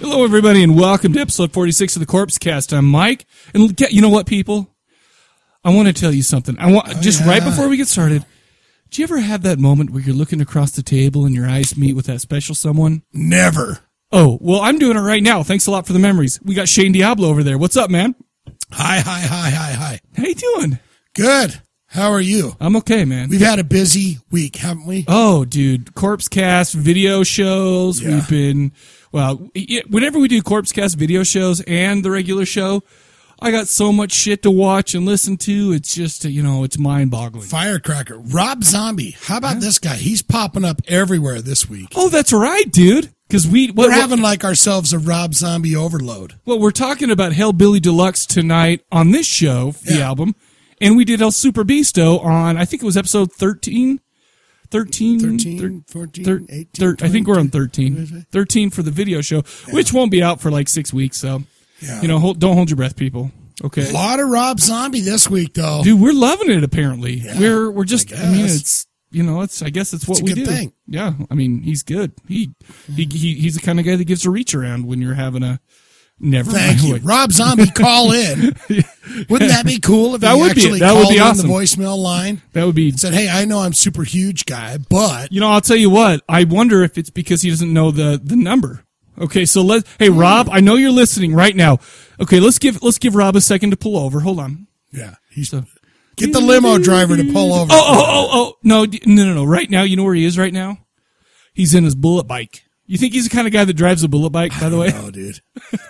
Hello, everybody, and welcome to episode 46 of the Corpse Cast. I'm Mike, and get- you know what, people? I want to tell you something. I want Oh, just right before we get started. Do you ever have that moment where you're looking across the table and your eyes meet with that special someone? Never. Oh, well, I'm doing it right now. Thanks a lot for the memories. We got Shane Diablo over there. What's up, man? Hi, hi, hi, hi, hi. How you doing? Good. How are you? I'm okay, man. We've had a busy week, haven't we? Oh, dude, Corpse Cast video shows. Yeah. We've been well. y- Whenever we do Corpse Cast video shows and the regular show, I got so much shit to watch and listen to. It's just you know, it's mind boggling. Firecracker. Rob Zombie. How about this guy? He's popping up everywhere this week. Oh, that's right, dude. Because we what, We're what- having like ourselves a Rob Zombie overload. what we're talking about Hellbilly Deluxe tonight on this show, the Yeah. album, and we did El Super Bisto on I think it was episode 13? 13, 13, thir- 14, thir- 18, thir- I think we're on 13. 13 for the video show, which won't be out for like six weeks. So, Yeah. you know, hold, don't hold your breath, people. Okay. A lot of Rob Zombie this week, though. Dude, we're loving it apparently. we're, we're just, I, mean, Oh. guess. it's, you know, it's, I guess it's what It's a we good do. thing. Yeah. I mean, he's good. He, he, he, he's the kind of guy that gives a reach around when you're having a, never Thank mind you. what- Rob Zombie, call in. Wouldn't that be cool if That he would be- actually that would called be in awesome. the voicemail line That would be and said, hey, I know I'm super huge guy, but You know, I'll tell you what. I wonder if it's because he doesn't know the the number. Okay, so let hey Rob, I know you're listening right now. Okay, let's give let's give Rob a second to pull over. Hold on. yeah, he's So- get the limo driver to pull over. Oh oh oh oh no d- no no no! Right now, you know where he is right now. He's in his bullet bike. You think he's the kind of guy that drives a bullet bike? By the way. Oh, dude.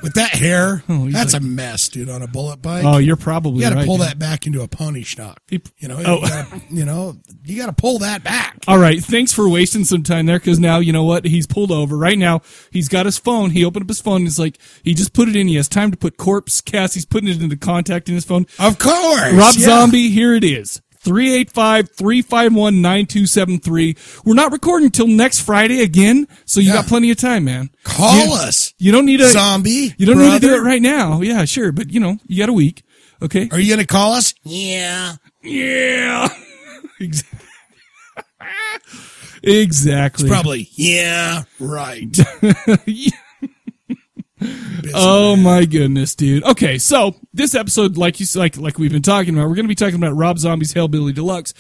With that hair, Oh, he's that's a mess, dude, on a bullet bike. Oh, you're probably you got to right. pull dude. that back into a pony schnock. He- You know, Oh. you, gotta, you know, you got to pull that back. All right, thanks for wasting some time there because now you know what? He's pulled over. Right now, he's got his phone. He opened up his phone. And he's like, he just put it in. He has time to put corpse cast. He's putting it into contact in his phone. Of course. Rob yeah. Zombie, here it is. 385-351-9273. We're not recording till next Friday again, so you Yeah. got plenty of time, man. Call You- us. You don't need a Zombie. You don't need to do brother. it right now. Yeah, sure, but you know, you got a week. Okay? Are you going to call us? Yeah. Yeah. Ex- exactly. Probably. Yeah. Right. Yeah. Busy. Oh my goodness, dude. Okay, so this episode, like you like like we've been talking about, we're going to be talking about Rob Zombie's Hellbilly Deluxe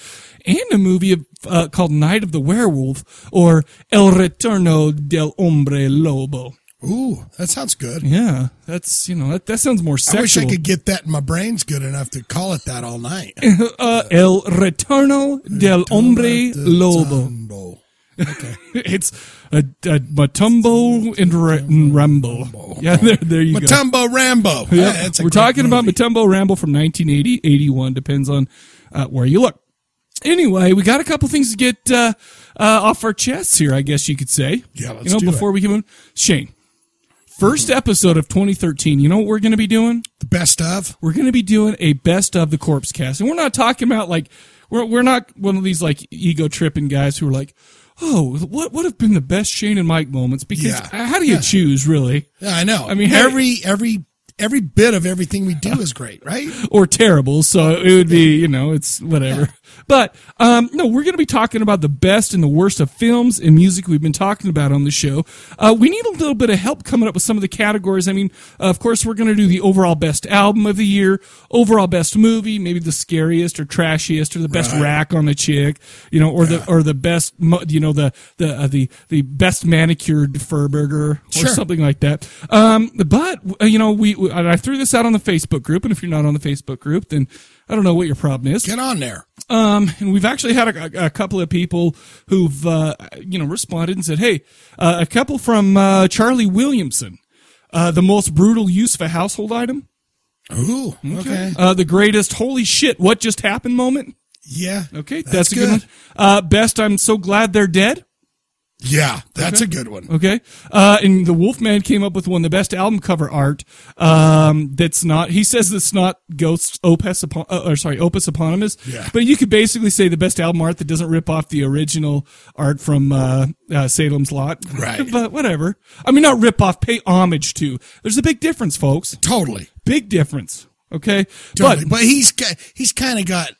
and a movie of, uh, called Night of the Werewolf or El Retorno del Hombre Lobo. Ooh, that sounds good. Yeah, that's you know that, that sounds I more wish sexual. I could get that in my brain's good enough to call it that all night. uh, El Retorno del Hombre Lobo. Lobo. it's a, a Matumbo and Ra- and Rambo. Yeah, there, there you go. Matumbo Rambo. Yep. Hey, that's a We're great talking about movie. Matumbo Ramble from 1980, 81, depends on uh, where you look. Anyway, we got a couple things to get uh, uh, off our chests here, I guess you could say. Yeah, let's You know, do before we can move. Shane, 1st episode of 2013, you know what we're going to be doing? The best of. We're going to be doing a best of the corpse cast. And we're not talking about like, we're, we're not one of these like ego tripping guys who are like, oh, what would have been the best Shane and Mike moments? Because Yeah. how do you choose, really? Yeah, I know. I mean, hey- every every every bit of everything we do is great, right? or terrible. So it would be, you know, it's whatever. But um, no, we're going to be talking about the best and the worst of films and music we've been talking about on the show. Uh, we need a little bit of help coming up with some of the categories. I mean, uh, of course, we're going to do the overall best album of the year, overall best movie, maybe the scariest or trashiest or the best Right. rack on a chick, you know, or the or the best, mo- you know, the the uh, the the best manicured fur burger or Sure. something like that. Um, but uh, you know, we, we and I threw this out on the Facebook group, and if you're not on the Facebook group, then I don't know what your problem is. Get on there. Um, and we've actually had a, a- a couple of people who've, uh, you know, responded and said, Hey, uh, a couple from, uh, Charlie Williamson, uh, the most brutal use of a household item. Ooh, okay. Uh, the greatest, holy shit, what just happened moment. Yeah. Okay. That's, a good, one. Uh, best, I'm so glad they're dead. Yeah, that's a good one. Okay. Uh, and the Wolfman came up with one, of the best album cover art. Um, that's not, he says that's not Ghosts Opus upon, uh, or sorry, Opus Eponymous. Yeah. But you could basically say the best album art that doesn't rip off the original art from, uh, uh Salem's Lot. Right. but whatever. I mean, not rip off, pay homage to. There's a big difference, folks. Totally. Big difference. Okay. Totally. But But, he's got, he's kind of got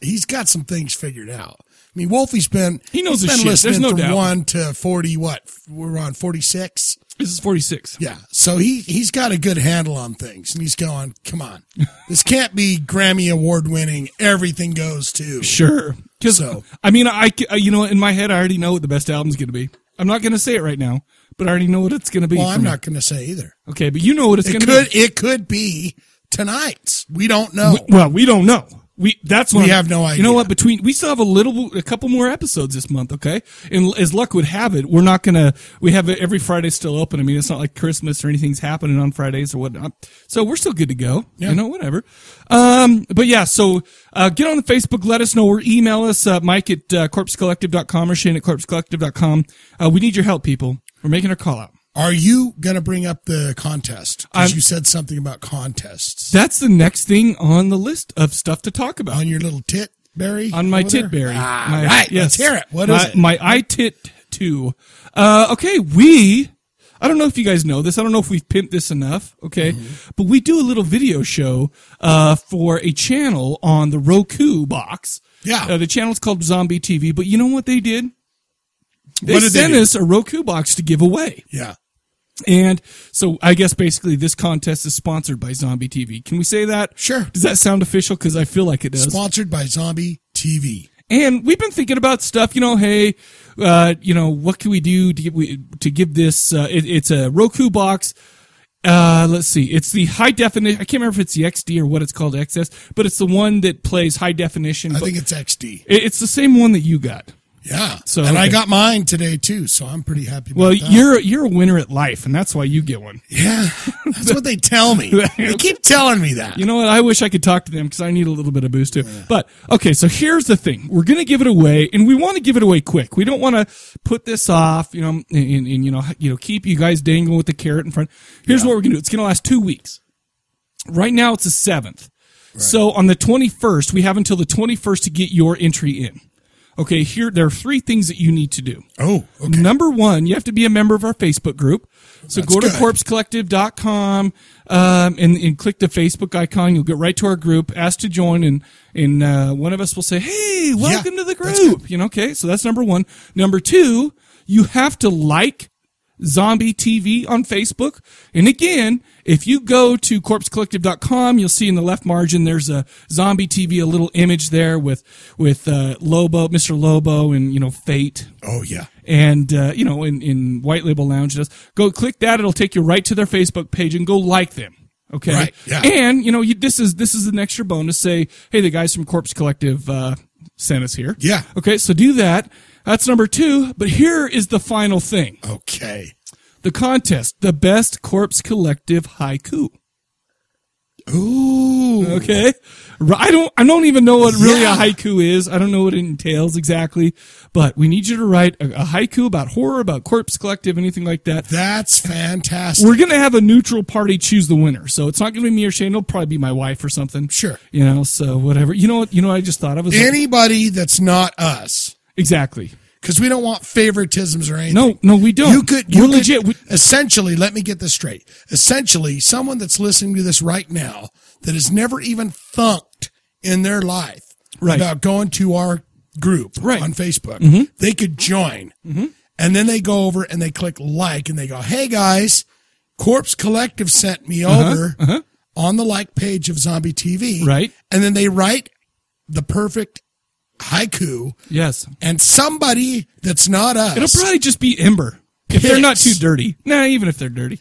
he's got some things figured out. I mean, Wolfie's been He knows he's his been shit. There's listening no from doubt. one to forty. What we're on forty six. this is 46. Yeah, so he he's got a good handle on things, and he's going, "Come on, this can't be Grammy award winning. Everything goes to Sure. Because So- I mean, I c- uh, you know, in my head, I already know what the best album's going to be. I'm not going to say it right now, but I already know what it's going to be. Well, for I'm me. not going to say either. Okay, but you know what it's going It to be. could it could be tonight's. We don't know. Well, we don't know. We that's what We I'm- have no You know idea. what? Between we still have a little, a couple more episodes this month. Okay, and l- as luck would have it, we're not gonna. We have it every Friday still open. I mean, it's not like Christmas or anything's happening on Fridays or whatnot. So we're still good to go. You know, whatever. Um, but yeah. So uh, get on the Facebook. Let us know or email us, uh, Mike at uh, corpsecollective.com or Shane at corpsecollective.com. Uh, we need your help, people. We're making our call out. Are you going to bring up the contest? Because I'm- you said something about contests That's the next thing on the list of stuff to talk about. on your little tit berry. on my over there? tit berry. Ah, my, right. Let's hear it. What is my, it? My I tit two. Uh, okay, we. I don't know if you guys know this. I don't know if we've pimped this enough. Okay, Mm-hmm. but we do a little video show uh, for a channel on the Roku box. Yeah. uh, the channel's called Zombie TV. But you know what they did? They What did they sent do? us a Roku box to give away. yeah. And so I guess basically this contest is sponsored by Zombie TV. Can we say that? Sure. Does that sound official? Because I feel like it does. Sponsored by Zombie TV. And we've been thinking about stuff, you know, hey, uh, you know, what can we do to give, we, to give this, uh, it, it's a Roku box. Uh, let's see. It's the high definition. I can't remember if it's the XD or what it's called XS, but it's the one that plays high definition. I but think it's XD. it- it's the same one that you got. Yeah. So, So and I okay. got mine today too, so I'm pretty happy. About Well, that. you're, you're a winner at life and that's why you get one. yeah. That's what they tell me. They keep telling me that. You know what? I wish I could talk to them because I need a little bit of boost too. But okay, so here's the thing: we're gonna give it away, and we want to give it away quick. We don't want to put this off, you know, and, and, and, you know, you know, keep you guys dangling with the carrot in front. Here's what we're gonna do: it's gonna last two weeks. Right now, it's the seventh. So on the 21st, we have until the 21st to get your entry in. Okay, here there are three things that you need to do. Oh, okay. Number one, you have to be a member of our Facebook group. So go to good. corpsecollective.com um, and, and click the Facebook icon. You'll get right to our group, ask to join, and, and uh, one of us will say, hey, welcome to the that's group. You know, okay, so that's number one. Number two, you have to like Zombie TV on Facebook. And again, if you go to corpsecollective.com, you'll see in the left margin there's a Zombie TV, a little image there with with uh, Lobo, Mr. Lobo, and you know Fate, Oh yeah. and uh, you know in, in white label lounge does go click that it'll take you right to their facebook page and go like them okay Right, yeah. and you know you, this is this is an extra bonus say hey the guys from corpse collective uh, sent us here Yeah. okay so do that that's number two but here is the final thing Okay. the contest the best corpse collective haiku Ooh. Okay. R- I don't I don't even know what really Yeah. a haiku is. I don't know what it entails exactly, but we need you to write a, a haiku about horror, about corpse collective, anything like that. That's fantastic. We're gonna have a neutral party choose the winner. So it's not gonna be me or Shane, it'll probably be my wife or something. Sure. You know, so whatever. You know what you know what I just thought of was Anybody that's not us, Exactly. because we don't want favoritisms or anything. No, no, we don't. You could, We're you could- legit. We- essentially, let me get this straight. Essentially, someone that's listening to this right now that has never even thunked in their life Right. about going to our group Right. Mm-hmm. on Facebook, they could join. And then they go over and they click like and they go, hey guys, Corpse Collective sent me Uh-huh. over on the like page of Zombie TV. Right. And then they write the perfect haiku yes. and somebody that's not us It'll probably just be Ember. If they're not too Picks. dirty. Nah, even if they're dirty.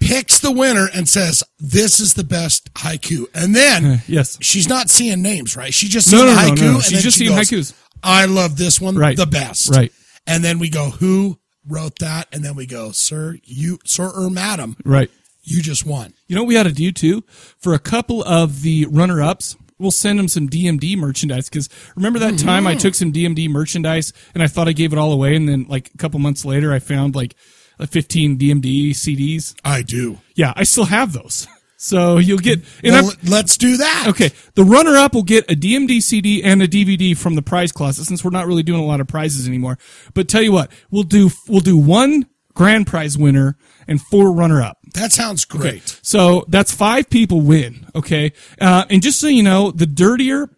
picks the winner and says, "This is the best haiku." And then yes. she's not seeing names, right? She just No, seeing no, no, haiku. no, no. And She's then just she seeing goes, haikus. I love this one Right. the best. Right. And then we go, who wrote that? And then we go, sir, you, sir or madam, Right. you just won. You know what we ought to do too? For a couple of the runner ups, we'll send them some DMD merchandise. Because remember that Mm-hmm. time I took some DMD merchandise and I thought I gave it all away. And then, like, a couple months later, I found like uh, 15 DMD CDs. I do. Yeah, I still have those. So you'll get. And well, I'm- let's do that. Okay, the runner-up will get a DMD CD and a DVD from the prize closet, since we're not really doing a lot of prizes anymore. But tell you what, we'll do we'll do one grand prize winner and four runner-up. That sounds great. So that's five people win. Okay, uh, and just so you know, the dirtier,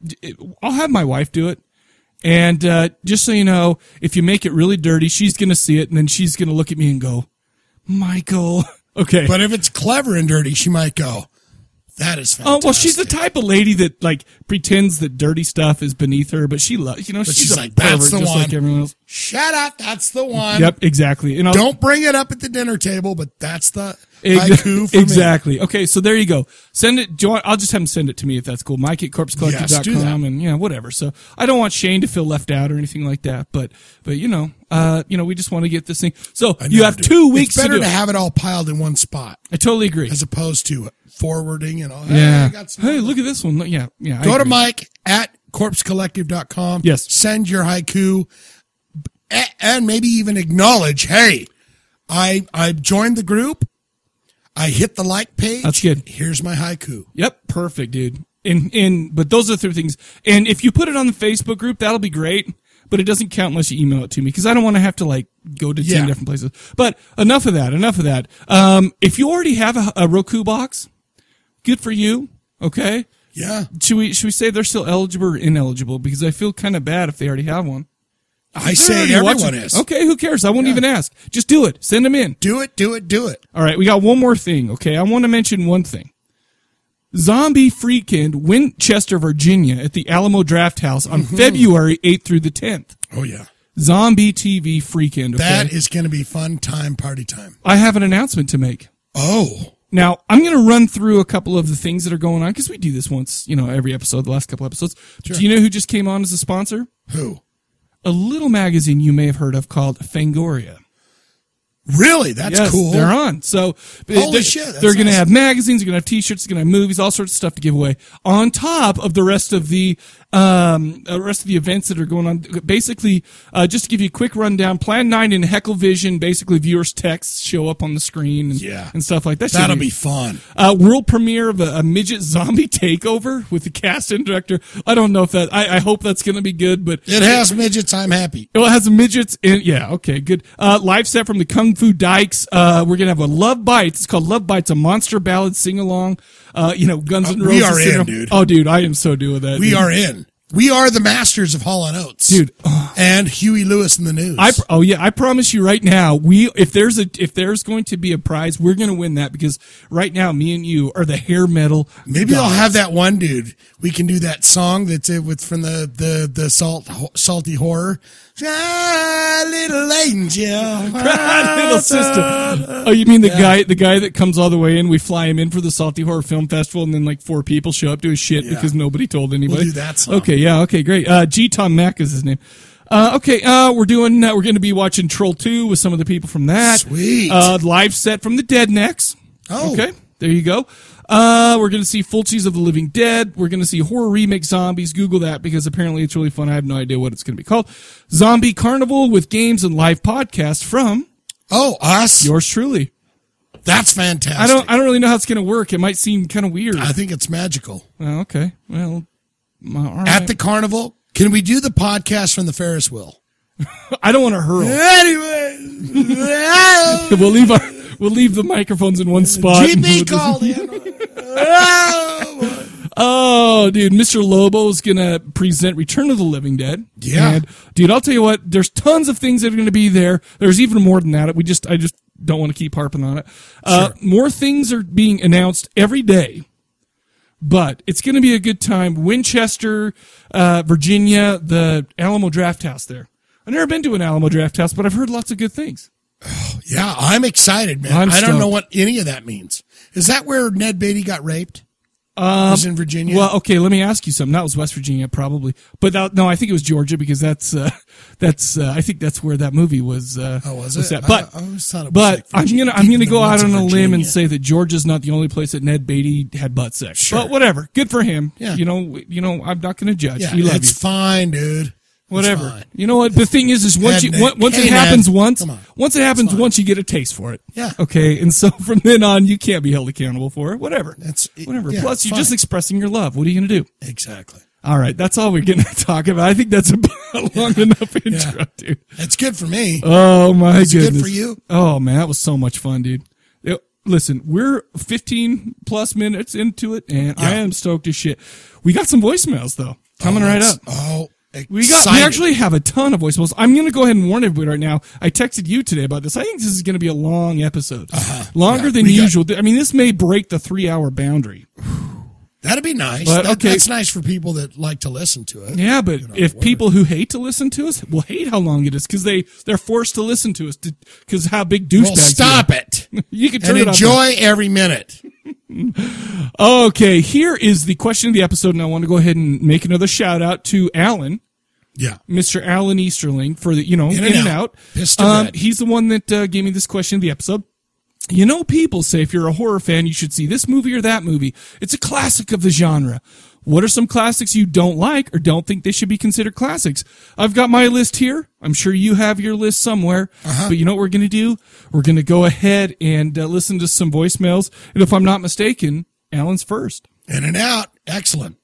I'll have my wife do it. And uh, just so you know, if you make it really dirty, she's gonna see it, and then she's gonna look at me and go, "Michael." Okay, But if it's clever and dirty, she might go, that is Oh fantastic. well, she's the type of lady that like pretends that dirty stuff is beneath her, but she loves you know she's, she's a like, "That's pervert, the just one." like everyone else. Shut up. That's the one. Yep, e, exactly. And I'll, Don't bring it up at the dinner table, but that's the Ex- haiku for me. exactly. Okay, so there you go. Send it. Do you want, I'll just have him send it to me if that's cool. Mike at Yes, do that. corpsecollector.com and yeah, whatever. So I don't want Shane to feel left out or anything like that. But but you know, uh, you know, we just want to get this thing. So you never have do. two weeks It's better to, to, do it. have it all piled in one spot I totally agree. as opposed to forwarding and all. Hey, uh, I Yeah. got some- Hey, look at this one. Look- Yeah, yeah. I Go to agree. Mike at corpsecollective.com. Yes. Send your haiku a- and maybe even acknowledge, hey, I I joined the group. I hit the like page. That's good. Here's my haiku. Yep, perfect, dude. In in but those are the three things. And if you put it on the Facebook group, that'll be great. But it doesn't count unless you email it to me because I don't want to have to like go to ten Yeah. different places. But enough of that. Enough of that. Um, if you already have a, a Roku box, good for you. Okay. Yeah. Should we should we say they're still eligible or ineligible? Because I feel kind of bad if they already have one. I They're say already everyone watching- is. Okay, who cares? I won't even ask. Just do it. Send them in. Do it, do it, do it. All right, we got one more thing. Okay, I want to mention one thing. Zombie Freakind, Winchester, Virginia, at the Alamo Draft House on Mm-hmm. February 8th through the 10th. Oh, yeah. Zombie TV Freakind. Okay? That is going to be fun time, party time. I have an announcement to make. Oh, Now, I'm going to run through a couple of the things that are going on because we do this once, you know, every episode, the last couple episodes. Do you know who just came on as a sponsor? who? A little magazine you may have heard of called Fangoria. Really? That's yes, cool. They're on. So Holy they're, shit, that's they're going to awesome. have magazines, they're going to have T-shirts, they're going to have movies, all sorts of stuff to give away. On top of the rest of the um, uh, rest of the events that are going on. Basically, uh, just to give you a quick rundown, Plan Nine and Heckle Vision. Basically, viewers' texts show up on the screen and, Yeah. and stuff like that. Should That'll be fun. uh, world premiere of a, a midget zombie takeover with the cast and director. I don't know if that. I, I hope that's going to be good, but It has midgets. I'm happy. Oh, it has midgets in. Yeah, okay, good. Uh, live set from the Kung Fu Dykes. Uh, we're gonna have a Love Bites. It's called Love Bites, a monster ballad sing along. Uh, you know, Guns N' Uh, Roses. we are in, sing-along. dude. Oh, dude, I am so doing that. We dude. are in. We are the masters of Hall and Oates. Dude. oh. And Huey Lewis in the news. I pr- oh yeah, I promise you right now. We if there's a if there's going to be a prize, we're gonna win that because right now, me and you are the hair metal. Maybe I'll gods. have that one dude. We can do that song that's it with from the the the salt salty horror. Ah, little angel, Ah, little sister. Oh, you mean the guy the guy that comes all the way in? We fly him in for the Salty Horror Film Festival, and then like four people show up to his shit because nobody told anybody. do that song. Okay, yeah, okay, great. Uh, G. Tom Mack is his name. Uh, okay, uh, we're doing. Uh, we're going to be watching Troll Two with some of the people from that. Sweet. Uh, live set from the Dead Necks. Oh. okay. There you go. Uh, we're going to see Fulci's of the Living Dead. We're going to see horror remix zombies. Google that because apparently it's really fun. I have no idea what it's going to be called. Zombie Carnival with games and live podcast from Oh, us. Yours truly. that's fantastic. I don't. I don't really know how it's going to work. It might seem kind of weird. I think it's magical Oh, okay. Well, my, all right. at the carnival. Can we do the podcast from the Ferris wheel? I don't want to hurl. Anyway, we'll leave our. We'll leave the microphones in one spot. GB called in. Oh, Oh, dude, Mr. Lobo's gonna present Return of the Living Dead. Yeah. And, dude, I'll tell you what. There's tons of things that are gonna be there. There's even more than that. We just, I just don't want to keep harping on it. Uh, More things are being announced every day, but it's gonna be a good time. Winchester, uh, Virginia, the Alamo Draft House there. I've never been to an Alamo Draft House, but I've heard lots of good things. Yeah, I'm excited, man. I'm I do not know stoked. what any of that means. Is that where Ned Beatty got raped? Um, was in Virginia? Well, okay, let me ask you something. That was West Virginia, probably, but that, no, I think it was Georgia because that's uh, that's uh, I think that's where that movie was. Uh, oh, was it? Set. But I- I always thought it was, but like, I'm Virginia- gonna deep I'm in gonna the go out woods on of a limb and Virginia. say that Georgia's not the only place that Ned Beatty had butt sex. But whatever, good for him. Yeah. You know, you know, I'm not gonna judge. Yeah, we love it's you. fine, dude. It's Whatever. fine. You know what? The thing is, is Ned, once you Ned. once, once Hey, it Ned. happens once, Come on. once it happens once, you get a taste for it. Yeah. Okay. And so from then on, you can't be held accountable for it. Whatever. That's- it- whatever. yeah, Plus, you're fine. just expressing your love. What are you gonna do? Exactly. All right, that's all we're gonna talk about. I think that's a long enough intro, dude. That's good for me. Oh my Was it goodness! good for you? Oh man, that was so much fun, dude. It- listen, we're 15 plus minutes into it, and I Yeah. am stoked as shit. We got some voicemails though coming Oh, right that's- up. Oh, We got. We excited. actually have a ton of voicemails. I'm going to go ahead and warn everybody right now. I texted you today about this. I think this is going to be a long episode, longer Uh-huh. Yeah, than we got- usual. I mean, this may break the three hour boundary. That'd be nice. But, That- okay. That's nice for people that like to listen to it. Yeah, but if people who hate to listen to us will hate how long it is because they they're forced to listen to us because how big douchebags. Well, stop we are. it You can turn and it off enjoy every minute. now. Okay, here is the question of the episode, and I want to go ahead and make another shout out to Alan, Yeah. Mr. Alan Easterling, for the you know in, and and out. out. Pissed and Um, red. he's the one that uh, gave me this question of the episode. You know, people say if you're a horror fan, you should see this movie or that movie. It's a classic of the genre. What are some classics you don't like or don't think they should be considered classics? I've got my list here. I'm sure you have your list somewhere. Uh-huh. But you know what we're going to do? We're going to go ahead and uh, listen to some voicemails. And if I'm not mistaken, Alan's first. In and out. Excellent.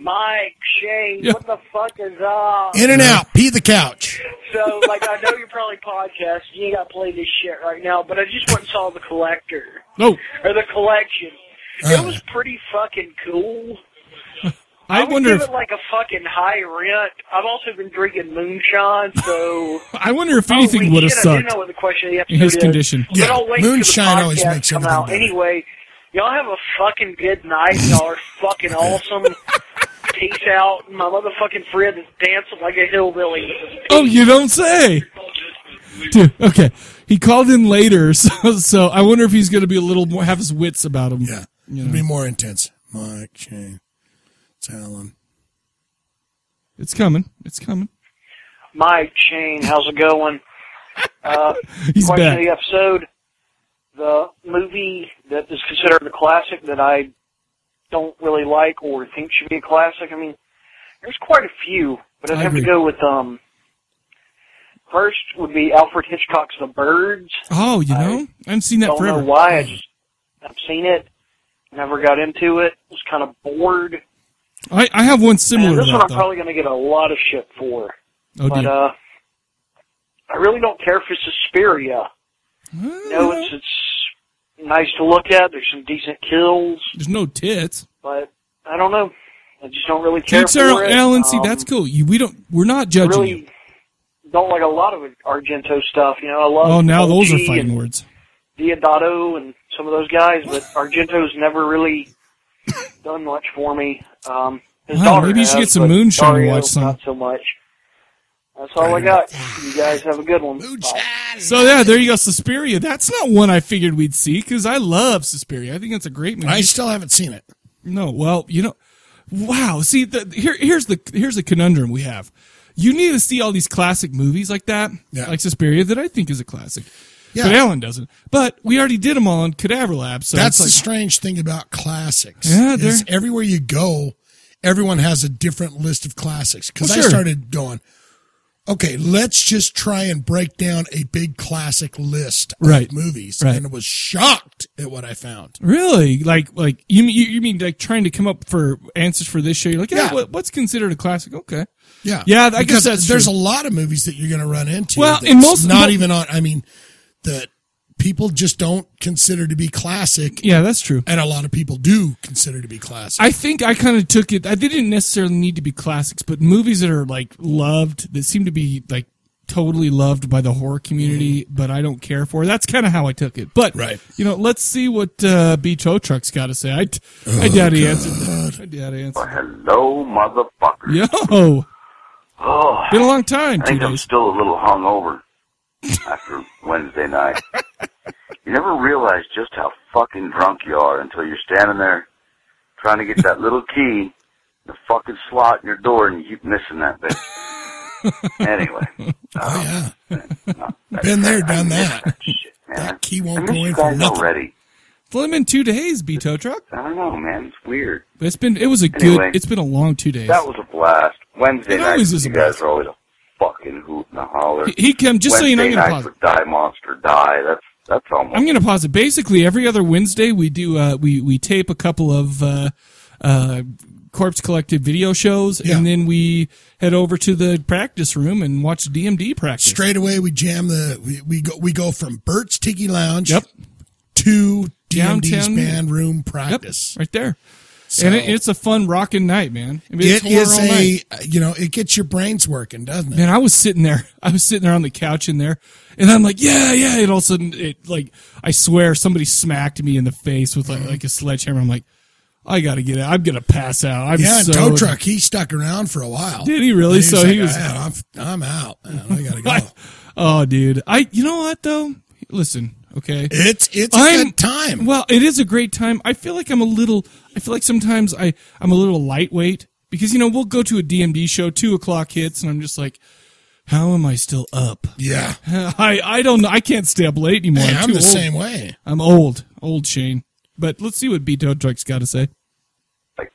Mike, Shane, Yeah. what the fuck is up? In and out. Pee the couch. so, like, I know you're probably podcasting. You ain't got to play this shit right now, but I just went and saw The Collector. No, Or The Collection. Uh. It was pretty fucking cool. I, would wonder give if it, like, a fucking high rent. I've also been drinking moonshine, so... I wonder if anything Holy would have shit, I didn't sucked. know what the question of the in his episode is. condition. But Yeah, I'll wait moonshine till the always podcast makes come everything out. better. Anyway, y'all have a fucking good night. Y'all are fucking awesome. Peace out. My motherfucking friend is dancing like a hillbilly. Oh, you don't say. Dude, okay. He called in later, so so I wonder if he's going to be a little more have his wits about him. Yeah. It'd be more intense. Mike, Shane, it's Alan. It's coming. It's coming. Mike, Shane, how's it going? Uh, He's question back. of the episode. The movie that is considered a classic that I don't really like or think should be a classic. I mean, there's quite a few, but I'd I have to agree. go with um. First would be Alfred Hitchcock's The Birds. Oh, you know, I haven't seen that don't forever. know why. I just I've seen it, never got into it. Was kind of bored. I, I have one similar. And this to one that, I'm though. probably going to get a lot of shit for. oh But dear. uh, I really don't care for Suspiria. Ah, You know, it's it's nice to look at. There's some decent kills, there's no tits. but I don't know. I just don't really care Tits for are it. Alan. See, uh, Um, that's cool. You, we don't. We're not I judging you. Really don't like a lot of Argento stuff. You know, I love. Oh, now those are Fulci fighting and words. Diodato and some of those guys, but Argento's never really done much for me. Um, his Wow, daughter maybe you should has, get some but moonshine and Dario, watch some. Not so much. That's all I got. You guys have a good one. Bye. Moonshine. So yeah, there you go. Suspiria. That's not one I figured we'd see because I love Suspiria. I think that's a great movie. I still haven't seen it. No, well, you know, wow. See, the, here, here's the here's the conundrum we have. You need to see all these classic movies like that, Yeah. like Suspiria, that I think is a classic. Yeah. But Alan doesn't. But we already did them all on Cadaver Lab, so That's the it's strange thing about classics. Yeah, is they're- everywhere you go, everyone has a different list of classics. Because Well, I sure. started going, okay, let's just try and break down a big classic list of Right. movies, Right. and was shocked at what I found. like, really like like you mean you, you mean like trying to come up for answers for this show. You're like, yeah, Yeah. what, what's considered a classic? Okay, Yeah, Yeah, I guess Because that's there's true. a lot of movies that you're going to run into. Well, that's and most- not mo- even on. I mean, that people just don't consider to be classic, yeah, that's true. and a lot of people do consider to be classic. I think I kind of took it. I they didn't necessarily need to be classics, but movies that are like loved that seem to be like totally loved by the horror community, but I don't care for. That's kind of how I took it. But Right. you know, let's see what uh, Beach O Truck's got to say. I, t- Oh, I Oh, doubt he answered. That. I doubt he answered. Hello, motherfucker. Yo, Oh, been a long time. I Two think I'm days. still a little hungover. after Wednesday night. You never realize just how fucking drunk you are until you're standing there trying to get that little key, the fucking slot in your door, and you keep missing that bitch. anyway, Oh yeah, been there, done that. That key I won't miss go you in for guys nothing. already. Well, I'm in two days, B tow truck. I don't know, man. It's weird. But It's been it was a Anyway. good. It's been a long two days. That was a blast. Wednesday It night, always is a you guys blast. are always a fucking hoot and a holler. He- he can- just so Wednesday you know, I'm gonna night pause for Die Monster Die. That's that's almost. I'm going to pause it. Basically, every other Wednesday we do uh, we we tape a couple of uh, uh, Corpse Collective video shows, Yeah. and then we head over to the practice room and watch DMD practice. Straight away, we jam the we, we go we go from Bert's Tiki Lounge Yep. to DMD's Downtown- band room Yep, practice. right there. So- and it, it's a fun rocking night, man. I mean, It horror is all night. a you know it gets your brains working, doesn't it? Man, I was sitting there. I was sitting there on the couch in there, and I'm like, yeah, yeah. And all of a sudden, it like I swear somebody smacked me in the face with like, like a sledgehammer. I'm like, I gotta get out. I'm gonna pass out. I'm yeah, so tow truck. He stuck around for a while. Did he really? He's So like, he was. "Ah, I'm, I'm out. Man. I gotta go. oh, dude. I. You know what though? Listen. Okay. It's it's a I'm- good time. Well, it is a great time. I feel like I'm a little. I feel like sometimes I I'm a little lightweight because you know we'll go to a DMD show, two o'clock hits, and I'm just like, how am I still up? yeah, I I don't know. I can't stay up late anymore. Hey, I'm too the old. same way. I'm old, old Shane. But let's see what B Toad Truck's got to say. like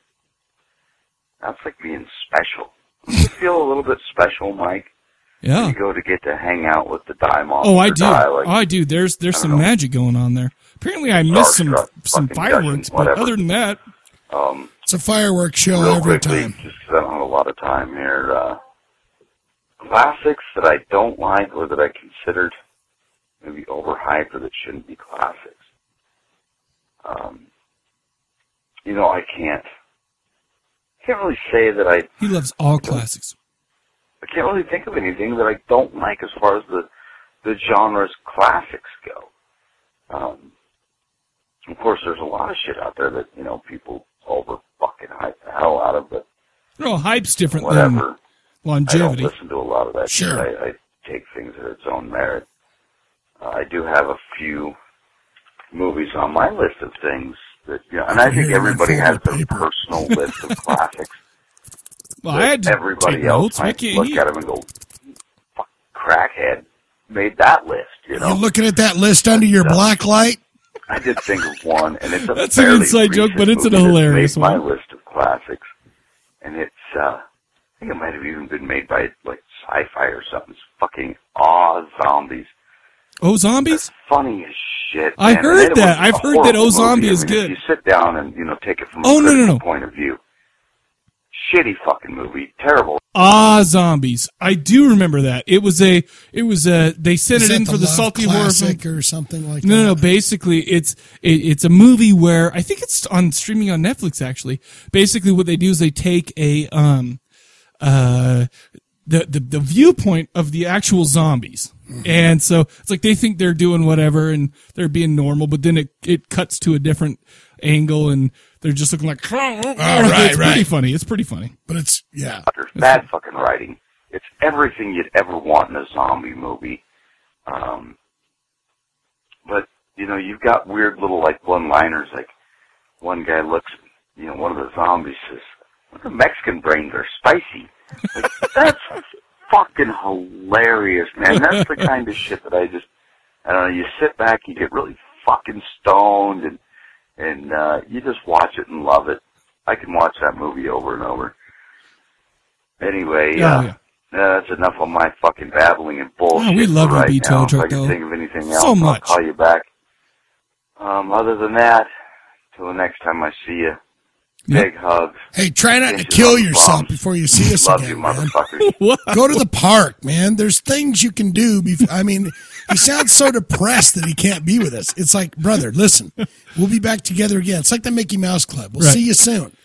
that's like being special. You feel a little bit special, Mike. Yeah. You go to get to hang out with the dime off. Oh, I do. Die, like, oh, I do. There's there's some magic going on there. Apparently, I missed some Starstruck, some fucking fireworks, gushing, but whatever. other than that, It's a fireworks show Um, real every quickly, time. just 'cause I don't have a lot of time here. Uh, classics that I don't like or that I considered maybe overhyped or that shouldn't be classics. Um, you know, I can't can't really say that I he loves all classics. I can't really think of anything that I don't like as far as the the genre's classics go. Um, of course, there's a lot of shit out there that you know people over fucking hype the hell out of, but No, hype's different whatever. than longevity. I don't listen to a lot of that. Sure. shit. I, I take things at its own merit. Uh, I do have a few movies on my list of things that, you know, and I think Here, everybody has fold the their paper. personal list of classics. Well, I had to everybody take else notes. I might can't- look he- at him and go, "Fuck, crackhead made that list." You know, You're looking at that list under your black light. I did think of one, and it's a That's an fairly inside joke, recent but it's a movie that's hilarious made one. My list of classics, and it's uh, I think it might have even been made by like sci-fi or something. It's fucking Oz zombies. oh, zombies. It's funny as shit. I man. heard And it was that. a I've heard horrible that O Zombie movie. I is mean, if good. You sit down and you know take it from Oh, a no, no, critical no. point of view. Shitty fucking movie. Terrible. Ah, zombies. I do remember that. It was a. It was a. They sent Is it that in for the Love salty horror. Film. classic or something like No, that? no, no. Basically, it's it, it's a movie where I think it's on streaming on Netflix. Actually, basically, what they do is they take a um, uh, the the, the viewpoint of the actual zombies, Mm-hmm. and so it's like they think they're doing whatever and they're being normal, but then it it cuts to a different angle and they're just looking like. right, it's pretty right. funny. It's pretty funny. But it's yeah. There's bad fucking writing. It's everything you'd ever want in a zombie movie. Um, but you know, you've got weird little like one-liners. Like one guy looks, you know, one of the zombies says, "What the Mexican brains are spicy." Like, that's fucking hilarious, man. That's the kind of shit that I just, I don't know. You sit back, you get really fucking stoned, and and uh, you just watch it and love it. I can watch that movie over and over. Anyway, Yeah, uh, yeah. yeah, that's enough of my fucking babbling and bullshit. Yeah, we love for you, right B-Tow now. If I Truck, can though. think of anything So else, much. I'll call you back. Um, other than that, till the next time I see you, big hugs. Hey, try not to Bitches kill on the yourself bombs. before you see us Love again, you, man. motherfuckers. What? Go to the park, man. There's things you can do. Before, I mean, he sounds so depressed that he can't be with us. It's like, brother, listen, we'll be back together again. It's like the Mickey Mouse Club. We'll Right. see you soon.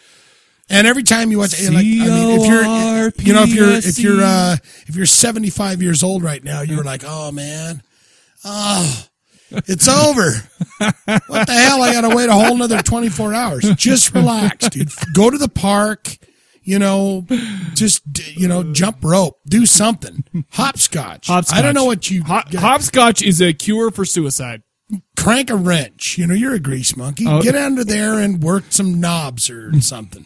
And every time you watch, eh, like, I mean, if you're, eh, you know, if you're, if you're, uh, E. if you're 75 years old right now, you're like, oh man, oh, it's over. What the hell? I got to wait a whole another 24 hours. Just relax, dude. Go to the park. you know, just you know, jump rope, do something, hopscotch. Hopscotch. I don't know what you Hop, hopscotch is a cure for suicide. Crank a wrench. You know, you're a grease monkey. Oh. Get under there and work some knobs or something.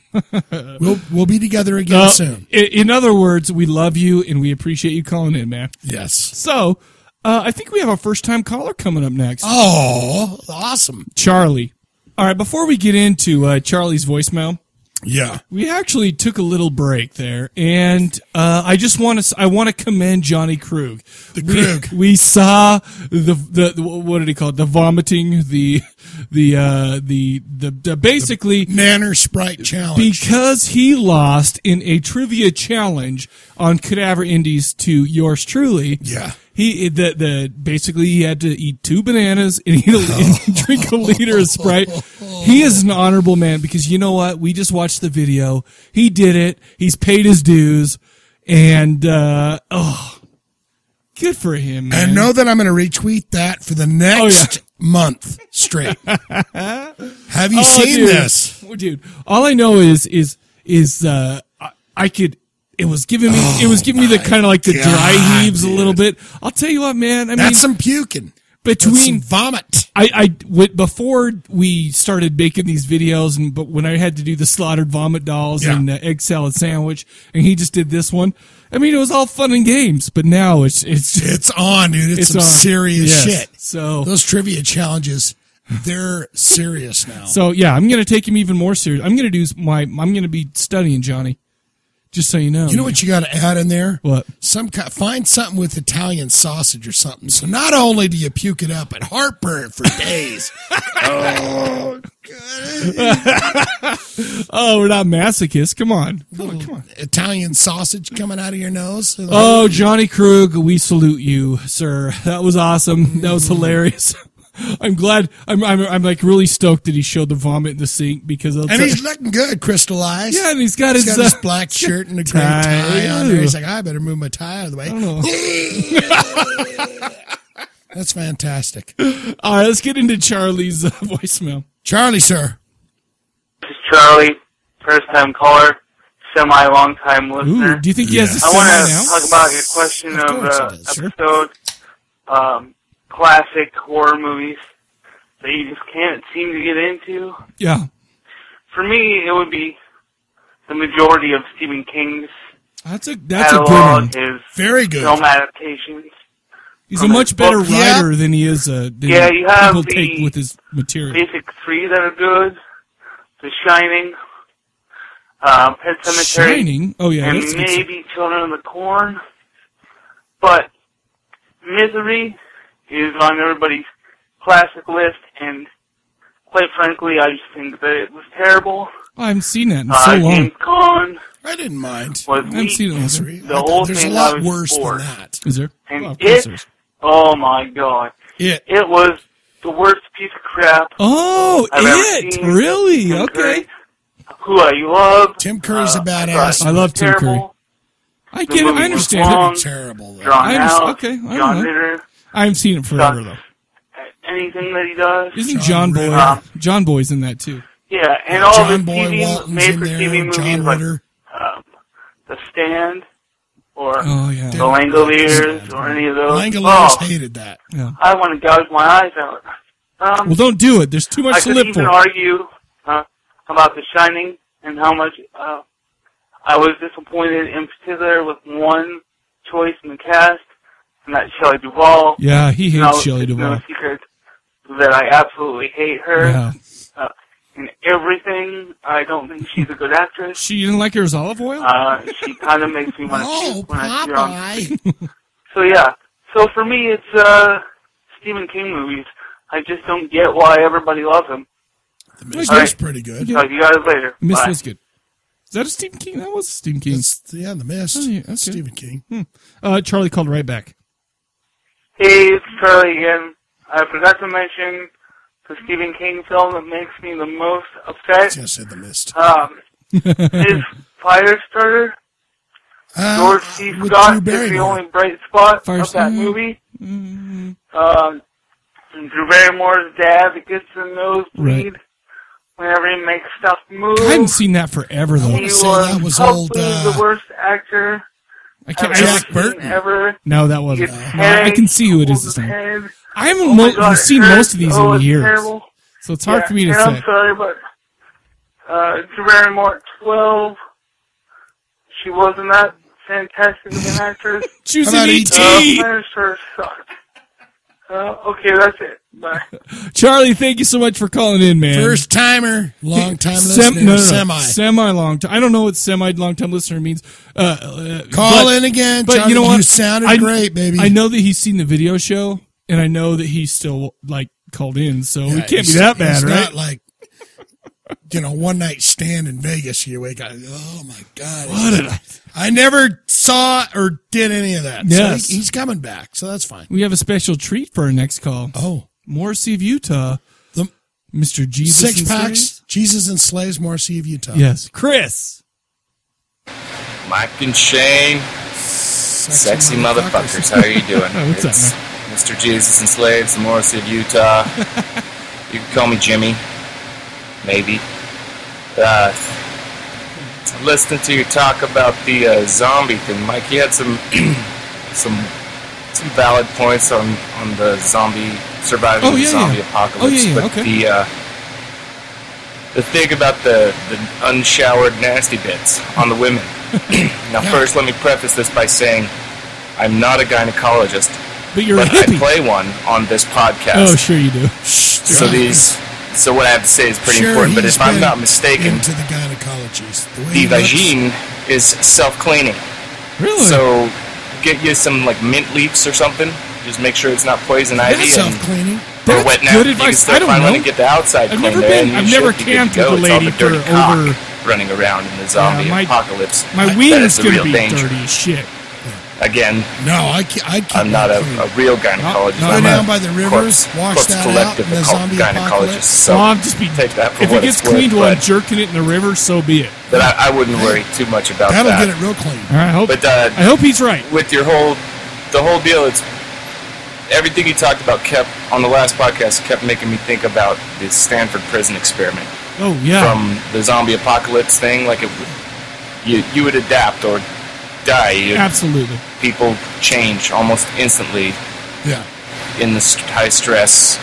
we'll we'll be together again Uh, soon. i- In other words, we love you and we appreciate you calling in, man. Yes. So uh, I think we have a first time caller coming up next. Oh, awesome. Charlie. All right, before we get into uh, Charlie's voicemail, Yeah. we actually took a little break there, and uh, I just want to I want to commend Johnny Krug. The Krug. We, saw the, the the- what did he call it? The vomiting, the the uh, the, the the basically Manner Sprite Challenge. because he lost in a trivia challenge on Cadaver Indies to yours truly. Yeah. He the the basically he had to eat two bananas and, eat a, and drink a liter of Sprite. He is an honorable man because you know what? We just watched the video. He did it. He's paid his dues, and uh, oh, good for him. Man. Oh, and know that I'm going to retweet that for the next month straight. Have you Oh, seen dude. this? Oh, dude? All I know is is is uh, I, I could. It was giving me. it was giving me the kind of like the dry Oh God, heaves a little bit. I'll tell you what, man. I mean, That's some puking. That's some between vomit. I, I w- before we started making these videos, and but when I had to do the slaughtered vomit dolls Yeah. and the egg salad sandwich, and he just did this one. I mean, it was all fun and games, but now it's it's It's on, dude. It's, It's some on. serious Yes. shit. So- those trivia challenges, they're serious now. so yeah. I'm gonna take him even more serious. I'm gonna do my. I'm gonna be studying Johnny, just so you know. you know what you got to add in there? What? Some ki find something with Italian sausage or something. So not only do you puke it up, but heartburn for days. oh, Oh, we're not masochists. Come on. Italian sausage coming out of your nose. Oh, Johnny Krug, we salute you, sir. That was awesome. That was hilarious. I'm glad. I'm, I'm, I'm like really stoked that he showed the vomit in the sink because I'll and tell- he's looking good, crystallized. yeah, and he's got He's his, got this uh, black shirt and a gray tie. tie, on there. He's Ew. like, I better move my tie out of the way. That's fantastic. All right, let's get into Charlie's uh, voicemail. Charlie, sir. This is Charlie, first time caller, semi long time listener. Ooh, do you think he has this I want to now? talk about your question Of of, course uh, it is, sure. episode um, classic horror movies that you just can't seem to get into. Yeah, For me, it would be the majority of Stephen King's that's a that's a good one. catalog, his Very good. film adaptations. He's a much better Well, yeah. writer than he is. Uh, than Yeah, you have people the- take with his material. Basic three that are good The Shining, uh, Pet Cemetery, Shining. Oh yeah, and that's a good stuff. maybe Children of the Corn. But Misery is on everybody's classic list, and quite frankly, I just think that it was terrible. I haven't seen that in uh, so long. James Caan I didn't mind. was I haven't seen it. weak, in That's re- I a long time. The thought whole There's a thing I lot was worse bored. than that. Is there? and Oh, of course it, there is. oh my god, It. it was the worst piece of crap Oh, I've ever it seen. really Tim okay. Curry, who I love. Tim Curry's a Uh, badass. thought I love Tim Curry. terrible, The I get it. movie I was understand. long. it. Terrible. Though. Drawn I out. understand- okay, I John don't know. Ritter. I haven't seen it forever Sucks. though. Anything that he does. Isn't John John, Boy? Ritter. John Boy's in that too. Yeah, and all John the Boy TV Walton's made in for there. TV movies John like Ritter. um, The Stand or Oh yeah. The Langoliers or any of those. Langoliers oh, hated that. I want to gouge my eyes out. Um, Well, don't do it. There's too I much to could live even for. argue uh, about The Shining and how much uh, I was disappointed in particular with one choice in the cast, and that's Shelley Duvall. yeah, he hates No, Shelley it's Duvall. No secret that I absolutely hate her. Yeah. Uh, in everything, I don't think she's a good actress. She didn't like her as olive oil. Uh, she kind of makes me want to Oh, when I see her on. Popeye. So yeah. So for me, it's uh, Stephen King movies. I just don't get why everybody loves him. the Mist All right. was pretty good. Talk to you guys later. Miss Bye. was good. Is that a Stephen King? That was a Stephen King. It's, yeah, the Mist. Oh, yeah, okay. Stephen King. Uh, Charlie called right back. Hey, it's Charlie again. I forgot to mention the Stephen King film that makes me the most upset. Just said the Mist. Um, is Firestarter. Uh, George C. with Drew Scott is the Barrymore. only bright spot of Firestarter. that movie. Mm-hmm. Um, and Drew Barrymore's dad that gets the nosebleed. whenever he makes stuff move. I haven't seen that forever though. He hopefully the worst actor. uh, I can't- I've ever Jack seen Burton. Ever. No, that wasn't. His I head, can see who it is his this time. head. Oh I haven't my mo- God, it seen hurts. most of these Oh, in it's years, terrible. so it's hard Yeah, for me to and say. I'm sorry, but uh, Jerry Mark twelve. She wasn't that fantastic of an actress. She was How about in E E.T.? E.T.? Uh, Clarence Firth sucked. Uh, okay, that's it. Bye. Charlie, thank you so much for calling in, man. First timer, long time listener, semi. semi long time. I don't know what semi long time listener means. Uh, uh, Call in again, But Charlie. you know what? You sounded I- great, baby. I know that he's seen the video show, and I know that he's still like called in, so we Yeah, can't be it's- that bad, it's right? Not like you know, one night stand in Vegas. You wake up, oh my god, What did I- I never saw or did any of that. Yeah, Yes. he's coming back, so that's fine. we have a special treat for our next call. Oh, Morrissey of Utah, Mr. Jesus Six and packs, Slaves? Jesus and Slaves, Marcy of Utah. Yes, Chris. Mike and Shane, sexy, motherfuckers. How are you doing? Oh, what's up, it's Mr. Jesus and Slaves, the Morrissey of Utah. you can call me Jimmy, maybe. Uh, listening to you talk about the uh, zombie thing, Mike. You had some some some valid points on on the zombie surviving Oh, the yeah, zombie yeah. apocalypse, Oh, yeah, yeah, but okay. the uh, the thing about the the unshowered nasty bits on the women. now, first, let me preface this by saying I'm not a gynecologist, but you're but I play one on this podcast. Oh, sure you do. So these, so what I have to say is pretty Sure, important. But he's if I'm been not mistaken, into the gynecologist, the way the he looks- vagine is self-cleaning. Really? So get you some like mint leaves or something. Just make sure it's not poison ivy. That's and- self cleaning. or wet nap. good You can advice. still I don't find one know. and get the outside I've cleaned never there, and been- you I've should never be good to camped go. with a It's all lady the dirty for cock over- running around in the zombie Yeah, my- apocalypse. My That wings is the going to real be danger. dirty as shit. Again, no, I can't, I can't I'm not a, a real gynecologist. Go I'm down a by the river, corpse, wash corpse that out collective in the occult zombie gynecologist. apocalypse. So Well, I'll just be take that for If what it gets it's cleaned worth. while I'm but- jerking it in the river, so be it. But I, I wouldn't worry too much about That'll that. get it real clean. All right, I hope. But uh, I hope he's right. with your whole the whole deal it's everything you talked about kept on the last podcast kept making me think about the stanford prison experiment Oh yeah. from the zombie apocalypse thing like it would you, you would adapt or die you Absolutely. people change almost instantly Yeah. in the st- high stress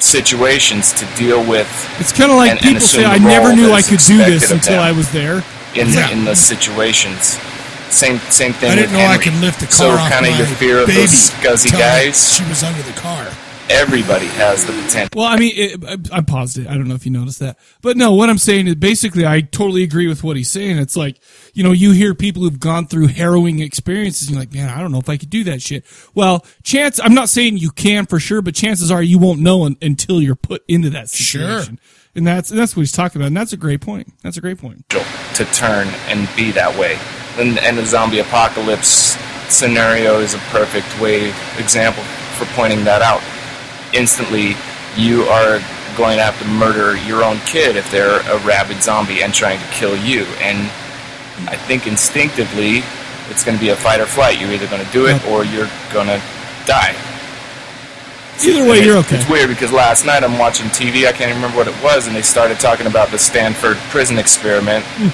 situations to deal with It's kind of like and- and people say, assume the I never role knew that I is could do expected this of until them." I was there. in Yeah. in those situations. Same same thing. I with didn't know I Henry. could lift the car So off kind of my your fear of baby those scuzzy till guys. She was under the car. Everybody has the potential. Well, I mean, it, I, I paused it. I don't know if you noticed that, but no, what I'm saying is basically I totally agree with what he's saying. It's like you know, you hear people who've gone through harrowing experiences, and you're like, man, I don't know if I could do that shit. Well, chance I'm not saying you can for sure, but chances are you won't know un, until you're put into that situation. And that's that's what he's talking about, and that's a great point. That's a great point. to turn and be that way. And, and the zombie apocalypse scenario is a perfect way example for pointing that out. Instantly, you are going to have to murder your own kid if they're a rabid zombie and trying to kill you. And I think instinctively, it's going to be a fight or flight. You're either going to do it or you're going to die. Either way, And you're it's- okay. It's weird because last night I'm watching TV. I can't remember what it was, and they started talking about the Stanford prison experiment. Hmm.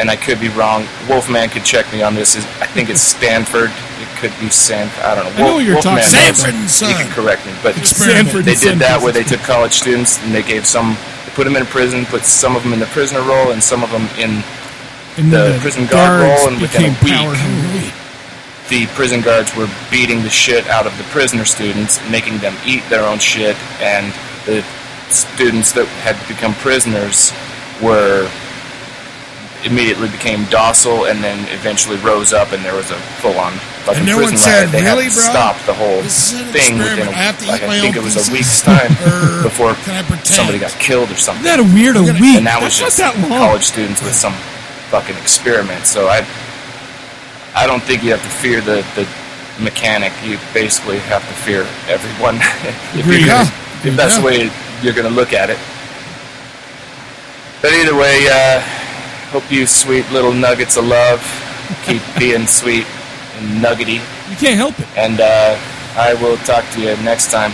And I could be wrong. Wolfman could check me on this. Is- I think it's Stanford. It could be Sanford. I don't know. I know what you're talking knows. Sanford and Son. You can correct me, but Experiment. Sanford they and did Son that prison where they took college students and they gave some, they put them in prison, put some of them in the prisoner role and some of them in And the, then the prison guard guards role, and within a became week, power the prison guards were beating the shit out of the prisoner students, making them eat their own shit, and the students that had become prisoners were immediately became docile, and then eventually rose up, and there was a full-on fucking And no one prison said, riot. They "Really, had to bro? stop the whole This is an thing within experiment. a, I have to like, eat my I think own it was pieces? a week's time Or before can I pretend? somebody got killed or something. Isn't that a weird a week? And that was That's just not that long. college students with some fucking experiment. So I, I don't think you have to fear the the mechanic. You basically have to fear everyone. if Agreed. you're gonna- Yeah. if that's the way you're going to look at it. But either way, uh, hope you sweet little nuggets of love keep being sweet and nuggety. You can't help it. And uh, I will talk to you next time.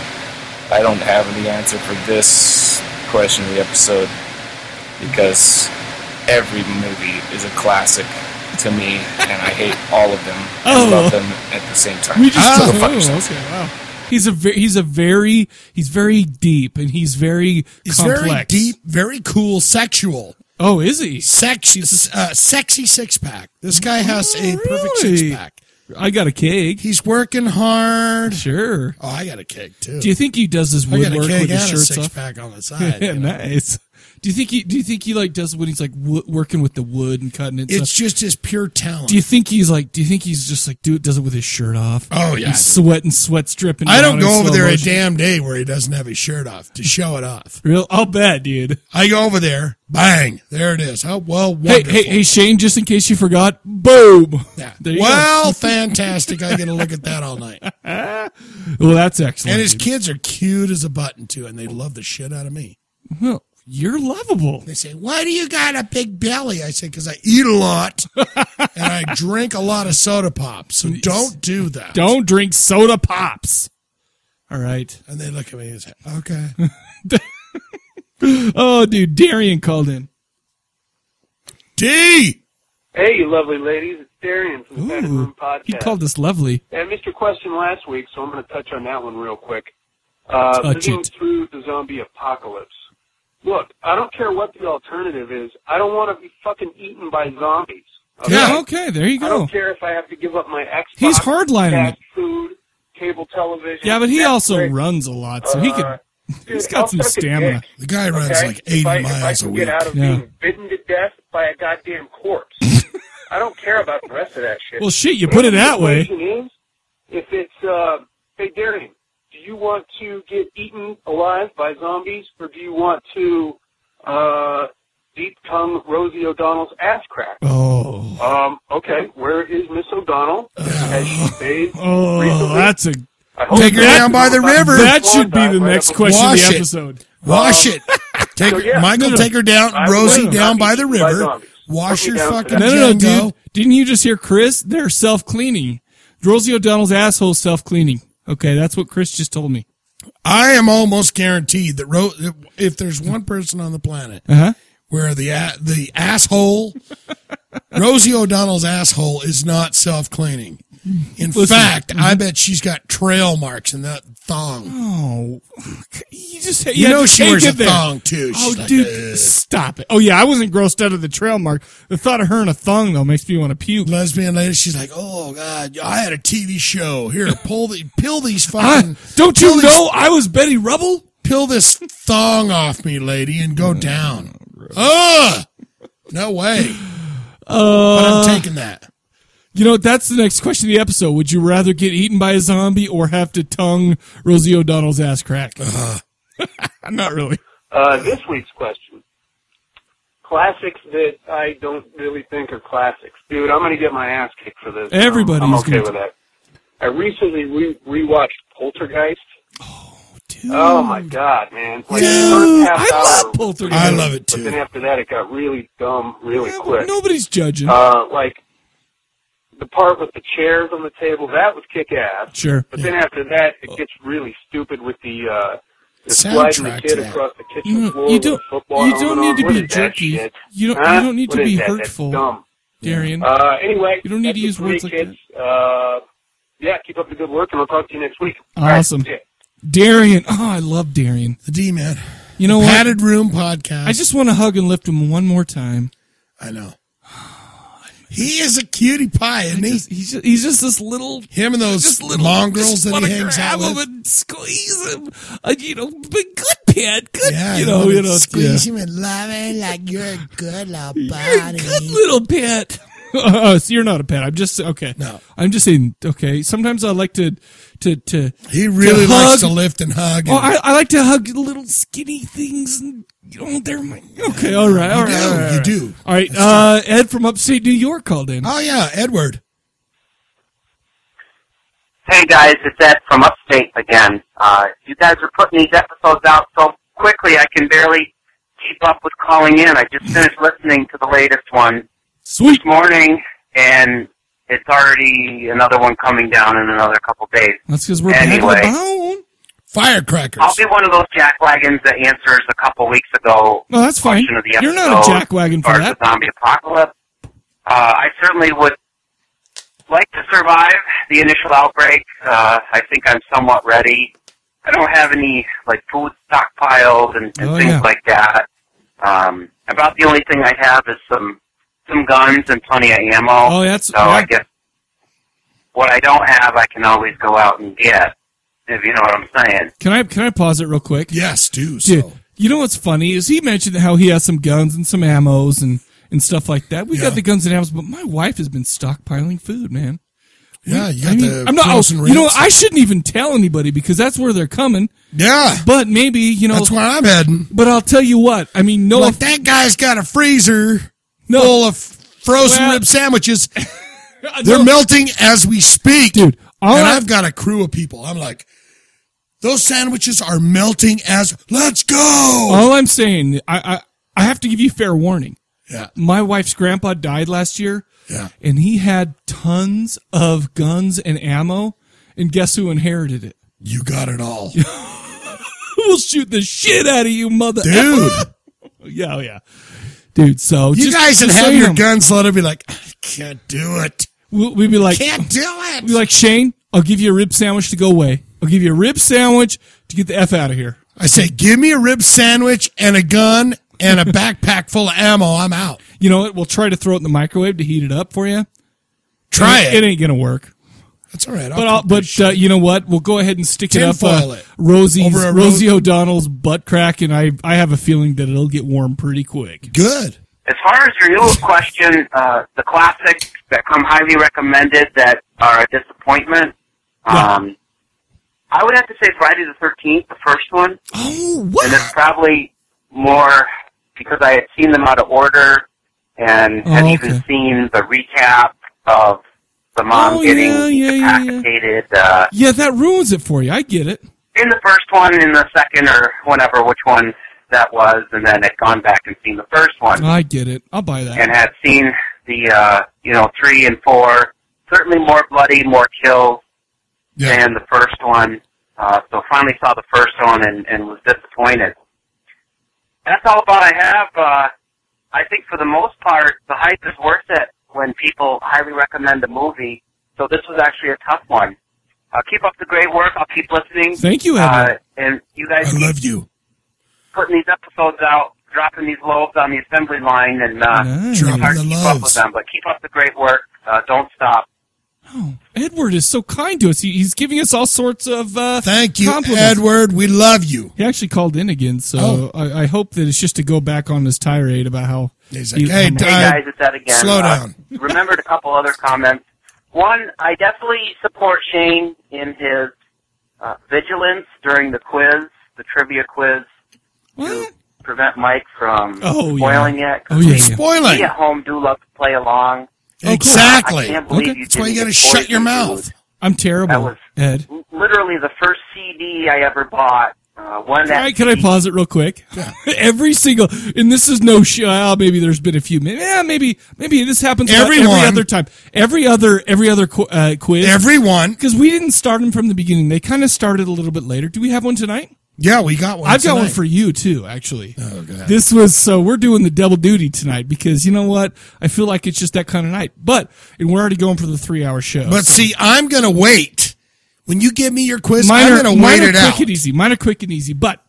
I don't have the answer for this question of the episode because every movie is a classic to me, and I hate all of them and Oh. love them at the same time. Ah, We just So fuck yourself. okay, wow. He's a ve- he's a very he's very deep and he's very He's complex. very deep, very cool, sexual. Oh, is he? Sex, uh, sexy six pack. This guy has a perfect Really? six pack. I got a keg. He's working hard. Sure. Oh, I got a keg too. Do you think he does his I got a woodwork keg with his and a shirts six off? pack on the side. yeah, you know? nice. Do you think he do you think he like does when he's like wo working with the wood and cutting it? and It's stuff? just his pure talent. do you think he's like? Do you think he's just like do does it with his shirt off? Oh, yeah. he's sweating, sweat dripping. I don't down in go over slow there motion. a damn day where he doesn't have his shirt off to show it off. Real, I'll bet, dude. I go over there, bang, there it is. Oh well, Hey, wonderful. hey, hey, Shane! Just in case you forgot, boom. Yeah. There you well, fantastic. I get to look at that all night. go. Well, that's excellent. And his dude. kids are cute as a button too, and they love the shit out of me. Well, you're lovable. They say, "Why do you got a big belly?" I say, "Because I eat a lot and I drink a lot of soda pop. So don't do that." Don't drink soda pops. All right. And they look at me and say, "Okay." Oh, dude, Darian called in. D. Hey, you lovely ladies. It's Darian from the Padded Ooh, Room Podcast. he called us lovely. I missed your question last week, so I'm going to touch on that one real quick. Uh, Touch living it. through the zombie apocalypse. Look, I don't care what the alternative is. I don't want to be fucking eaten by zombies. okay? Yeah. Okay. There you I go. don't care if I have to give up my Xbox. He's hardlining fast it. food, cable television. Yeah, but he also Netflix. runs a lot, so he Uh, could. Dude, He's got I'll some suck a stamina. dick, The guy runs okay? like If 80 I- if I miles a can week. Get out of Yeah. being bitten to death by a goddamn corpse. I don't care about the rest of that shit. Well, shit, you put it that way. Question Is, if it's, uh, hey, Darian, do you want to get eaten alive by zombies, or do you want to uh, deep tongue Rosie O'Donnell's ass crack? Oh, Um, okay, where is Miss O'Donnell? Oh. Has she bathed oh, recently? that's a. I hope Take her that- down by the river. That should be the Right next up- question of Wash the it. episode. Wash it. Take So, yeah. Michael, No, no. take her down. I Rosie will. down by the Eaten by river. zombies. Wash Put your me down for fucking that. No, no, no, Django. dude. Didn't you just hear Chris? They're self cleaning. Rosie O'Donnell's asshole self cleaning. Okay, that's what Chris just told me. I am almost guaranteed that Ro- if there's one person on the planet Uh-huh. where the a- the asshole Rosie O'Donnell's asshole is not self cleaning. In fact, I bet she's got trail marks in that thong. Oh, you just You yeah, know just she take wears it a there. thong too. Oh, She's like, dude, "Ugh." stop it. Oh yeah, I wasn't grossed out of the trail mark. The thought of her in a thong though makes me want to puke. lesbian lady. She's like, oh god, I had a TV show. Here, pull the peel these I, fucking don't peel you these- know I was Betty Rubble? Oh, peel this thong off me, lady, and go down. Ugh, no way. Uh, but I'm taking that. You know that's the next question of the episode. Would you rather get eaten by a zombie or have to tongue Rosie O'Donnell's ass crack? Uh-huh. Not really. Uh, this week's question. Classics that I don't really think are classics. Dude, I'm going to get my ass kicked for this. Everybody I'm, I'm is okay gonna- with that. I recently re- rewatched Poltergeist. Dude, Oh my god, man. Like, Dude, the first half I hour, love Poltergeist. I love it But then too. after that, it got really dumb really Yeah, quick. Nobody's judging. Uh, like, the part with the chairs on the table, that was kick ass. sure. But then after that, it gets really stupid with the uh, the Soundtrack sliding the to kid that. across the kitchen You, floor you with don't. a football. You don't helmet need on. to What be is that jerky. shit? You don't. Huh? You don't need What to is be that? That's hurtful, dumb. Darian. Uh, anyway, You don't need that's to it use for me, words like kids. Uh, yeah, keep up the good work, and I'll talk to you next week. Awesome. All right, see ya. Darian. Oh, I love Darian. The D man. You know what? Padded room podcast. I just want to hug and lift him one more time. I know. He is a cutie pie, isn't he? He's, he's, just, he's just this little, Him and those just little mongrels just that wanna he hangs grab out him with. and squeeze him. Uh, you know, but good pet, good. Yeah, you know, wanna you know, squeeze him and love him like you're a good little yeah. You're a buddy. good little pet. Uh, so you're not a pet. I'm just okay. No. I'm just saying. Okay. Sometimes I like to to to. He really likes to hug. lift and hug. Oh, and- I, I like to hug little skinny things, and you know they're my. Okay. All right. All right. do, all right, all you right. do. All right. Uh, Ed from upstate New York called in. oh yeah, Edward. Hey guys, it's Ed from Upstate again. Uh, you guys are putting these episodes out so quickly I can barely keep up with calling in. I just finished listening to the latest one Sweet. this morning and it's already another one coming down in another couple days. That's because we're Anyway. back on the bone. Firecrackers. I'll be one of those jack wagons that answers a couple weeks ago. Well, that's fine. question Of the You're not a episode jack wagon as for far as that. The zombie apocalypse. Uh, I certainly would like to survive the initial outbreak. Uh, I think I'm somewhat ready. I don't have any like food stockpiles and, and Oh, things yeah. like that. Um, about the only thing I have is some some guns and plenty of ammo. Oh, that's- so. I guess what I don't have, I can always go out and get. If you know what I'm saying. Can I can I pause it real quick? Yes, do so. you know what's funny is he mentioned how he has some guns and some ammos and and stuff like that. We got the guns and ammos, but my wife has been stockpiling food, man. Yeah, you got I mean, the I'm not. Oh, frozen you know, ribs. I shouldn't even tell anybody because that's where they're coming. Yeah, but maybe you know That's where I'm heading. But I'll tell you what. I mean, no, Like, that guy's got a freezer full of frozen Well- rib sandwiches. They're melting as we speak, dude. and I- I've got a crew of people. I'm like, those sandwiches are melting as. Let's go. All I'm saying, I, I I have to give you fair warning. Yeah. My wife's grandpa died last year. Yeah. And he had tons of guns and ammo. And guess who inherited it? You got it all. we'll shoot the shit out of you, mother. Dude. yeah, oh, yeah. Dude, so you just- guys that just have saying. your guns let be like, I can't do it. We'll- We'd be like, Can't do it. We'd be like, Shane, I'll give you a rib sandwich to go away. I'll give you a rib sandwich to get the f out of here. I say, give me a rib sandwich and a gun and a backpack full of ammo. I'm out. You know what? We'll try to throw it in the microwave to heat it up for you. Try it. It ain't gonna work. That's all right. but I'll, but uh, you know what? We'll go ahead and stick it up Tinfoil uh, it. Rosie's Over a ro- Rosie O'Donnell's butt crack, and I I have a feeling that it'll get warm pretty quick. Good. As far as your Yule question, uh, the classics that come highly recommended that are a disappointment, um, I would have to say Friday the 13th, the first one. Oh, And it's probably more because I had seen them out of order and Oh, had okay. even seen the recap of the mom Oh, getting yeah, yeah, yeah, yeah. decapitated uh, Yeah, that ruins it for you. I get it. in the first one, in the second, or whenever, which one that was, and then had gone back and seen the first one. I get it. I'll buy that. and had seen the uh, you know three and four. Certainly more bloody, more kills than the first one. Uh, so finally saw the first one and, and was disappointed. That's all about I have. Uh, I think for the most part, the hype is worth it when people highly recommend a movie. So this was actually a tough one. Uh, keep up the great work. I'll keep listening. Thank you, Uh, Evan. and you guys I love you. putting these episodes out, dropping these loaves on the assembly line, and uh, Ah, Nice. it's hard to Dropping the keep up with loaves. them. But keep up the great work. Uh, don't stop. Edward is so kind to us. He, he's giving us all sorts of uh, thank you, compliments. Edward. We love you. Oh. He actually called in again, so I, I hope that it's just to go back on his tirade about how he's like, "Hey, Hey guys, it's that again. slow Uh, down. remembered a couple other comments. One, I definitely support Shane in his uh, vigilance during the quiz, the trivia quiz, to prevent Mike from Oh, yeah. spoiling it. Oh, yeah, We- yeah. Spoiling. We at home do love to play along. Exactly. I can't believe Okay. you That's why you didn't gotta get shut your poisoned, mouth. dude. I'm terrible, Ed. literally the first CD I ever bought. Uh, one All that right, can I pause it real quick? Every single, and this is no show. Well, maybe there's been a few. Maybe, yeah, maybe, maybe this happens about Everyone. every other time. Every other, every other qu- uh, quiz. Everyone, because we didn't start them from the beginning. They kind of started a little bit later. Do we have one tonight? Yeah, we got one I've got one tonight. for you too, actually. Oh god, This was so we're doing the double duty tonight because you know what? I feel like it's just that kind of night. But and we're already going for the three hour show. But see, I'm gonna wait. When you give me your quiz, mine are, I'm gonna mine wait are it quick out. and easy. Mine are quick and easy. But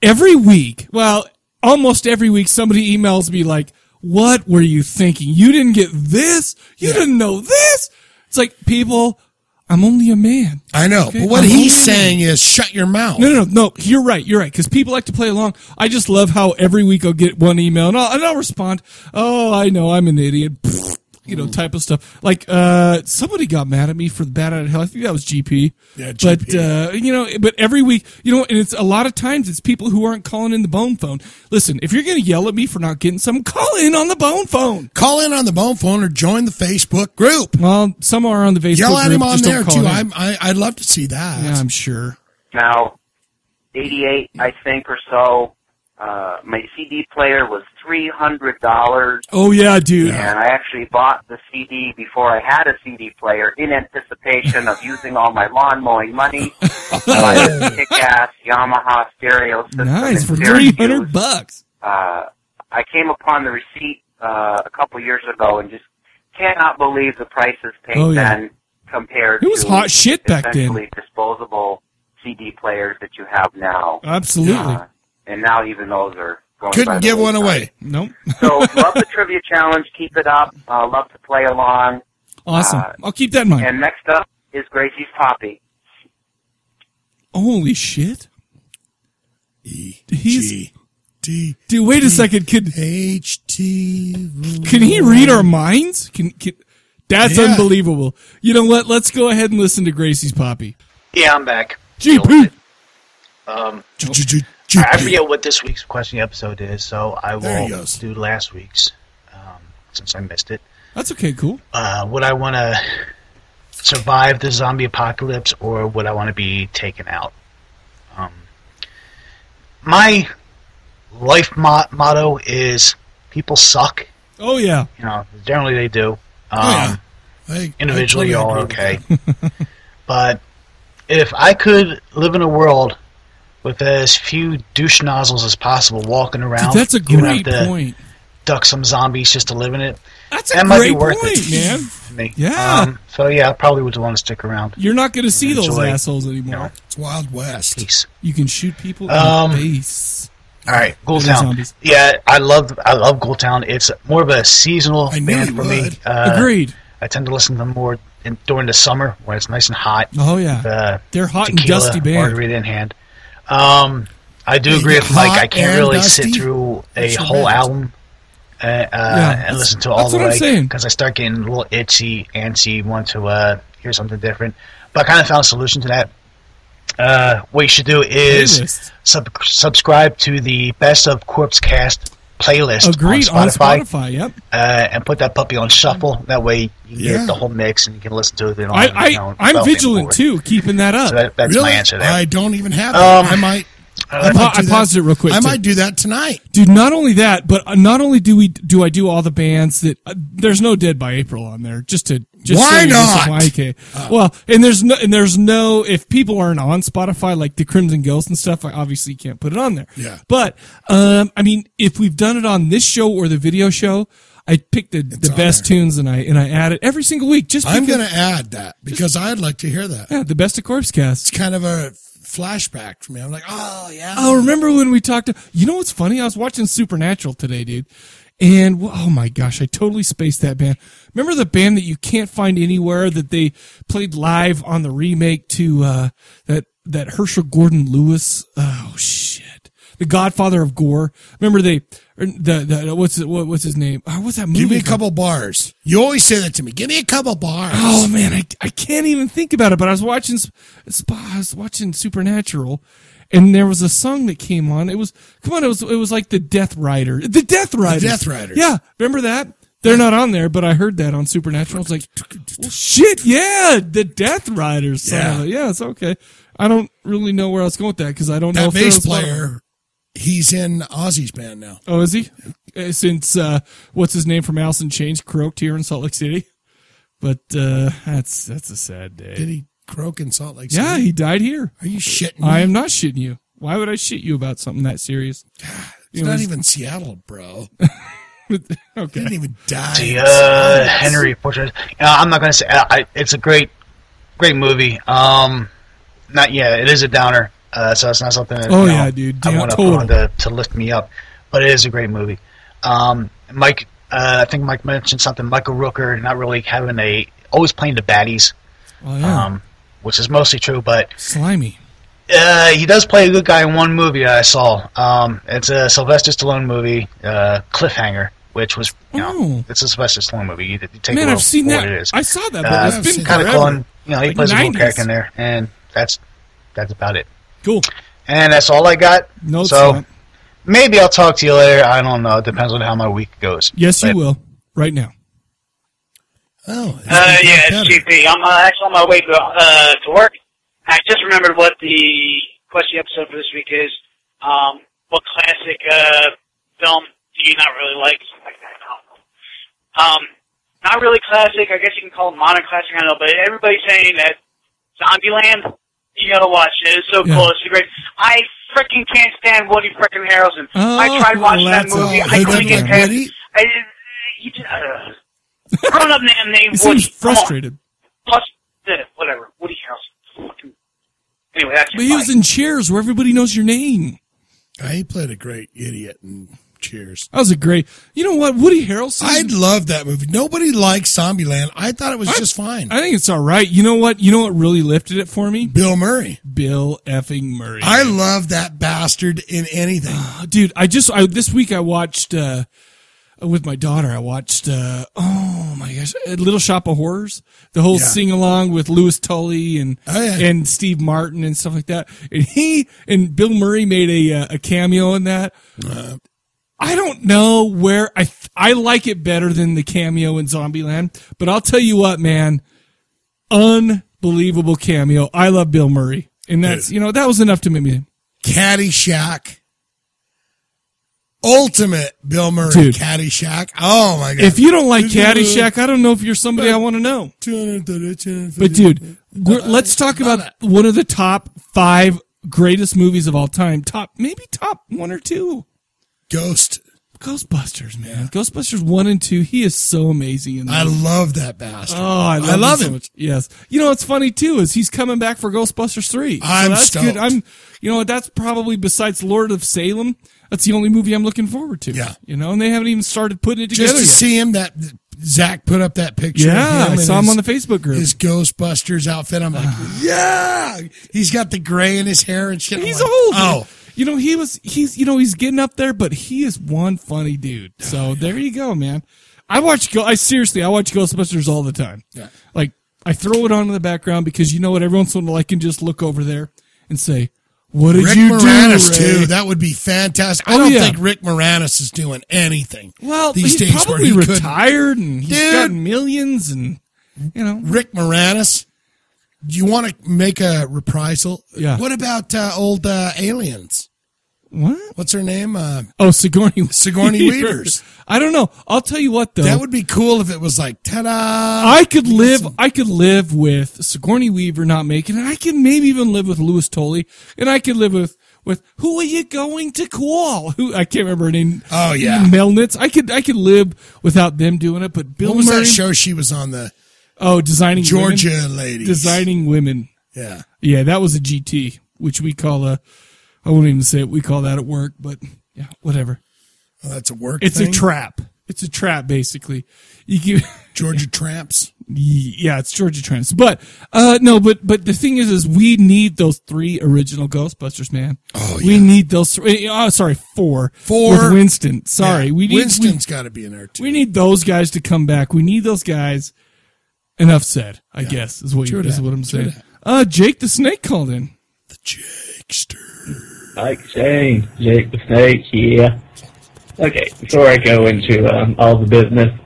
every week, well, almost every week, somebody emails me like, "What were you thinking? You didn't get this. You didn't know this." It's like people. I'm only a man. I know, but what he's saying is, shut your mouth. No, no, no, no. You're right. You're right. Because people like to play along. I just love how every week I'll get one email and I'll, and I'll respond. Oh, I know. I'm an idiot. You know, type of stuff. Like, uh, somebody got mad at me for the bad out of hell. I think that was GP. Yeah, But, uh, you know, but every week, you know, and it's a lot of times it's people who aren't calling in the bone phone. Listen, if you're going to yell at me for not getting something, call in on the bone phone. Call in on the bone phone or join the Facebook group. Well, some are on the Facebook Yell at group, him on just don't there call too. it in. I'm, I, I'd love to see that. Yeah, I'm sure. now, 88, I think, or so, uh, my CD player was three hundred dollars. Oh yeah, dude. And I actually bought the CD before I had a CD player in anticipation of using all my lawn mowing money. my kick-ass Yamaha stereo system. Nice in for three Syracuse. hundred bucks. Uh, I came upon the receipt uh, a couple years ago and just cannot believe the prices paid Oh, yeah. then compared. It was to hot shit back then. essentially Disposable CD players that you have now. Absolutely. Uh, and now even those are going. by the Couldn't give one wayside. away. Nope. so love the trivia challenge. Keep it up. Uh, love to play along. Uh, Awesome. I'll keep that in mind. And next up is Gracie's Poppy. Holy shit. He's E G D dude. Wait a second. Can H T. can he read our minds? Can can. That's Yeah. unbelievable. You know what? Let's go ahead and listen to Gracie's Poppy. Yeah, I'm back. GP. Um, G- G- G- G- I forget what this week's question episode is, so I There he will goes. do last week's um, since I missed it. That's okay. Cool. Uh, would I want to survive the zombie apocalypse, or would I want to be taken out? Um, my life mo- motto is: people suck. Oh yeah. You know, generally they do. Um, Oh, yeah. I- individually I you all totally are agree with okay. but if I could live in a world with as few douche nozzles as possible walking Dude, around, that's a you don't great have to point. duck some zombies just to live in it. That's a that great might be worth point, it, man. For me. Yeah. Um, so yeah, I probably would want to stick around. You're not going to see those Enjoy. assholes anymore. No. that. It's Wild West. Peace. You can shoot people Um, in the face. All right, Ghoul Those Town. zombies. Yeah, I love I love Ghoul Town. It's more of a seasonal I knew band you for me. would. Uh, Agreed. I tend to listen to them more in, during the summer when it's nice and hot. Oh yeah, Uh, they're hot and tequila, dusty band. margarita in hand. Um, I do agree with Mike. I Hot and can't really dusty? sit through a That's your whole band. album uh, uh, that's- and listen to it all that's the what I'm way saying. because I start getting a little itchy, antsy, want to uh, hear something different. But I kind of found a solution to that. Uh, what you should do is Playlist. sub- subscribe to the Best of Corpse Cast playlist Agreed on Spotify, Yep. Uh, and put that puppy on shuffle. That way you can Yeah. get the whole mix and you can listen to it. on, I, you know, I I'm developing vigilant forward. too, keeping that up. So that, that's Really? my answer there. I don't even have that. Um, I might. might I, pa- do I that. paused it real quick. I too. might do that tonight. dude. Not only that, but uh, not only do we do I do all the bands that uh, there's no Dead by April on there. Just to just Why so you know, not? Why okay. Well, and there's no and there's no if people aren't on Spotify like the Crimson Ghost and stuff. I obviously can't put it on there. Yeah. But um, I mean, if we've done it on this show or the video show. I pick the, the on best there. tunes and I and I add it every single week. Just I'm because- going to add that because I'd like to hear that. yeah, the best of Corpse Cast. It's kind of a flashback for me. I'm like, oh yeah. Oh, remember when we talked? To, you know what's funny? I was watching Supernatural today, dude, and w- oh my gosh, I totally spaced that band. Remember the band that you can't find anywhere that they played live on the remake to uh, that that Herschel Gordon Lewis? Oh shit, the Godfather of Gore. Remember they or the, the what's it- what, what's his name? Oh, what's that movie? Give me a called? couple bars. You always say that to me. Give me a couple bars. Oh man, I, I can't even think about it. But I was watching, Sp- Sp- I was watching Supernatural, and there was a song that came on. It was come on, it was it was like the Death Rider, the Death Rider, Death Riders. Yeah, remember that? They're not on there, but I heard that on Supernatural. I was like, well, shit, yeah, the Death Riders. son of a- yeah, it's okay. I don't really know where I was going with that because I don't that know if they're on bass Spotify. player, he's in Ozzy's band now. Oh, is he? Uh, Since uh, what's his name from Alice in Chains croaked here in Salt Lake City, but uh, that's that's a sad day. Did he croak in Salt Lake City? Yeah, he died here. Are you shitting me? I am not shitting you. Why would I shit you about something that serious? it's know, not he's- even Seattle, bro. He okay. didn't even die. The in uh, Seattle. Henry portrait. You know, I'm not gonna say uh, I, I- it's a great, great movie. Um, not yeah, it is a downer. Uh, so it's not something. That, Oh, you yeah, know, dude. I Damn, want to total. put on to, to lift me up, but it is a great movie. Um, Mike, uh, I think Mike mentioned something. Michael Rooker not really having a always playing the baddies, Oh, yeah. um, which is mostly true, but Slimy. uh, he does play a good guy in one movie I saw. Um, it's a Sylvester Stallone movie, uh, Cliffhanger, which was you know, Oh. it's a Sylvester Stallone movie. You, you take Man, a I've seen what that. it is. I saw that, but Uh, I've it's seen been that. kind of forever. fun. You know, he Like plays a little 90s. character in there, and that's that's about it. Cool. And that's all I got. No, it's so not. maybe I'll talk to you later. I don't know. It depends on how my week goes. Yes, you But- will. Right now. Oh, it's Uh, even yeah, better. it's GP. I'm uh, actually on my way to, uh, to work. I just remembered what the question episode for this week is. Um, what classic uh, film do you not really like? Like that, Um, not really classic. I guess you can call it modern classic. I know, but everybody's saying that Zombieland. You gotta watch it. It's so cool. It's so great. I freaking can't stand Woody freaking Harrelson. I tried watching that Oh, that's movie. all. I They couldn't didn't get like past. Woody? I, he just, uh, grown up man named He Woody. seems frustrated. Plus, eh, whatever. Woody Harrelson. Fucking- Anyway, that's But he was in Cheers, where everybody knows your name. He played a great idiot and cheers. That was a great. You know what? Woody Harrelson. I love that movie. Nobody likes Zombieland. I thought it was just fine. I think it's all right. You know what? You know what really lifted it for me? Bill Murray. Bill effing Murray. I love that bastard in anything. Uh, dude, I just I, this week I watched uh, with my daughter. I watched uh, oh my gosh, uh, Little Shop of Horrors. The whole Yeah. Oh, sing along with Lewis Tully and and Steve Martin and stuff like that. And he and Bill Murray made a uh, a cameo in that. Uh, I don't know where I th- I like it better than the cameo in Zombieland, but I'll tell you what, man, unbelievable cameo. I love Bill Murray, and that's you know that was enough to make me Caddyshack. Ultimate Bill Murray Dude. Caddyshack. Oh my god! If you don't like Caddyshack, I don't know if you're somebody I want to know. But dude, we're, let's talk about one of the top five greatest movies of all time. Top maybe top one or two. Ghost. Ghostbusters, man. Ghostbusters one and two. He is so amazing in that. I love that bastard. Oh, I love, I love him. so him. much. Yes. You know what's funny too is he's coming back for Ghostbusters three. So I'm that's stoked. good. I'm you know what, that's probably besides Lord of Salem, that's the only movie I'm looking forward to. Yeah. You know, and they haven't even started putting it just together. to yet. see him that Zach put up that picture. Yeah, of him I and saw him his- on the Facebook group. Ah. His Ghostbusters outfit. I'm like, yeah. He's got the gray in his hair and shit. I'm He's like, old. Oh, You know, he was he's you know, he's getting up there, but he is one funny dude. So there you go, man. I watch Go- I seriously I watch Ghostbusters all the time. Yeah. Like I throw it on in the background because you know what every once in a while I can just look over there and say, What did Rick you Moranis do? Ray?" too. That would be fantastic. I Oh, don't yeah. think Rick Moranis is doing anything. well, these he's days where probably he couldn't. retired and he's Dude. gotten millions and you know Rick Moranis. Do you want to make a reprisal? Yeah. What about uh, old uh, aliens? What? What's her name? Uh, Oh, Sigourney Sigourney Weavers. I don't know. I'll tell you what though. that would be cool if it was like ta-da. I could live. I could live with Sigourney Weaver not making it. I can maybe even live with Lewis Tully, and I could live with with who are you going to call? Who I can't remember her name. Oh, yeah. Melnitz. I could I could live without them doing it. But Bill what was Murray. that show she was on? The Oh, designing Georgia women. ladies. Designing women. yeah. Yeah, that was a GT, which we call a. I won't even say it. We call that at work, but yeah, whatever. Oh, that's a work. It's thing? a trap. It's a trap, basically. You give Georgia tramps. Yeah, it's Georgia tramps. But uh, no, but but the thing is, is we need those three original Ghostbusters, man. Oh, yeah. We need those. Three, oh, sorry, four. Four. with Winston. Sorry, Yeah. we need Winston's we- got to be in there too. We need those guys to come back. We need those guys. Enough said. I guess is what you, True is that. what I'm True saying. Uh, Jake the Snake called in. Like saying, Jake the Snake here. Okay, before I go into um, all the business,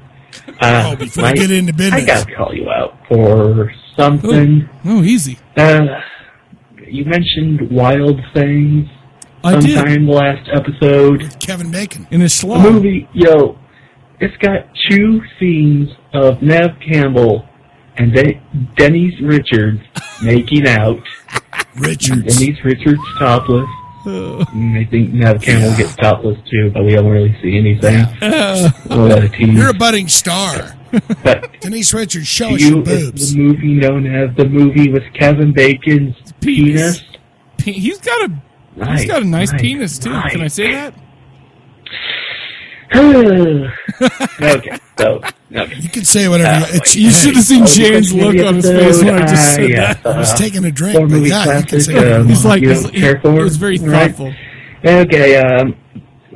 uh, oh, before we get into business. I gotta call you out for something. Oh, easy. Uh, you mentioned wild things I did. sometime last episode. Kevin Bacon in his The slot. movie, yo, it's got two scenes of Nev Campbell and De- Denise Richards making out. Richards. Denise Richards topless. And I think Nev Campbell gets topless too, but we don't really see anything. What a tease. You're a budding star. Denise Richards, show To us your you, boobs. it's the movie known as the movie with Kevin Bacon's penis. Pe- he's got a Right, he's got a nice right, penis too. Can I right. say that? okay, so okay. You can say whatever. you, it's, You should have seen Oh, Jane's because look the on his face when I episode, just said I, that. uh, I was taking a drink, horror but movie yeah, you can classic, say whatever you um, want. He's like- you he's- don't he- care for he was very right? thoughtful. Okay, um,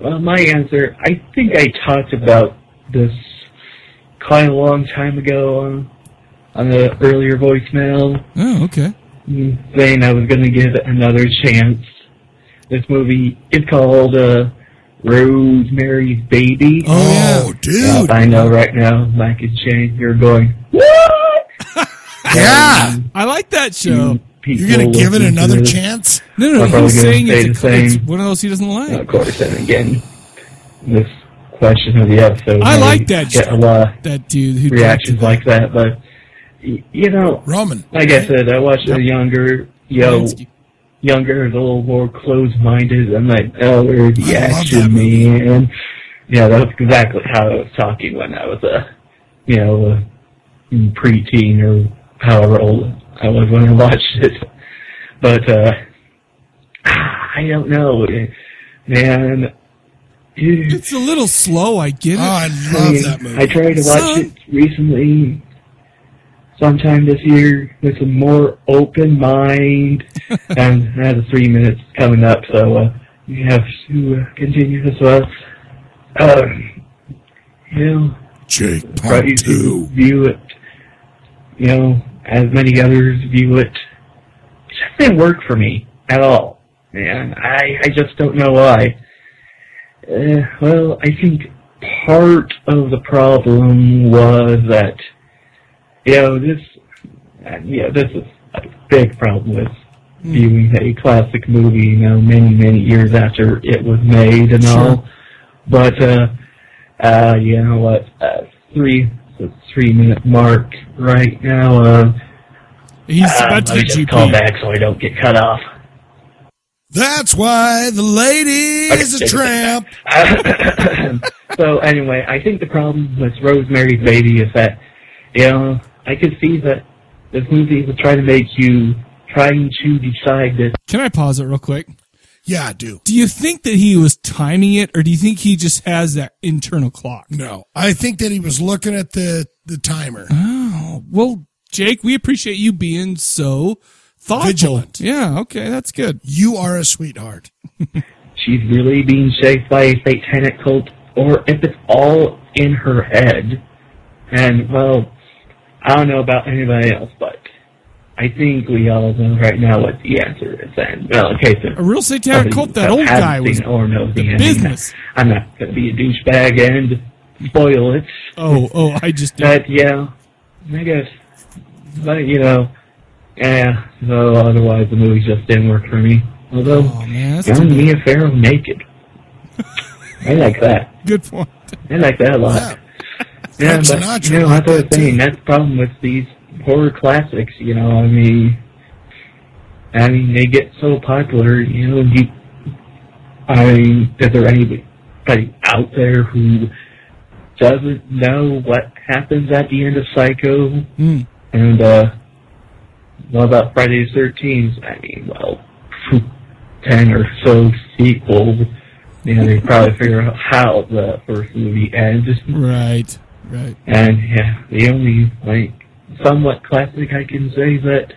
well, my answer. I think I talked about this quite a long time ago on on the earlier voicemail, Mm, Oh, okay. saying I was going to give it another chance. This movie is called uh, Rosemary's Baby. Oh, Uh, dude. I know right now, Mike and Shane, you're going. yeah. I like that show. People You're going to give it listen to another this. chance? No, no, I'm he probably was gonna saying stay it's, the a, it's same. one of those he doesn't like. Of course, and again, this question of the episode. I may like that Get a shit. lot of That dude who reactions like that, but y- you know, Roman. Like I said, I watched it younger, yo, younger and a little more closed-minded. I'm like, oh, where's the action, man? Yeah, that's exactly how I was talking when I was a, you know, a preteen or however old I was when I watched it. But uh I don't know, man. It's a little slow. I get it. Oh, I I, mean, I tried to watch it recently, sometime this year, with a more open mind. and I have the three minutes coming up, so uh, we have to uh, continue this one. Um, you know, Jake part two. View it, you know, as many others view it. It just didn't work for me at all, man. I, I just don't know why. Uh, well, I think part of the problem was that, you know, this, uh, yeah, this is a big problem with viewing a classic movie, you know, many, many years after it was made and all. But, uh, uh, you know what, uh, three, the three minute mark right now, uh, He's uh, about to let me get just GP. call back so I don't get cut off. That's why the lady is a tramp. so anyway, I think the problem with Rosemary's Baby is that, you know, I could see that this movie was trying to make you trying to decide that Can I pause it real quick? Yeah, I do. Do you think that he was timing it, or do you think he just has that internal clock? No, I think that he was looking at the the timer. Oh well, Jake, we appreciate you being so thoughtful. Vigilant. Yeah. Okay, that's good. You are a sweetheart. she's really being shaped by a satanic cult or if it's all in her head. And well, I don't know about anybody else, but I think we all know right now what the answer is. And well, in case of A real satanic somebody cult, that that old hasn't guy was seen or knows the, the ending, business. I'm not going to be a douchebag and spoil it. Oh, oh, I just But yeah, I guess. But you know, yeah. So otherwise, the movie just didn't work for me. Although, Oh, man, that's young too Mia Farrow naked, I like that. Good point. I like that a lot. Yeah, but Frank Sinatra you know, that's what I'm saying. That's the problem with these horror classics. You know, I mean, I mean, they get so popular. You know, you, I mean, is there anybody out there who doesn't know what happens at the end of Psycho? Mm. And uh, what about Friday the Thirteenth? I mean, well, ten or so sequels. You know, they probably figure out how the first movie ends. Right. Right. And yeah, the only like somewhat classic I can say that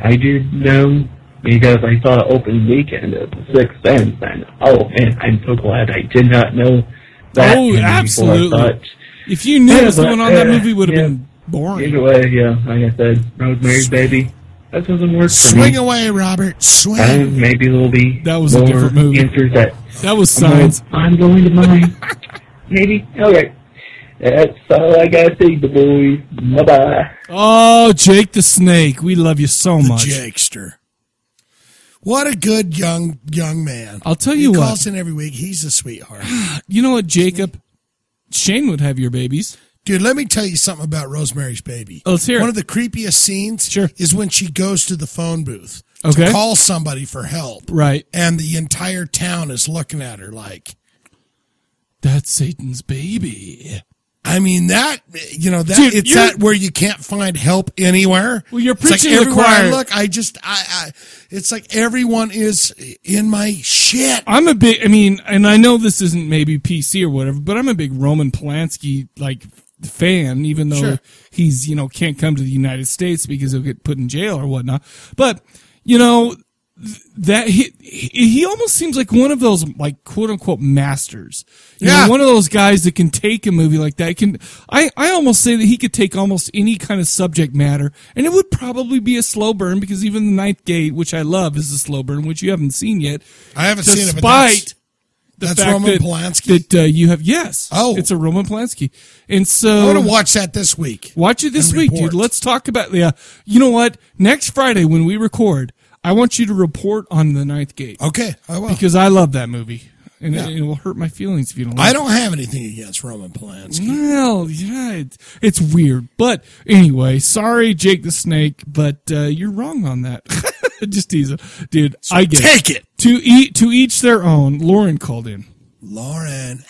I did know because I saw it open weekend of the Sixth Sense, and oh man, I'm so glad I did not know that. Oh, movie before I absolutely. saw it. If you knew Yeah, what was but, going on, that uh, movie would have yeah. been boring. Either way, yeah, like I said, Rosemary's Baby. That doesn't work for me. Swing away, Robert. Swing. And maybe there'll be That was a more different movie. answers that That was I'm going- science. I'm going to mine. maybe. Okay. That's all I gotta say, the boys. Bye bye. Oh, Jake the Snake, we love you so The much. Jakester. What a good young young man. I'll tell he you what. calls in every week. He's a sweetheart. You know what, Jacob? Shane would have your babies. Dude, let me tell you something about Rosemary's Baby. Oh, let's hear it. One of the creepiest scenes is when she goes to the phone booth Okay. to call somebody for help. Right. And the entire town is looking at her like, That's Satan's baby. I mean, that, you know, that Dude, it's you're- that where you can't find help anywhere. Well, you're It's like preaching to the everywhere I choir. look, I just, I, I, it's like everyone is in my shit. I'm a big, I mean, and I know this isn't maybe PC or whatever, but I'm a big Roman Polanski, like, fan, even though Sure. he's, you know, can't come to the United States because he'll get put in jail or whatnot. But, you know, th- that he, he he almost seems like one of those, like, quote unquote masters. You Yeah. Know, one of those guys that can take a movie like that. Can, I, I almost say that he could take almost any kind of subject matter and it would probably be a slow burn because even The Ninth Gate, which I love, is a slow burn, which you haven't seen yet. I haven't seen it, but Despite that's- that's fact Roman that- Polanski? That uh, you have, yes. Oh, it's a Roman Polanski, and so I want to watch that this week. Watch it this and week, report. dude. Let's talk about yeah. You know what? Next Friday when we record, I want you to report on the Ninth Gate. Okay, I will. because I love that movie, and Yeah. it, it will hurt my feelings if you don't. Like I don't it. have anything against Roman Polanski. Well, yeah, it, it's weird, but anyway, sorry, Jake the Snake, but uh, you're wrong on that. Just tease, dude. I get take it. to eat to each their own. Lauren called in. Lauren.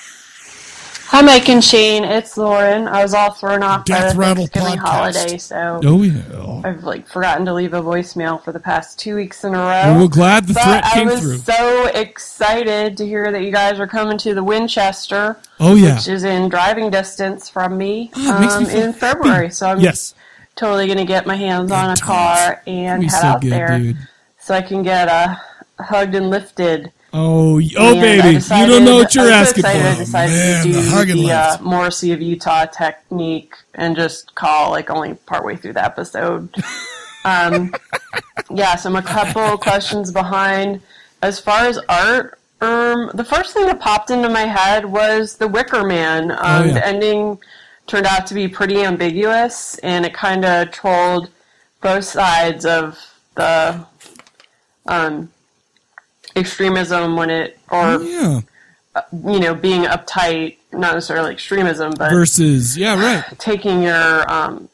Hi, Mike and Shane. It's Lauren. I was all thrown off Death by the Rattle Thanksgiving Podcast. holiday, so Oh yeah. I've like forgotten to leave a voicemail for the past two weeks in a row. Well, we're glad the But threat came I was through. so excited to hear that you guys are coming to the Winchester. Oh, yeah. Ah, which is in driving distance from me it makes me um, feel in February. So I'm Yes. totally going to get my hands on a car and Be head so out good, there dude. so I can get uh, hugged and lifted. Oh, y- oh, And I baby, decided- you don't know what I you're was asking so excited, I for. decided to do the, uh, Morrissey of Utah technique and just call like only partway through the episode. um, yeah, so I'm a couple questions behind. As far as art, um, the first thing that popped into my head was the Wicker Man. Oh, Um, yeah. The ending turned out to be pretty ambiguous, and it kind of trolled both sides of the um, extremism when it or Yeah. uh, you know being uptight not necessarily extremism but Versus, yeah, right. taking your um,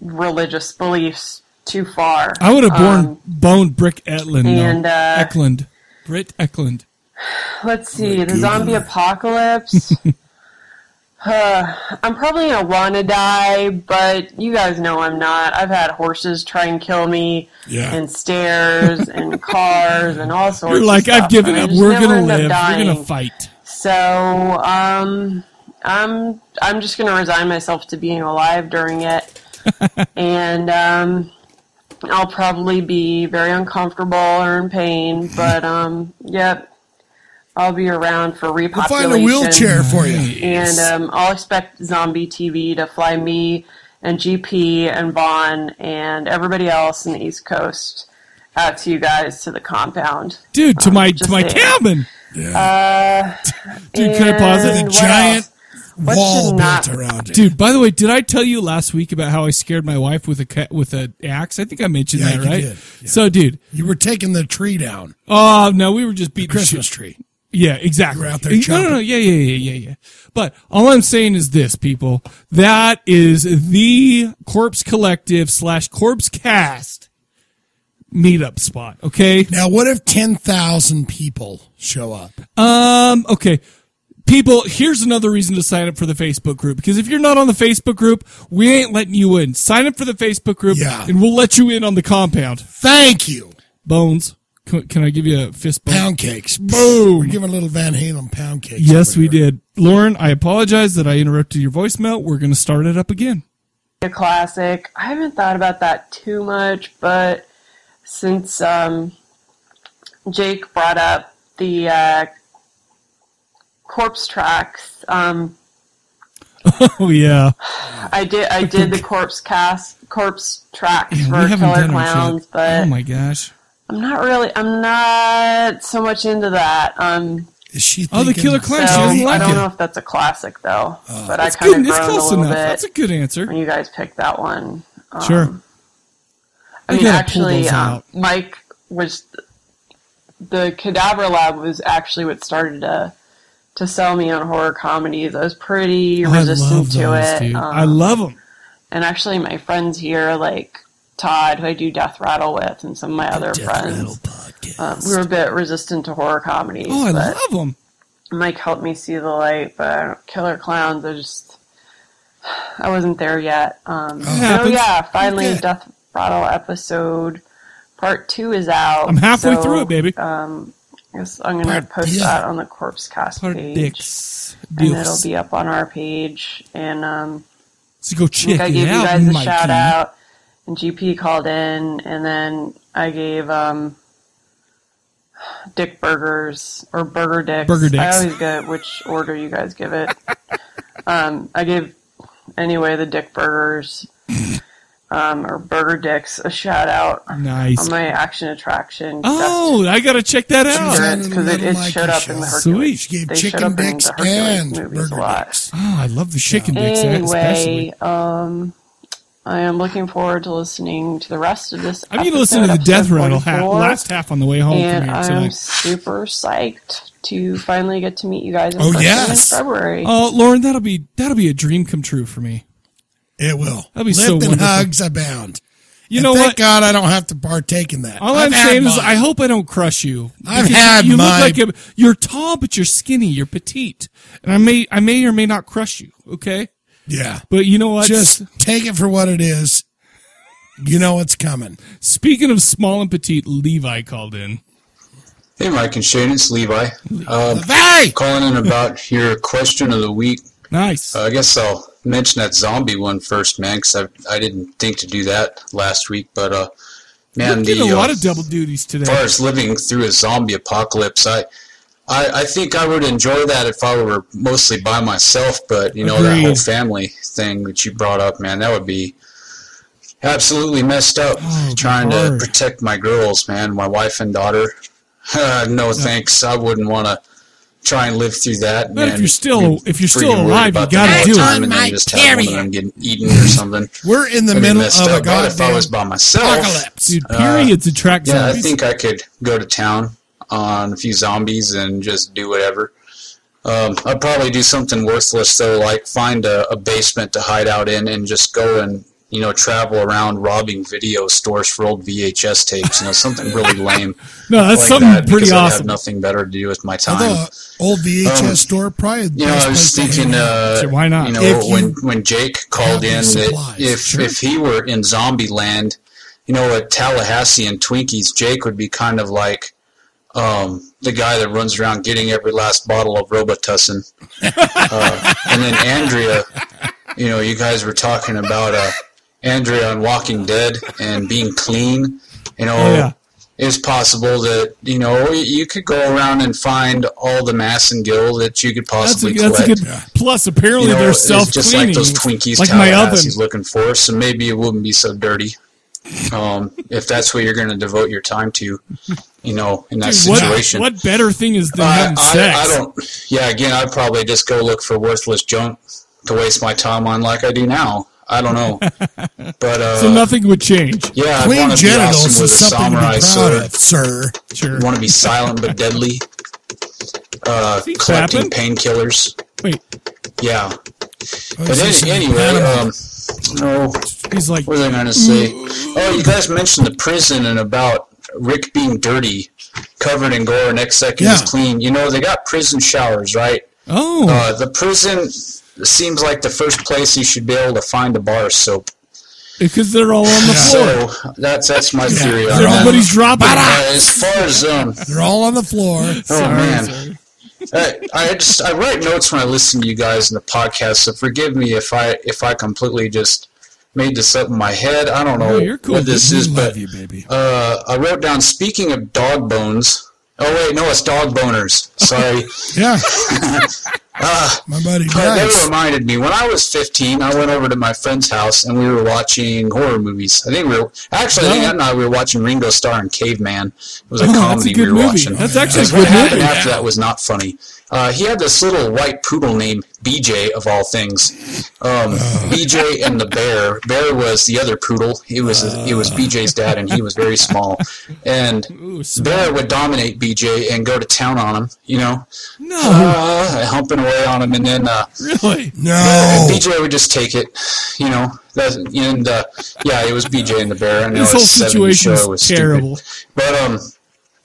religious beliefs too far I would have born Um, boned Brick Eklund. and, though. uh, Eklund, Britt Eklund. let's see the zombie apocalypse Uh, I'm probably gonna wanna die, but you guys know I'm not. I've had horses try and kill me, Yeah. and stairs, and cars, and all sorts. You're of like, stuff. I've given I up. just We're never gonna end up live. We're dying. gonna fight. So um, I'm I'm just gonna resign myself to being alive during it, and um, I'll probably be very uncomfortable or in pain. But um, yep, I'll be around for repopulation. find a wheelchair for you. and um, I'll expect Zombie TV to fly me and GP and Vaughn and everybody else in the East Coast out to you guys to the compound. Dude, to my to Uh, just my saying. cabin. Uh, Dude, can I pause it? and The what giant else? What should not around Dude, by the way, did I tell you last week about how I scared my wife with a ca- with an axe? I think I mentioned Yeah, that, you right? did. So, dude, You were taking the tree down. Oh no, we were just beating the Christmas shit- tree. Yeah, exactly. You were out there no, no, no, yeah, yeah, yeah, yeah, yeah. But all I'm saying is this, people. That is the Corpse Collective slash Corpse Cast meetup spot. Okay. Now, what if ten thousand people show up? Um. Okay. People, here's another reason to sign up for the Facebook group because if you're not on the Facebook group, we ain't letting you in. Sign up for the Facebook group, Yeah. and we'll let you in on the compound. Thank you, Bones. Can, can I give you a fist bump? Pound cakes. Boom. We're giving a little Van Halen pound cakes. Yes, we did. Lauren, I apologize that I interrupted your voicemail. We're going to start it up again. a classic. I haven't thought about that too much, but since um, Jake brought up the uh, corpse tracks, um, Oh, yeah. I did I did the corpse cast corpse tracks Yeah, for we haven't Killer done our Clowns, check. but Oh, my gosh. I'm not really I'm not so much into that. Um, Is she? Oh, the thinking- Killer Clowns, she doesn't like I don't it. know if that's a classic though, Oh. but I That's kind of good. It's groaned a close little enough. bit. That's a good answer. When you guys picked that one, um, sure. I We mean, gotta pull actually, those um, out. Mike was the Cadaver Lab was actually what started to to sell me on horror comedies. I was pretty Oh, I love resistant to those, it, dude. um, I love them. and actually, my friends here, like Todd, who I do Death Rattle with, and some of my other friends, uh, we were a bit resistant to horror comedies. Oh, I but love them. Mike helped me see the light, but I don't- Killer Clowns, I just I wasn't there yet. Um, so Oh, happens. yeah, finally, Okay. Death Rattle episode part two is out. I'm halfway so, through it, baby. Um, I guess I'm gonna Part post yeah. that on the Corpse Cast Part page, dicks. and Dicks. it'll be up on our page. And um, So go I think check I it gave out, you guys a Mikey. shout out, and GP called in, and then I gave um, Dick Burgers or Burger Dicks. Burger Dicks. I always get which order you guys give it. um, I gave anyway the Dick Burgers um, or Burger Dicks a shout out Nice. on my Action Attraction. Oh, I got to check that That's out. endurance, 'cause it, it showed up in the Hercules. Sweet. She gave they showed up in the Hercules movies a lot. Ah, Oh, I love the chicken dicks, eh, especially. Anyway, um, I am looking forward to listening to the rest of this. I'm going to listen to the episode, death episode rattle ha- 44, last half on the way home And from here. So I'm like- super psyched to finally get to meet you guys in person in February. Oh, Lauren, that'll be that'll be a dream come true for me. It will. That'll be Lip so and wonderful. hugs abound. You And know thank what? God I don't have to partake in that. All I've I'm had saying is, mine. I hope I don't crush you. I've Because had you mine. look like a, you're tall, but you're skinny. You're petite, and I may I may or may not crush you. Okay. Yeah. But you know what? Just take it for what it is. You know what's coming. Speaking of small and petite, Levi called in. Hey, Mike and Shane, it's Levi. Uh, Calling in about your question of the week. Nice. Uh, I guess I'll mention that zombie one first, man, because I, I didn't think to do that last week. But, uh, man, We're the, getting a uh, lot of double duties today. as far as living through a zombie apocalypse, I, I, I think I would enjoy that if I were mostly by myself. But you know that Agreed. whole family thing that you brought up, man, that would be absolutely messed up. Oh, trying Lord. to protect my girls, man, my wife and daughter. Uh, no thanks. I wouldn't want to try and live through that. But if man. you're still- if you're still Freaking worried alive, you about gotta that all the do it. time And My then just have one of period. them getting eaten or something. We're in the That'd be middle messed of a up. But if I goddamn was by myself, Uh, Dude, periods attract yeah, I zombies. think I could go to town on a few zombies and just do whatever. Um, I'd probably do something worthless though, like find a, a basement to hide out in and just go and you know travel around robbing video stores for old VHS tapes. You know, something really lame. No, that's like something that, because pretty I'd have awesome. nothing better to do with my time. Although, old VHS Um, store probably. the You know, best I was place to thinking, hang out. uh, why not? You know, If you when when Jake called the in, that supplies, if sure. if he were in Zombie Land, you know, at Tallahassee and Twinkies, Jake would be kind of like um, the guy that runs around getting every last bottle of Robitussin. uh, and then Andrea, you know, you guys were talking about uh, Andrea on Walking Dead and being clean. You know, Oh, yeah. it's possible that you know you could go around and find all the mass and gill that you could That's a, possibly that's a collect. good. Plus, apparently You know, they're it's self just like cleaning, those Twinkies like my oven. Tallahassee's looking for, so maybe it wouldn't be so dirty. Um, if that's what you're going to devote your time to, you know, in that Dude, what, situation. Uh, what better thing is than I, having I- sex? I don't. Yeah, again, I'd probably just go look for worthless junk to waste my time on, like I do now. I don't know, but uh, so nothing would change. yeah, I'd Clean wanna be genitals awesome is with a something to be samurai proud sword. of, sir. Sure. Want to be silent but deadly. Uh, he collecting painkillers. Wait. Yeah. But is any- this an anyway, animal? um, no. He's like. What was I going to say? Oh, you guys mentioned the prison and about Rick being dirty, covered in gore, next second is Yeah. clean. You know, they got prison showers, right? Oh. Uh, the prison seems like the first place you should be able to find a bar of soap. Because they're all on the floor. So that's that's my theory. on They're- that. everybody's dropping. Uh, as far as um, They're all on the floor. Oh man, I, I just I write notes when I listen to you guys in the podcast. So forgive me if I if I completely just made this up in my head. I don't know No, you're cool, what this dude. We is, love but you, baby. Uh, I wrote down. Speaking of dog bones. Oh wait, no, it's dog boners. Sorry. yeah. Ah, My buddy but Bryce. That reminded me. When I was 15, I went over to my friend's house and we were watching horror movies. I think we were actually I think Wow. that night we were watching Ringo Starr and Caveman. It was a Oh, that's a comedy good we were movie. watching. That's actually Because a good what happened movie. After that was not funny. Uh, he had this little white poodle named BJ of all things. Um, Uh. BJ and the bear. Bear was the other poodle. He was it was Uh. BJ's dad, and he was very small. And Bear would dominate BJ and go to town on him. You know, no, uh, humping away on him, and then uh, Really? and BJ would just take it, you know. That's, and uh, yeah, it was BJ and the bear. And This whole situation show. It is was terrible. Stupid. But um,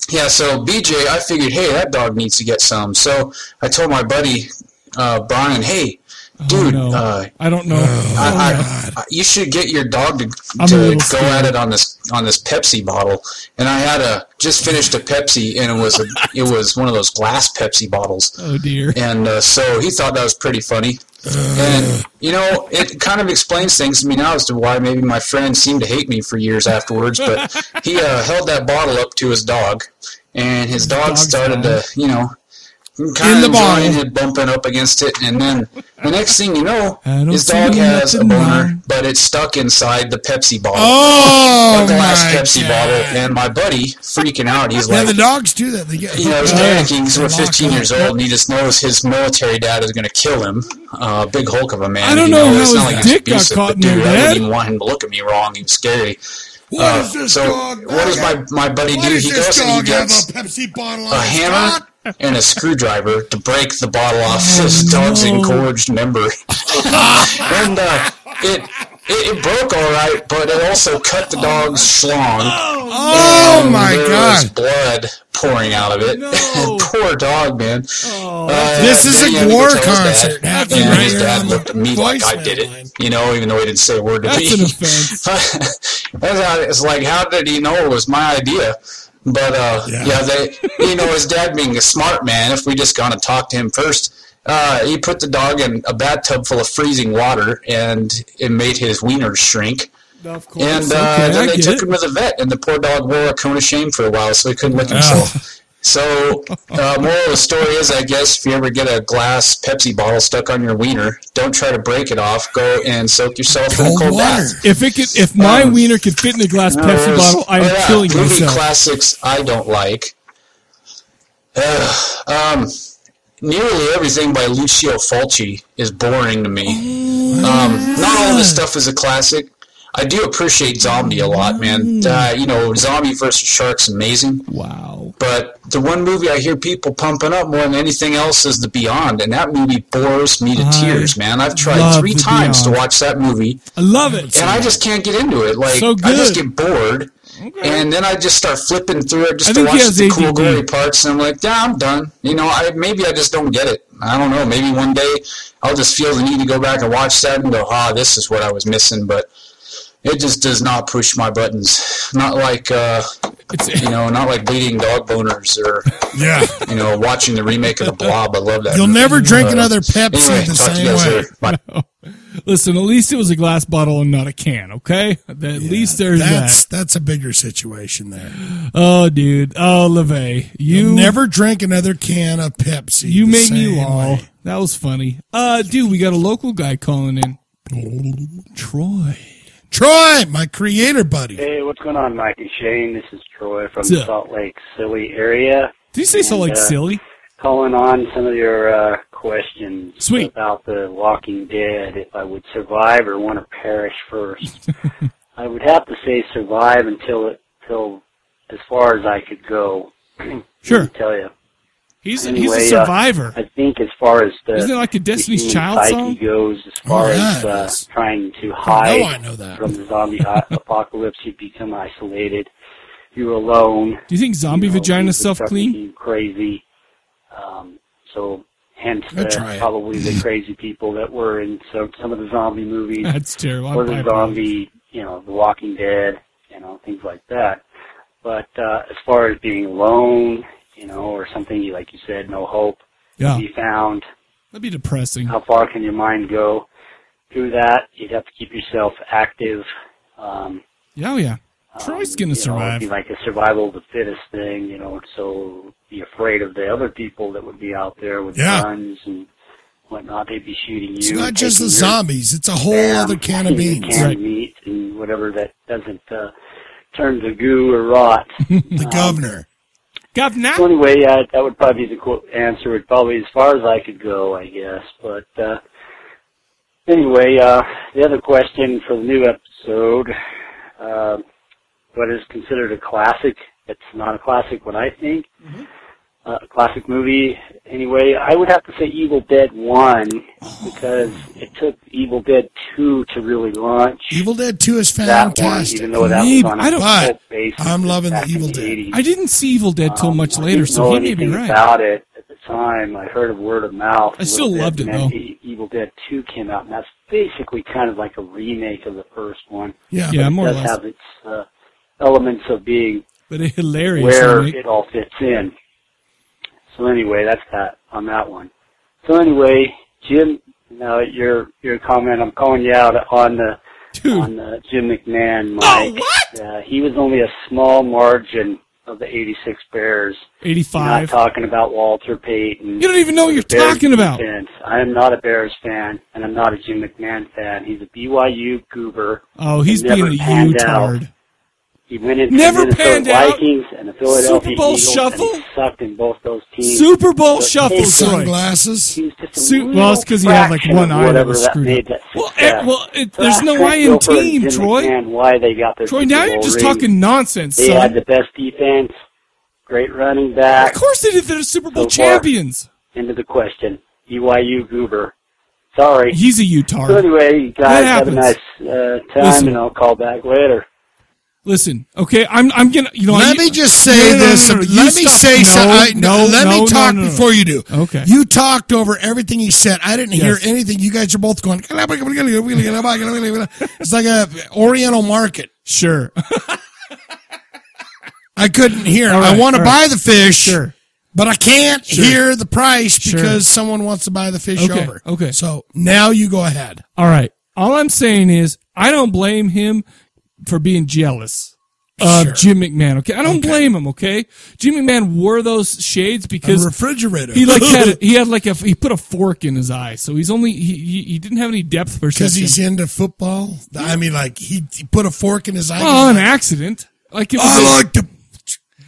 yeah. So BJ, I figured, hey, that dog needs to get some. So I told my buddy uh, Brian, hey, dude, uh, Oh, I don't know. Oh, I, I, I, you should get your dog to, I'm a to little go scared. at it on this on this Pepsi bottle. And I had a just finished a Pepsi, and it was a, it was one of those glass Pepsi bottles. Oh dear. And uh, so he thought that was pretty funny. Uh. And, you know, it kind of explains things to me now as to why maybe my friend seemed to hate me for years afterwards. But he uh, held that bottle up to his dog, and his dog Dog's started mad. to, you know, In kind the of barn. enjoying it, bumping up against it, and then the next thing you know, I don't his see dog nothing has a boner, but it's stuck inside the Pepsi bottle. Oh, the last Pepsi bottle, and my buddy freaking out. He's yeah, like, the dogs do that. They get you know, he's Yeah. panicking because we're 15 years old, and he just knows his military dad is going to kill him. Uh, big hulk of a man. I don't You know how it's not his he's dick got abusive, caught but in your dude, I head. didn't even want him to look at me wrong. He was scary. What Uh, is this so dog? what does my, my buddy Why do? does He this goes and he dog have gets a Pepsi bottle on a his hammer and a screwdriver to break the bottle off Oh, this dog's encouraged member. and uh, it, it it broke all right, but it also cut the dog's schlong. Oh, and my there God. was blood pouring out of it. Poor dog, man. Uh, Oh. This is then a he had to war go tell his concert. Dad, That's and right his here dad on the looked at me like I did it, you know, even though he didn't say a word to me. That's an offense. That's how- it's like, how did he know it was my idea? But uh, yeah. they, you know, his dad being a smart man, if we just gone and talked to him first, uh, he put the dog in a bathtub full of freezing water, and it made his wiener shrink. Of and uh, Okay, I then they get took it. him to the vet, and the poor dog wore a cone of shame for a while, so he couldn't Ah. lick himself. So, uh, moral of the story is, I guess, if you ever get a glass Pepsi bottle stuck on your wiener, don't try to break it off. Go and soak yourself in a cold bath. If it could, if my wiener could fit in a glass Um, No, Pepsi there's- bottle, I am oh, yeah, killing movie myself. classics I don't like. Ugh, um, nearly everything by Lucio Fulci is boring to me. Oh, um, not all of this stuff is a classic. I do appreciate Zombie a lot, man. Uh, you know, Zombie versus Shark's amazing. Wow. But the one movie I hear people pumping up more than anything else is The Beyond, and that movie bores me to I tears, man. I've tried love three The times Beyond. to watch that movie. I love it. And I just can't get into it. Like So I just good. get bored. And then I just start flipping through it I just to think he watch has the cool ADD. gory parts and I'm like, yeah, I'm done. You know, I maybe I just don't get it. I don't know. Maybe one day I'll just feel the need to go back and watch that and go, ah, this is what I was missing, but it just does not push my buttons. Not like uh you know, not like bleeding dog boners or yeah, you know, watching the remake of the blob. I love that. You'll movie. never drink Uh, another Pepsi anyway, the talk to same you guys way. later. Bye. Listen, at least it was a glass bottle and not a can. Okay, at least there's That's that. that's a bigger situation there. Oh, dude. Oh, Levay, you You'll never drink another can of Pepsi. You the made me same lol. way. That was funny. Uh, dude, we got a local guy calling in. Oh. Troy. Troy, my creator buddy. Hey, what's going on, Mike and Shane? This is Troy from What's up? the Salt Lake Silly area. Did you say so And, like uh, silly? Calling on some of your uh, questions Sweet. about the Walking Dead, if I would survive or want to perish first. I would have to say survive until it, till as far as I could go. Sure. tell you. He's a, Anyway, he's a uh, survivor. I think as far as the Isn't it like a Destiny's human Child psyche song? goes, as far Oh, yeah, as it uh, is. trying to hide know I know that. from the zombie hi- apocalypse, you become isolated. You're alone. Do you think zombie know, vagina people start self clean? being Crazy. Um, so hence I'll the, try it. probably the crazy people that were in some some of the zombie movies. That's terrible. I- Or I the apologize. zombie, you know, The Walking Dead, you know, things like that. But uh, as far as being alone, you know, or something you like you said, no hope Yeah, to be found. that'd be depressing. How far can your mind go through that? You'd have to keep yourself active. Um, Yeah, oh yeah. um, Troy's you gonna know, it'd survive. be like a survival of the fittest thing, you know. So be afraid of the other people that would be out there with Yeah. guns and whatnot. They'd be shooting you. It's not and just the taking your zombies. It's a whole spam, other can of your beans. canned meat and whatever that doesn't uh, turn to goo or rot. the governor. Governor. So anyway, yeah, that would probably be the qu- answer. Would probably as far as I could go, I guess. But uh, anyway, uh, the other question for the new episode: uh, What is considered a classic? It's not a classic, what I think. Uh, a classic movie, anyway. I would have to say Evil Dead One because it took Evil Dead Two to really launch Evil Dead 2 is that fantastic. one, even though that Maybe. was on a I don't- cult basis. I'm loving the back in Evil the Dead. 80s. I didn't see Evil Dead till much I later, didn't so know he may be anything right. About it at the time, I heard of word of mouth. I a still little loved bit, it, and then though. E- Evil Dead Two came out, and that's basically kind of like a remake of the first one. Yeah. But Yeah, it more or does less. have its uh, elements of being But a hilarious. where remake. it all fits in. So anyway, that's that on that one. So anyway, Jim, now your your comment, I'm calling you out on the on the Jim McMahon. Mike. Oh, what? Uh, he was only a small margin of the 86 Bears. 85. Not talking about Walter Payton. You don't even know what you're Bears talking about. defense. I am not a Bears fan, and I'm not a Jim McMahon fan. He's a BYU goober. Oh, he's It never being a panned U-tard. out. He went into Never the Minnesota panned out. Vikings and the Philadelphia Super Bowl Eagles shuffle? and sucked in both those teams. Super Bowl So shuffle, take Troy. Sunglasses. He's just a Su- little well, it's 'cause he had, like, fraction one of eye that whatever was screwed made up. That Well, success. eh, well, it- there's no Trask I in Gilbert and team, Jim Troy. McMahon, why they got their Troy, Super now Bowl you're just ring. talking nonsense, They son. had the best defense, great running back. Of course they did. They're Super Bowl So far. champions. Into the question, BYU goober. Sorry. He's a Utah. So anyway, you guys That have a happens. nice uh, time, Listen. and I'll call back later. Listen, okay, I'm I'm gonna you know. let I, me just say No, no, no, this. no, no, you Let me stop- say no, something. No, let no, me no, talk no, no. before you do. Okay. You talked over everything he said. I didn't hear Yes. anything. You guys are both going. It's like a Oriental market. Sure. I couldn't hear. All right, I want to all right. buy the fish, Sure. but I can't Sure. hear the price Sure. because someone wants to buy the fish Okay, over. Okay. So now you go ahead. All right. All I'm saying is I don't blame him for being jealous of Sure. Jim McMahon. Okay. I don't blame him. Okay. Jim McMahon wore those shades because A refrigerator. He like had a, he had like a he put a fork in his eye, so he's only he he, he didn't have any depth perception. Because he's into football. I mean, like he, he put a fork in his eye. well, an accident. Like it was I a- like to.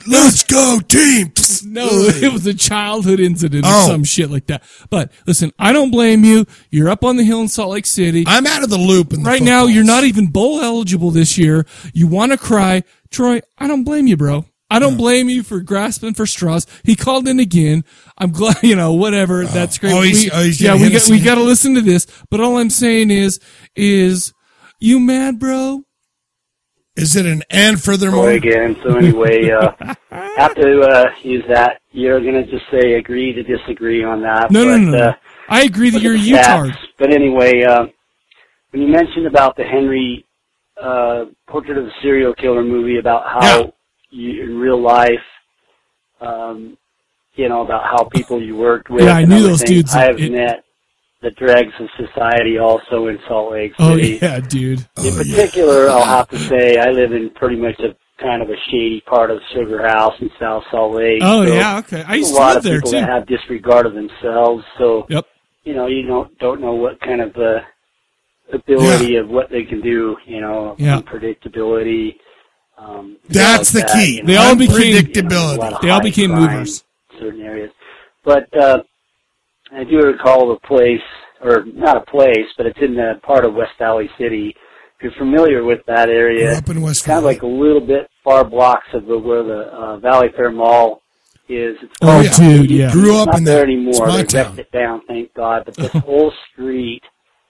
Let's go, team. No, it was a childhood incident Oh. or some shit like that. But listen, I don't blame you. You're up on the hill in Salt Lake City. I'm out of the loop. In the right now, you're not even bowl eligible this year. You want to cry, Troy? I don't blame you, bro. I don't blame you for grasping for straws. He called in again. I'm glad, you know, whatever. That's great. Oh, he's- We- oh, he's yeah, gonna we hit us got we again. got to listen to this. But all I'm saying is, is you mad, bro? Is it an and furthermore? Boy again. So anyway, uh, have to uh, use that. You're gonna just say agree to disagree on that. No, no, but, no, no. Uh, I agree that you're a look at the utard. stats. But anyway, uh, when you mentioned about the Henry uh, Portrait of a Serial Killer movie about how you in real life, um, you know, about how people you worked with. Yeah, I and knew other those things, dudes. I have It- met the dregs of society also in Salt Lake Oh City. yeah, dude. In particular, I'll have to say I live in pretty much a kind of a shady part of Sugar House in South Salt Lake. Oh, so yeah, okay. I used a to lot live of there, people too. that have disregard of themselves. So Yep. you know, you don't don't know what kind of uh, ability of what they can do. You know, Yeah. predictability. Um, That's stuff the like that, key. you They know, all became predictability. They all became movers. certain areas. But uh, I do recall a place, or not a place, but it's in the part of West Valley City. If you're familiar with that area, Grew up in West kind of like a little bit far blocks of the, where the uh, Valley Fair Mall is. It's Oh, called- dude, yeah. Grew it's up not in there that. It's anymore. my They town. ripped it down, thank God. But this whole street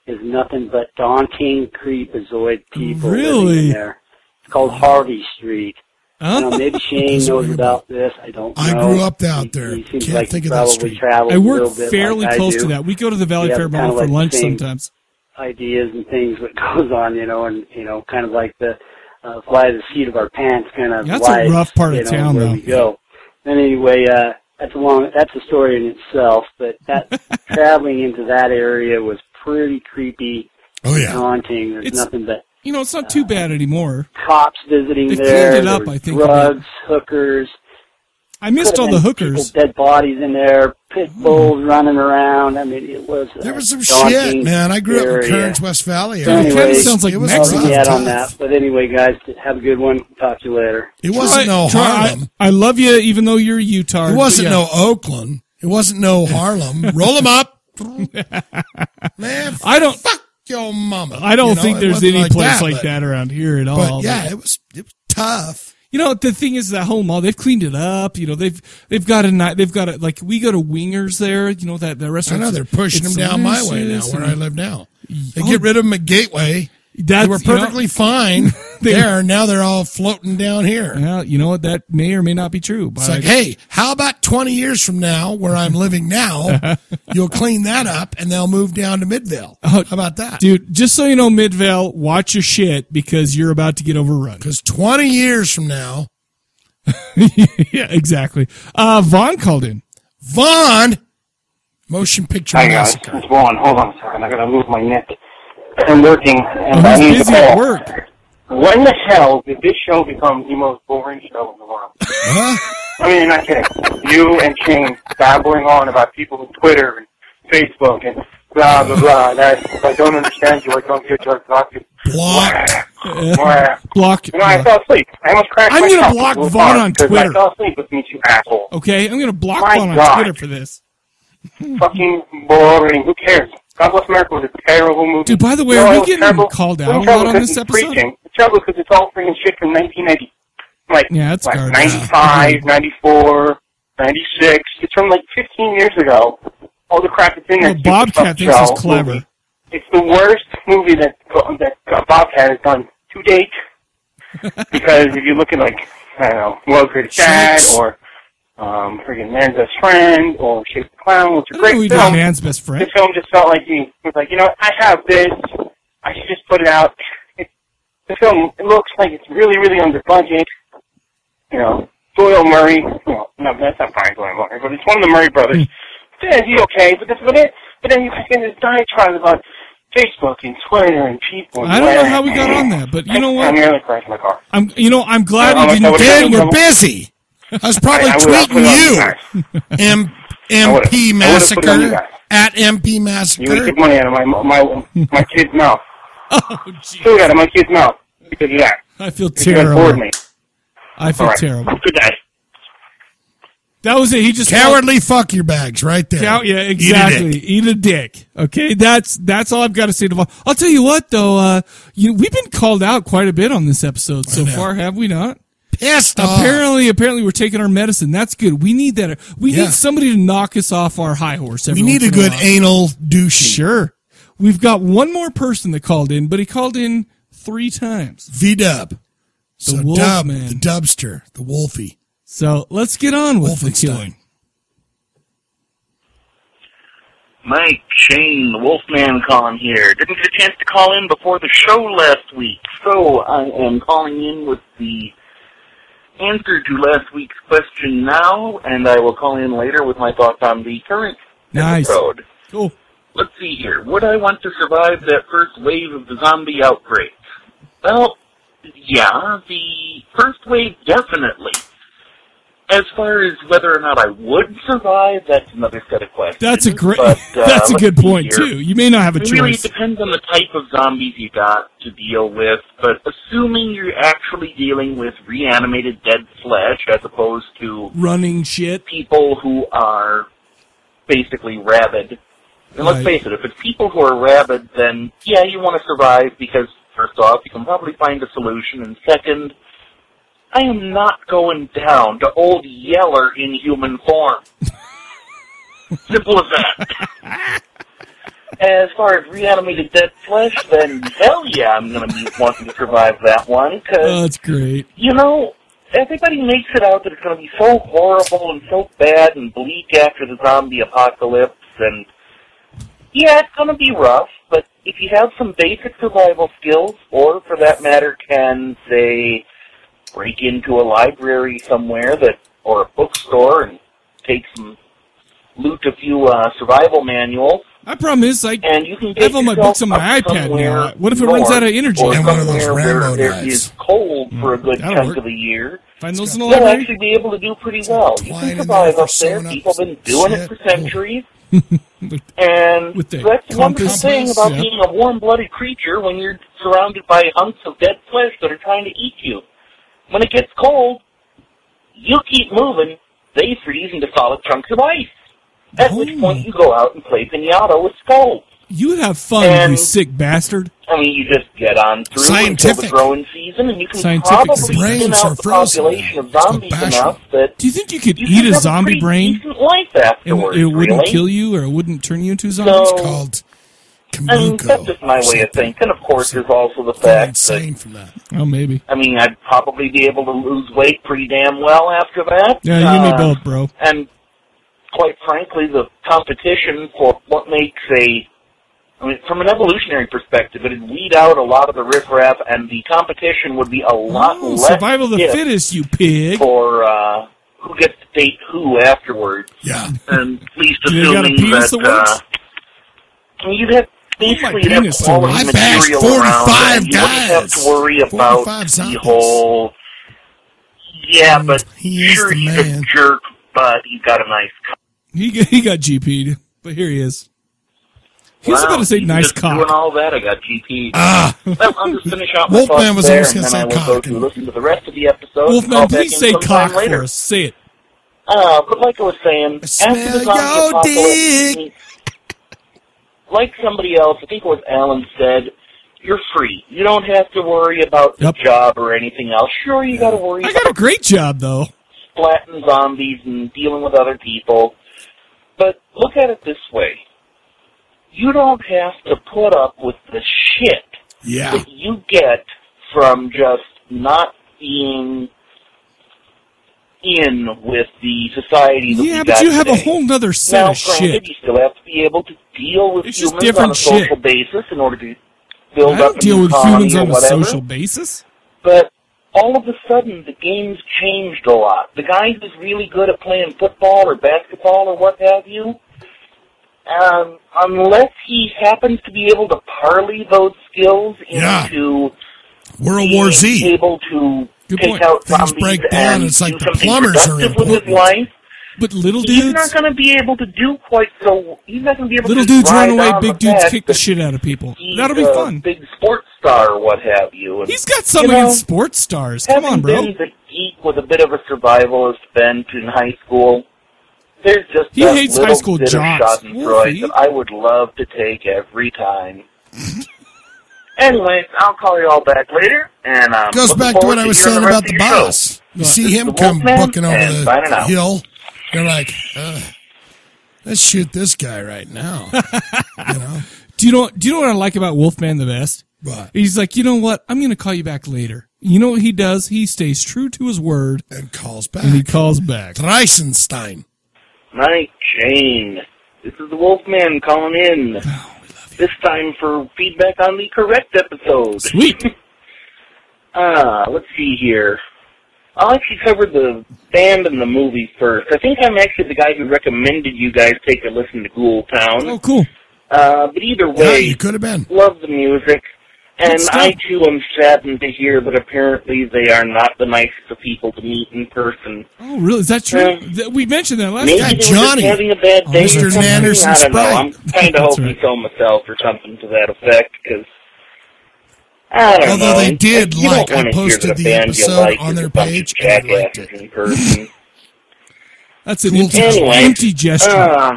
is nothing but daunting, creepazoid people living Really? in there. It's called Harvey Street. Oh, I don't know, maybe Shane Doesn't knows ring a about this. I don't know. I grew up out there. He seems Can't like think he of that probably street. traveled I a work little bit fairly like I close do. to that. We go to the Valley We have Fair kind Mall of for like the lunch same sometimes. Ideas and things that goes on, you know, and you know, kind of like the uh, fly the seat of our pants kind of. That's a life, rough part of you know, town, where though. We go. And anyway, uh, that's a long. That's a story in itself. But that traveling into that area was pretty creepy. Oh yeah. Daunting. There's It's- nothing but You know, it's not too bad anymore. cops visiting They've there. cleaned it there up, was I think, a bit. Drugs, hookers. I missed Could've all the been hookers. People, dead bodies in there, pit bulls running around. I mean, it was Hmm. There a was some daunting shit, man. I grew up in area. Kearns, West Valley. So area. anyway, It was that's all rough we had on times. that. But anyway, guys, have a good one. Talk to you later. It wasn't no Troy, I- Harlem. I, love you, even though you're a Utah. It wasn't no Oakland. It wasn't no Harlem. Roll them up, man. I don't. Fuck your mama. I don't You know, think it there's wasn't any place like but- that around here at all. But yeah, it was it was tough. You know the thing is that whole mall they've cleaned it up. You know they've they've got a night they've got a like we go to Wingers there. You know that that I restaurant. know they're pushing them It's down my way now, delicious where and- I live now. They Oh. get rid of them at Gateway. That's- they were you know- perfectly fine there. Now they're all floating down here. Well, you know what that may or may not be true. But It's like, hey, how about 20 years from now, where I'm living now, you'll clean that up and they'll move down to Midvale. How Oh. about that? dude, just so you know, Midvale, watch your shit because you're about to get overrun. Because 20 years from now, yeah, exactly. Uh, Vaughn called in. Vaughn, motion picture Hi guys, massacre. it's Vaughn. Hold on a second. I gotta move my neck. I'm working and Oh, I he's need busy the at call. work. When the hell did this show become the most boring show in the world? I mean, not kidding. You and Shane babbling on about people on Twitter and Facebook and blah blah blah. And I, if I don't understand you, I don't get your talk. Block. Block. You know, I fell asleep. I almost crashed. I'm going gonna to block Vaughn on Twitter. I fell asleep with me, you asshole. Okay, I'm going to block My Vaughn on God. Twitter for this. Fucking boring. Who cares? God Bless America was a terrible movie. Dude, by the way, You know, are we it was getting terrible. called It out was a terrible lot on 'cause this it's episode? Preaching. The trouble because it's all freaking shit from 1980. Like, Yeah, it's like garbage. 95, 94, 96. It's from like 15 years ago. All the crap that's in there. Well, Bobcat thinks it's he's clever. It's the worst movie that that Bobcat has done to date. because if you look at like I don't know, Well Created Shag or um, freaking Man's Best Friend or Shape the Clown, which are I think we great did films. Man's Best Friend. This film just felt like he was like, you know, what, I have this. I should just put it out. It, the film it looks like it's really, really under budget. You know, Doyle Murray. Well, no, that's not Brian Doyle Murray, but it's one of the Murray Hmm. brothers. Yeah, he's okay, but this, but it, but then you can this diatribe about Facebook and Twitter and people. I don't know how we got on that, but you know what? I nearly crashed my car. I'm, you know, I'm glad I we don't know didn't. if I would've Dan, been in we're trouble. busy. I was probably I- I would- I would- tweeting I would- you. M- I would've- I MP would've put it on you guys. Massacre. At MP You would Massacre. get money out of my my my kid's mouth. Oh, Food out of my kid's mouth because of that. I feel Because you guys terrible. bored me. I feel All right. terrible. Good day. That was it. He just Cowardly fuck your bags right there. Cow- yeah, Eat a dick. exactly. Eat a dick. Okay, that's that's all I've got to say to Vaughn. I'll tell you what, though, uh, you, we've been called out quite a bit on this episode so far, have we not? Pissed apparently, apparently we're taking our medicine. That's good. We need that. We Yeah. need somebody to knock us off our high horse. Every We need once a in good while. anal douche. Sure. We've got one more person that called in, but he called in three times. V Dub. The So Wolf Dub, Man. the Dubster, the Wolfie. So let's get on with the killing. Mike, Shane, the Wolfman calling here. Didn't get a chance to call in before the show last week, so I am calling in with the answer to last week's question now, and I will call in later with my thoughts on the current Nice. episode. Cool. Let's see here. Would I want to survive that first wave of the zombie outbreak? Well, yeah, the first wave definitely. As far as whether or not I would survive, that's another set of questions. That's a great. But, uh, that's let's a good see point here. too. You may not have a It really choice. depends on the type of zombies you got to deal with, but assuming you're actually dealing with reanimated dead flesh as opposed to Running shit. people who are basically rabid. And let's Right. face it, if it's people who are rabid, then yeah, you want to survive because first off, you can probably find a solution, and second, I am not going down to old Yeller in human form. Simple as that. as far as reanimated dead flesh, then hell yeah, I'm going to be wanting to survive that one because Oh, that's great. you know, everybody makes it out that it's going to be so horrible and so bad and bleak after the zombie apocalypse, and yeah, it's going to be rough. But if you have some basic survival skills, or for that matter, can say break into a library somewhere that or a bookstore and take some loot a few uh, survival manuals. My problem is, like, and you can I have all my books on my iPad now. What if it runs out of energy? I'm one of those Rambo where knives. It is cold for a good that'll chunk work. of the year. Find those in the You'll library. actually be able to do pretty well. You can survive up there. People have been doing it for centuries. and With the that's the wonderful compass. thing about Yeah. being a warm-blooded creature when you're surrounded by hunks of dead flesh that are trying to eat you. When it gets cold, you keep moving. They freeze into solid chunks of ice. At which point you go out and play pinata with skulls. Oh. You would have fun, you And- sick bastard. I mean, you just get on through until Scientific. the growing season, and you can Scientific probably brains thin are out the frozen. population of zombies enough that Do you think you could eat have a a zombie pretty brain? decent life And afterwards. it wouldn't really. kill you, or it wouldn't turn you into a zombie. It's So- called. I mean, that's just my way of thinking. Of course, there's also the fact that Oh, maybe. I mean, I'd probably be able to lose weight pretty damn well after that. Yeah, you and me Uh, both, Oh, bro. And quite frankly, the competition for what makes a I mean, from an evolutionary perspective, it'd weed out a lot of the riffraff, and the competition would be a lot Oh, less survival of the stiff fittest, you pig. for uh, who gets to date who afterwards. Yeah. And at least Do they got a assuming penis that that works? Oh uh, I mean, you'd have basically have quality I bashed material around. 45 and You wouldn't have guys. to worry about 45 the whole. Yeah, but sure, he's a jerk, but he's got a nice. He g- he got GP'd, but here he is. He was Wow, about to say he's nice just Doing cock. all that, I got GP. Ah. Well, I'm just finish out my Wolfman thoughts was there, almost and gonna then I say will go to listen to the rest of the episode. and Wolfman, call back please in say sometime cock later. for us. Say it. Uh, but like I was saying, after the zombie apocalypse, like somebody else, I think it was Alan said, you're free. You don't have to worry about the job or anything else. Sure, you got to worry I got a great job though. splatting zombies and dealing with other people. But look at it this way. You don't have to put up with the shit Yeah. that you get from just not being in with the society that Yeah, we but got you have today. a whole nother set now, of granted, shit. You still have to be able to deal with just humans on a different social shit. basis in order to build I up don't an deal with economy humans or on a whatever. social basis. But all of a sudden, the game's changed a lot. The guy who's really good at playing football or basketball or what have you, um, unless he happens to be able to parley those skills into World War being Z. able to Good take point. out Things zombies break down, and it's like do the something plumbers are productive with his important. life, but little he's not dudes- going to be able to do quite so. He's not going to be able Little to dudes ride run away, on big the dudes fact kick the shit out of people. he's That'll be a fun. Big sports star or what have you. And, He's got something you know, in sports stars. Come having on, bro. Been the geek with a bit of a survivalist bent in high school. There's just He that hates little high school bit jocks. of Schadenfreude that I would love to take every time. Anyways, I'll call you all back later, and um, Goes back to what I was saying about the boss. You see him come bucking over and signing the out. hill. You're like, Ugh, let's shoot this guy right now. Do you know? Do you know what I like about Wolfman the best? What? He's like, you know what? I'm going to call you back later. You know what he does? He stays true to his word and calls back. And he calls back. Reisenstein. Night, Jane. This is the Wolfman calling in. Oh, this time for feedback on the correct episode. Sweet. uh, let's see here. I'll actually cover the band and the movie first. I think I'm actually the guy who recommended you guys take a listen to Ghoul Town. Oh, cool. Uh, but either way, Yeah, you could have been. love the music. And Good stuff. I too am saddened to hear that apparently they are not the nicest of people to meet in person. Oh, really? Is that true? Yeah. Th- we mentioned that last Maybe time. they were just having a bad Oh, day. or something. I don't know. I'm kind of That's hoping so myself or something to that effect because I don't Although know. they did you like- don't wanna I hear posted that a the band you episode like on is their a bunch of page, and I liked jackasses in person. That's an Cool. empty, Anyway, empty gesture. Uh,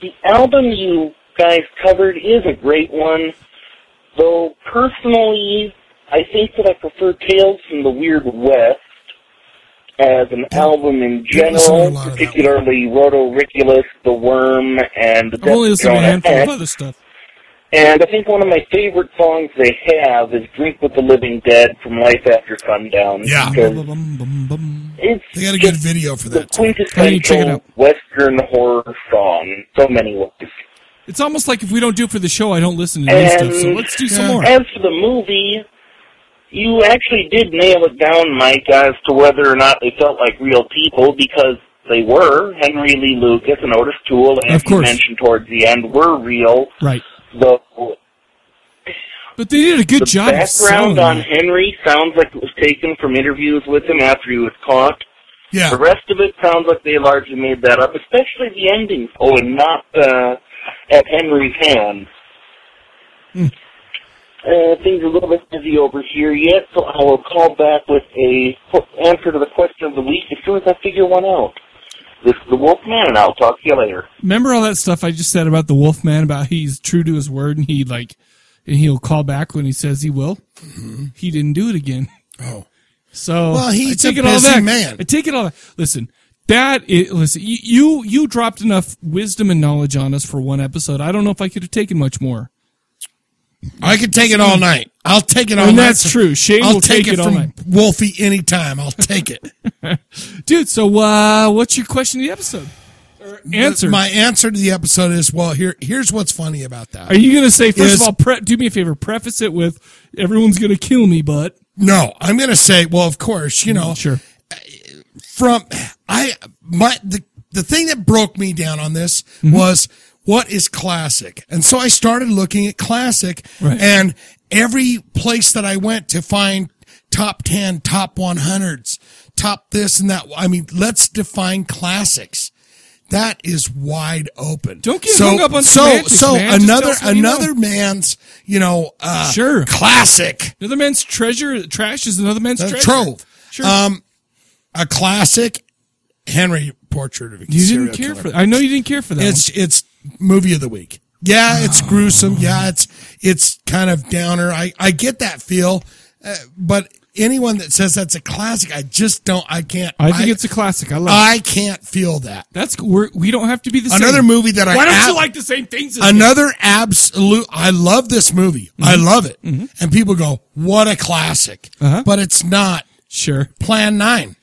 the album you guys covered is a great one, though personally, I think that I prefer Tales from the Weird West as an album in general, particularly Roto Riculus, The Worm, and The I'm only Death of listening to a Jonah handful of Hex. other stuff. And I think one of my favorite songs they have is Drink with the Living Dead from Life After Sundown. Yeah. because It's they got a good video for that. too. quintessential Western horror song in so many ways. It's almost like if we don't do it for the show, I don't listen to new And stuff. So let's do some more. As for the movie, you actually did nail it down, Mike, as to whether or not they felt like real people because they were. Henry Lee Lucas and Otis Toole, as you mentioned towards the end, were real. Right. Though But they did a good the job of selling background on that. Henry sounds like it was taken from interviews with him after he was caught. Yeah. The rest of it sounds like they largely made that up, especially the ending. Oh, and not uh, at Henry's hand. Hmm. Uh, things are a little bit busy over here yet, so I will call back with a qu- answer to the question of the week as soon as I figure one out. This is the Wolfman, and I'll talk to you later. Remember all that stuff I just said about the Wolfman about he's true to his word and he like and he'll call back when he says he will. He didn't do it again. Mm-hmm. Oh, so Well, he's I take a it all busy back. man. I take it all. Back. Listen, that is, listen. You, you you dropped enough wisdom and knowledge on us for one episode. I don't know if I could have taken much more. I could take it Mm-hmm. all night. I'll take it all And night. that's true. Shane I'll will take, take it, it all from night. Wolfie anytime. I'll take it. Dude, so uh, what's your question of the episode? answer. My answer to the episode is well, here here's what's funny about that. Are you going to say first Is- of all? Pre- do me a favor. Preface it with everyone's going to kill me, but No, I'm going to say, well, of course, you know, sure. Mm-hmm. From I my the the thing that broke me down on this was what is classic? And so I started looking at classic Right. and every place that I went to find top 10, top 100s, top this and that. I mean, let's define classics. That is wide open. Don't get hung up on so semantics, so man. Just another tell us what you another know. man's you know uh, sure classic. Another man's treasure trash is another man's Uh, treasure. trove. Sure. Um, a classic Henry portrait of a You didn't serial care killer. for- I know you didn't care for that Ah. It's it's movie of the week. Yeah, it's gruesome. Yeah, it's it's kind of downer. I I get that feel, uh, but anyone that says that's a classic, I just don't. I can't. I think it's a classic. I love. I it. can't feel that. That's we're, we don't have to be the same. Another movie that I Why don't you ab- like the same things? as me? Another absolute. I love this movie. Mm-hmm. I love it. And people go, "What a classic!" But it's not. Uh-huh. Sure. Plan Nine.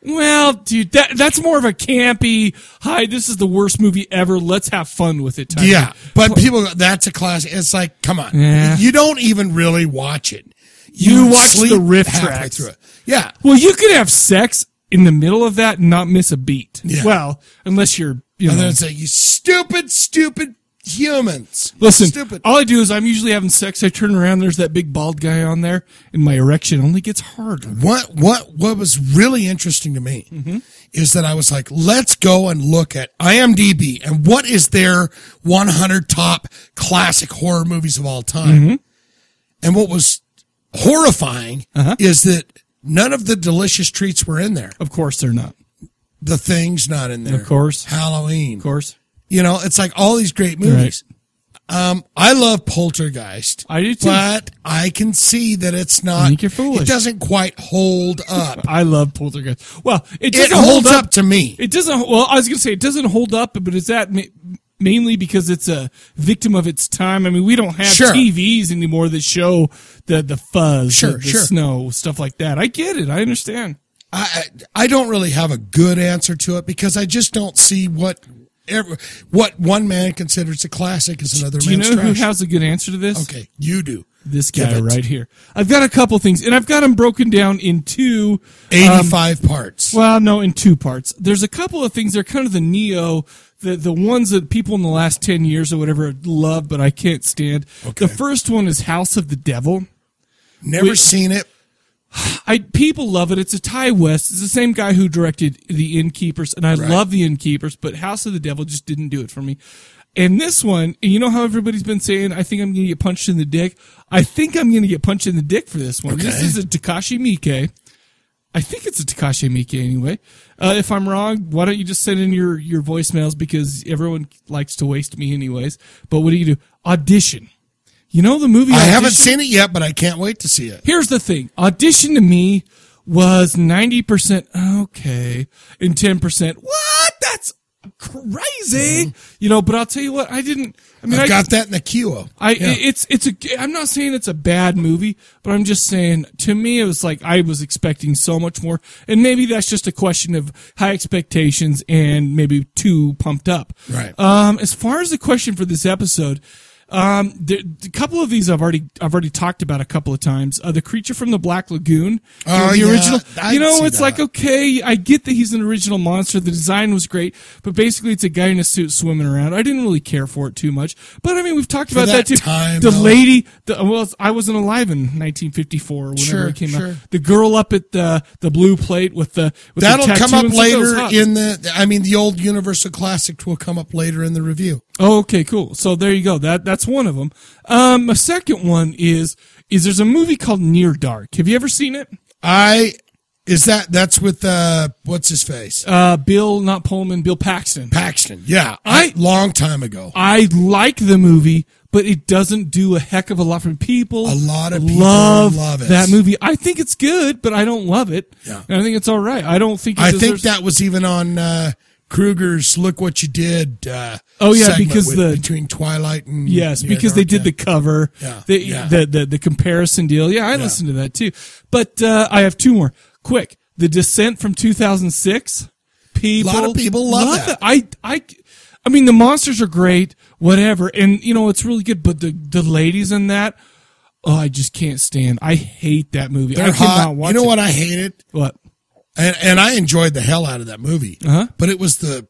Well, dude, that that's more of a campy. Hi, this is the worst movie ever. Let's have fun with it. Type Yeah, of- but people, go, that's a classic. It's like, come on, Yeah. you don't even really watch it. You watch sleep the riff halfway tracks. through it. Yeah, Well, you could have sex in the middle of that and not miss a beat. Yeah. Well, unless you're, you know. and then it's like you stupid, stupid humans. Listen, stupid. all I do is I'm usually having sex. I turn around, there's that big bald guy on there, and my erection only gets harder. Mm-hmm. What what what was really interesting to me is that I was like, let's go and look at IMDb and what is their 100 top classic horror movies of all time. Mhm. And what was horrifying is that none of the delicious treats were in there. Uh-huh. Of course, they're not. The thing's not in there. Of course. Halloween. Of course. You know, it's like all these great movies. Um, I love Poltergeist. I do too. But I can see that it's not. think you're foolish. It doesn't quite hold up. I love Poltergeist. Well, it It doesn't holds hold up, up to me. It doesn't. Well, I was gonna say it doesn't hold up, but is that ma- mainly because it's a victim of its time? I mean, we don't have Sure. TVs anymore that show the the fuzz, Sure, the, the sure. snow, stuff like that. I get it. I understand. I, I I don't really have a good answer to it because I just don't see what ever, what one man considers a classic is another Do you man's know who trash. has a good answer to this? Okay, you do. This Give guy it. right here. I've got a couple things, and I've got them broken down into 85 parts. Well, no, in two parts. There's a couple of things. They're kind of the neo, the the ones that people in the last ten years or whatever love, but I can't stand. The first one is House of the Devil. Never Which- seen it. I people love it. It's a Ty West. It's the same guy who directed The Innkeepers, and I Right. love The Innkeepers, but House of the Devil just didn't do it for me. And this one, and you know how everybody's been saying, I think I'm going to get punched in the dick. I think I'm going to get punched in the dick for this one. This Okay. is a Takashi Miike. I think it's a Takashi Miike anyway. Uh, if I'm wrong, why don't you just send in your, your voicemails because everyone likes to waste me anyways. But what do you do? Audition. You know the movie I haven't Audition? seen it yet, but I can't wait to see it. Here's the thing. Audition to me was 90% okay and 10% what? That's crazy. You know, but I'll tell you what, I didn't I mean I've I got that in the queue. I Yeah. it's it's a I'm not saying it's a bad movie, but I'm just saying to me it was like I was expecting so much more, and maybe that's just a question of high expectations and maybe too pumped up. Right. Um, as far as the question for this episode, um, there, a couple of these I've already I've already talked about a couple of times. Uh, the creature from the Black Lagoon, Oh, the yeah. original. I you know, see it's that. like okay, I get that he's an original monster. The design was great, but basically it's a guy in a suit swimming around. I didn't really care for it too much, but I mean we've talked For about that that, too. time, the though. lady, the, well, I wasn't alive in 1954 whenever Sure, it came sure. out. The girl up at the the blue plate with the with the That'll tattoo come up and some of those later hots. in the. I mean, the old Universal Classic will come up later in the review. Oh, okay, cool. So there you go. That that's one of them. Um, a second one is is there's a movie called Near Dark. Have you ever seen it? I is that that's with uh what's his face? Uh, Bill, not Pullman, Bill Paxton. Paxton. Yeah, I long time ago. I like the movie, but it doesn't do a heck of a lot for people. A lot of people love it. that movie. I think it's good, but I don't love it. Yeah. And I think it's all right. I don't think. It I deserves- think that was even on uh, Kruger's "Look What You Did." Uh, Oh, yeah, segment because the- between Twilight and Yes, Yeah, because they Dark, did the cover, Yeah, The, yeah. The, the the comparison deal. Yeah, I listened to that too. But uh, I have two more. Quick, the Descent from 2006. People, Lot of people love that. it. I I I mean, the monsters are great, whatever, and you know it's really good. But the the ladies in that, oh, I just can't stand. I hate that movie. They're I cannot hot. You watch know it. what I hated? What? And and I enjoyed the hell out of that movie. Uh-huh. But it was the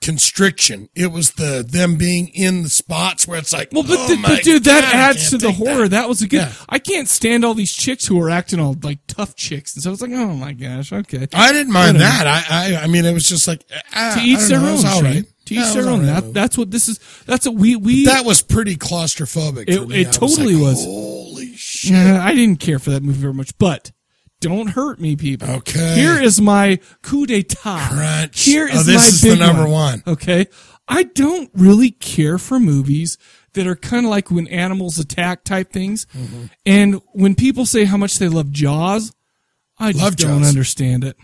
constriction. It was the them being in the spots where it's like, Well, but, oh th- my but dude, that God, I adds can't to the take horror. That. was a good. Yeah. I can't stand all these chicks who are acting all like tough chicks, and so it's like, oh my gosh, okay. I didn't mind Whatever. that. I, I I mean, it was just like ah, to I each don't their know, it own. was all Shane. right. To Yeah, each it their was all own. right. That, that's what this is. That's what we we. that was pretty claustrophobic. It, for me. I it was totally like, "Oh, was. Holy shit! I didn't care for that movie very much, but don't hurt me, people. Okay. Here is my coup d'état. Here Oh, is this my is the big number one. Okay. I don't really care for movies that are kind of like when animals attack type things, Mhm. and when people say how much they love Jaws, I just Love don't Jaws. understand it.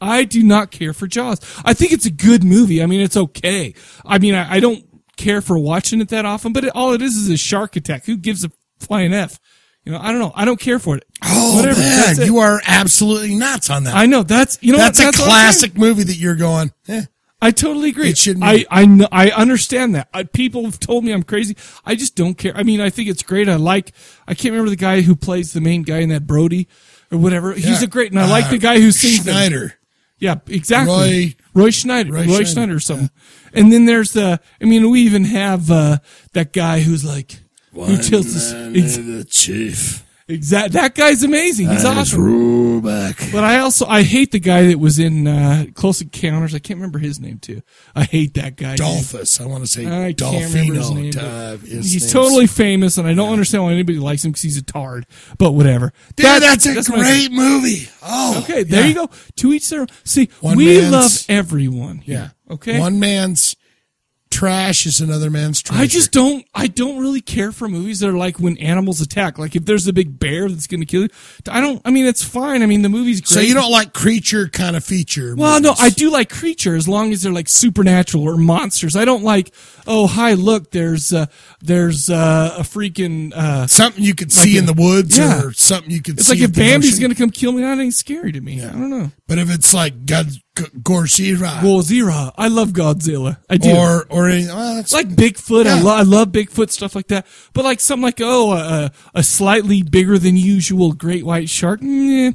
I do not care for Jaws. I think it's a good movie. I mean, it's okay. I mean, I, I don't care for watching it that often, but it, all it is is a shark attack. Who gives a flying F? You know, I don't know. I don't care for it. Oh Whatever. That's man, it. you are absolutely nuts on that. I know. That's you know that's what? a what I'm saying. classic movie that you're going. Eh. I totally agree. It shouldn't I be. I know, I understand that. I, people have told me I'm crazy. I just don't care. I mean, I think it's great. I like. I can't remember the guy who plays the main guy in that Brody or whatever. He's Yeah. a great, and I Uh, like the guy who sings them. Schneider. Yeah, exactly. Roy- Roy, Schneider. Roy, Roy Schneider. Schneider, or something. And then there's the. I mean, we even have uh, that guy who's like who One tells us man ex- is the chief. Exact. That guy's amazing. He's That is awesome. Rubeck. But I also I hate the guy that was in uh, Close Encounters. I can't remember his name too. I hate that guy. Dolphus. I want to say I can't remember his Dolphino. name, but uh, his he's name's- totally famous, and I don't understand why anybody likes him because he's a tard. But whatever. Dude, that's a my- great movie. Oh, okay. There yeah. you go. To each their. See, One we man's- love everyone. here, Okay. One man's trash is another man's trash. I just don't. I don't really care for movies that are like when animals attack. Like if there's a big bear that's going to kill you, I don't. I mean, it's fine. I mean, the movie's great. So you don't like creature kind of feature. Well, no, I do like creature as long as they're like supernatural or monsters. I don't like, oh hi, look, there's uh, there's uh, a freaking uh, something you could see in the woods yeah. or something you could It's see like if at the Bambi's ocean. gonna come kill me, that ain't scary to me. I don't know. But if it's like God, G- Godzilla, Godzilla, I love Godzilla. I do. Or or any, well, that's, like Bigfoot, I, Yeah. lo- I love Bigfoot stuff like that. But like something like oh, a, a- a slightly bigger than usual great white shark, Nyeh.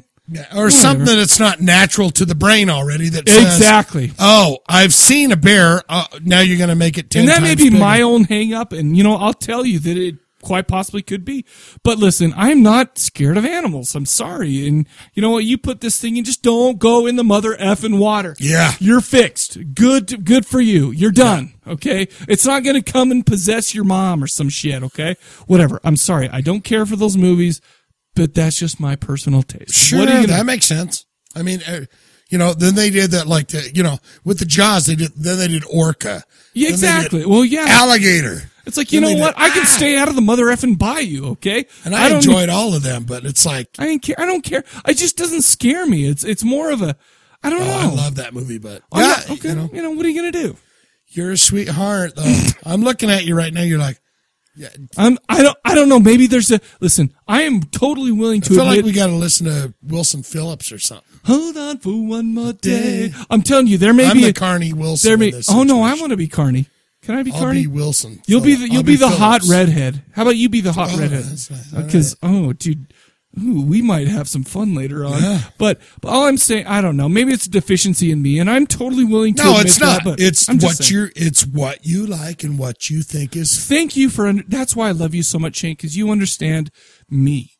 or Whatever. something that's not natural to the brain already. That says, Exactly. Oh, I've seen a bear. Uh, now you're going to make it ten. and that may times be bigger. my own hang up and you know i'll tell you that it quite possibly could be but listen i'm not scared of animals i'm sorry and you know what you put this thing in just don't go in the mother f and water Yeah. you're fixed good good for you you're done okay it's not gonna come and possess your mom or some shit okay whatever i'm sorry i don't care for those movies but that's just my personal taste Sure, what are you gonna that makes sense. I mean, uh, you know, then they did that like the, you know with the Jaws. They did then they did orca. Then Yeah, they did exactly. Well, yeah. alligator. It's like, you Then know they what? did- I can stay out of the mother effing bayou, okay? And I, don't enjoyed need- all of them, but it's like I didn't care. I don't care. It just doesn't scare me. It's it's more of a I don't oh, know. I love that movie, but I'm yeah, not- okay, you know, what are you gonna do? You're a sweetheart, though. I'm looking at you right now. You're like, yeah, I'm I don't I don't know. Maybe there's a listen. I am totally willing I to feel admit. like we got to listen to Wilson Phillips or something. Hold on for one more day. I'm telling you, there may I'm be the a, Carney Wilson There in may, this oh no, I want to be Carney. Can I be I'll Carney? be Wilson. You'll be the Phillips. you'll I'll be, be the hot Phillips. redhead. How about you be the hot Oh, redhead? that's nice. All Because oh, dude, ooh, we might have some fun later on. Yeah. But, but all I'm saying, I don't know. Maybe it's a deficiency in me, and I'm totally willing to. No, admit it's not. That, but it's I'm just what saying. you it's what you like and what you think is. Thank you for. Under- that's why I love you so much, Shane, because you understand me.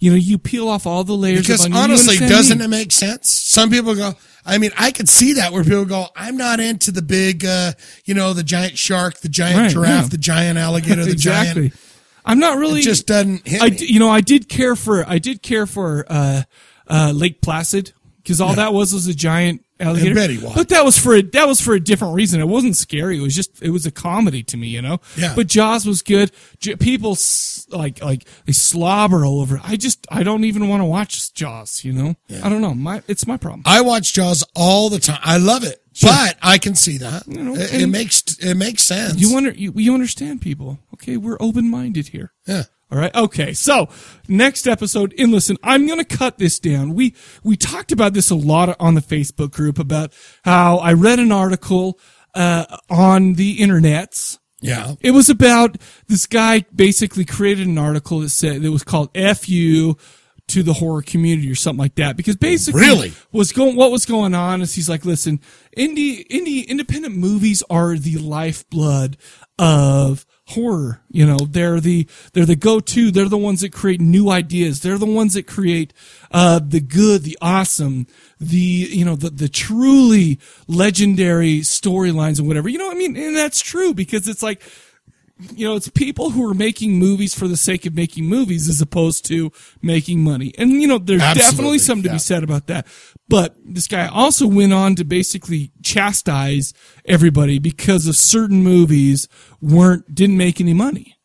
You know, you peel off all the layers. Because of onion, you honestly, understand doesn't me. it make sense? Some people go. I mean, I could see that where people go. I'm not into the big, uh, you know, the giant shark, the giant Right, giraffe, yeah. the giant alligator, the exactly. giant. I'm not really. It just doesn't hit I, me. d- you know, I did care for. I did care for uh, uh, Lake Placid because all Yeah. that was was a giant alligator. bet he was. But that was for a that was for a different reason. It wasn't scary. It was just it was a comedy to me. You know. Yeah. But Jaws was good. J- people s- like like they slobber all over. it. I just I don't even want to watch Jaws. You know. I don't know. My it's my problem. I watch Jaws all the time. I love it, but I can see that it, it and- makes it makes sense. You wonder you, you understand people. Okay, we're open minded here. Yeah. All right. Okay. So next episode, and listen, I'm going to cut this down. We we talked about this a lot on the Facebook group about how I read an article uh, on the internets. Yeah. It was about this guy basically created an article that said that was called "F you to the horror community or something like that. Because basically, Really? was going what was going on is he's like, listen, indie indie independent movies are the lifeblood of horror. You know, they're the they're the go to. They're the ones that create new ideas. They're the ones that create uh, the good, the awesome, the you know the the truly legendary storylines and whatever. You know, what I mean, and that's true because it's like you know, it's people who are making movies for the sake of making movies as opposed to making money. And, you know, there's Absolutely, definitely something to be said about that. But this guy also went on to basically chastise everybody because of certain movies weren't, didn't make any money.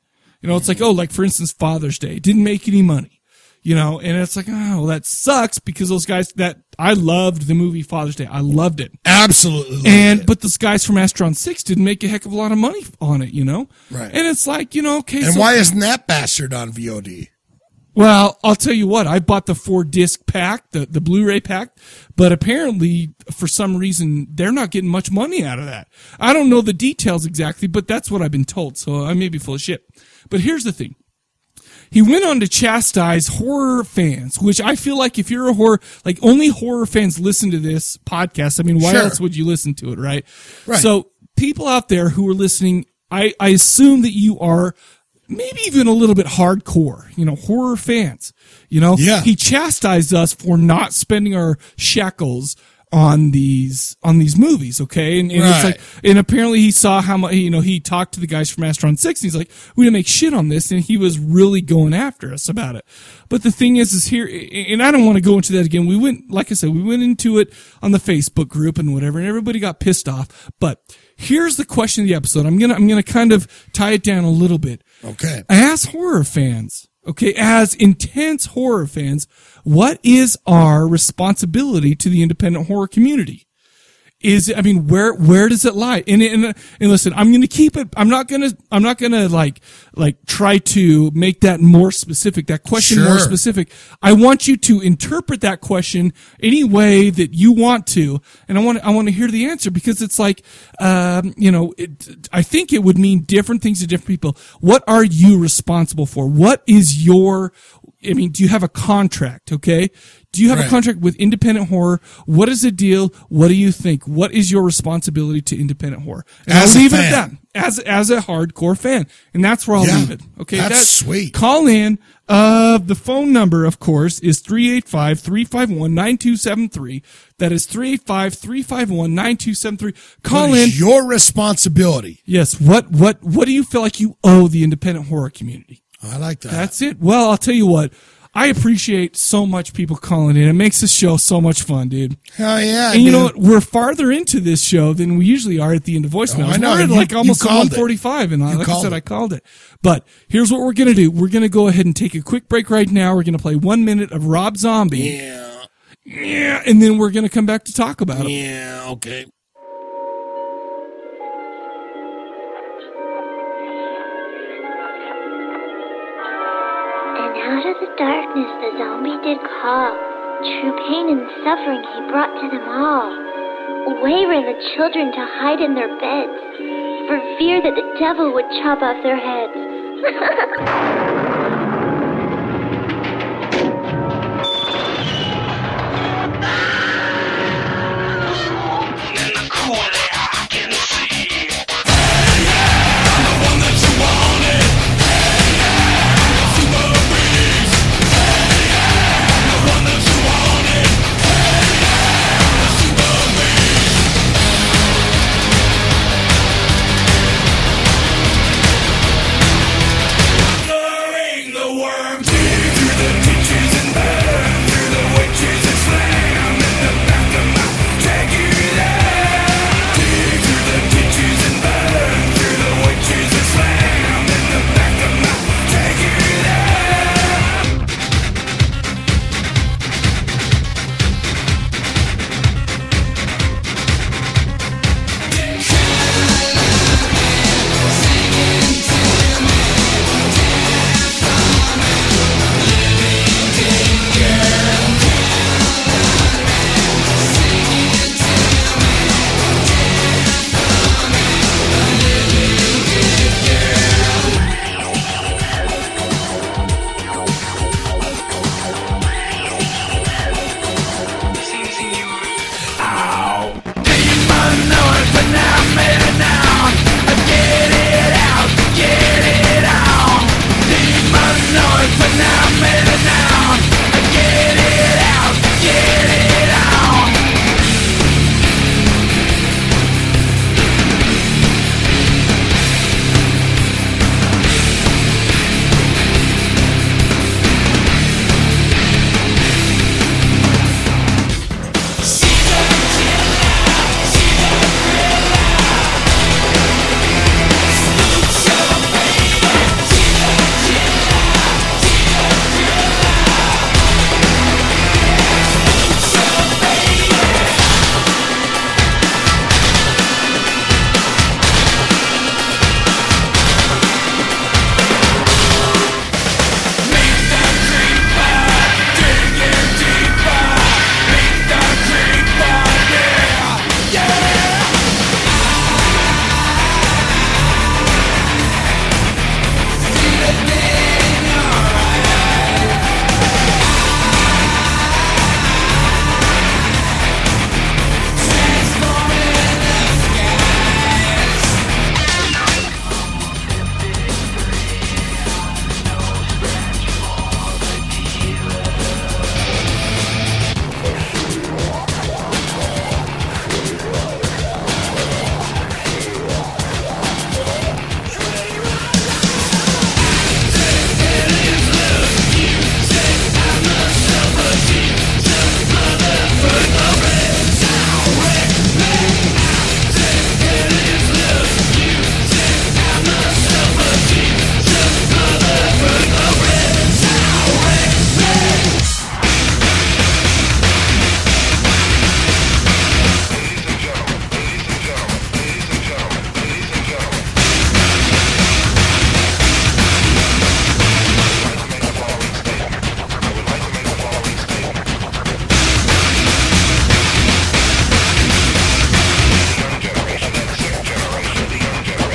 You know, it's like, oh, like for instance, Father's Day didn't make any money, you know, and it's like, oh, well, that sucks because those guys that I loved the movie Father's Day. I loved it. Absolutely. loved And, but those guys from Astron 6 didn't make a heck of a lot of money on it, you know? Right. And it's like, you know, okay. And so- why isn't that bastard on VOD? Well, I'll tell you what, I bought the four disc pack, the, the Blu-ray pack, but apparently for some reason they're not getting much money out of that. I don't know the details exactly, but that's what I've been told. So I may be full of shit. But here's the thing. He went on to chastise horror fans, which I feel like if you're a horror, like only horror fans listen to this podcast. I mean, why Sure. else would you listen to it, right? Right. So people out there who are listening, I, I assume that you are maybe even a little bit hardcore, you know, horror fans. You know, Yeah. he chastised us for not spending our shekels on these on these movies, okay? And, and Right. it's like and apparently he saw how much you know he talked to the guys from Astron Six. And he's like, we didn't make shit on this, and he was really going after us about it. But the thing is, is here, and I don't want to go into that again. We went, like I said, we went into it on the Facebook group and whatever, and everybody got pissed off. But here's the question of the episode. I'm gonna I'm gonna kind of tie it down a little bit. Okay. As horror fans, okay, as intense horror fans, what is our responsibility to the independent horror community? Is it, I mean, where where does it lie? And and and listen, I'm going to keep it. I'm not going to I'm not going to like like try to make that more specific. That question more Sure. specific. I want you to interpret that question any way that you want to, and I want I want to hear the answer because it's like, um, you know, it, I think it would mean different things to different people. What are you responsible for? What is your I mean, do you have a contract? Okay. Do you have a Right. contract with independent horror? What is the deal? What do you think? What is your responsibility to independent horror? And As I'll a leave it at that. fan. As as a hardcore fan. And that's where I'll Yeah. leave it. Okay. That's sweet. Call in. Uh, the phone number, of course, is 385-351-9273. That is 385-351-9273. Call What in. is Your responsibility. Yes. What what what do you feel like you owe the independent horror community? I like that. That's it. Well, I'll tell you what. I appreciate so much people calling in. It makes this show so much fun, dude. Hell Oh, yeah, And you know dude. what? We're farther into this show than we usually are at the end of voicemail. Oh, I know. We're at You- like you almost called it. 145, and I, You like I called said, it. I called it. But here's what we're gonna do. We're gonna go ahead and take a quick break right now. We're gonna play one minute of Rob Zombie. Yeah. Yeah. And then we're gonna come back to talk about it. Yeah, okay. And out of the darkness the zombie did call. True pain and suffering he brought to them all. Away ran the children to hide in their beds, for fear that the devil would chop off their heads. Glory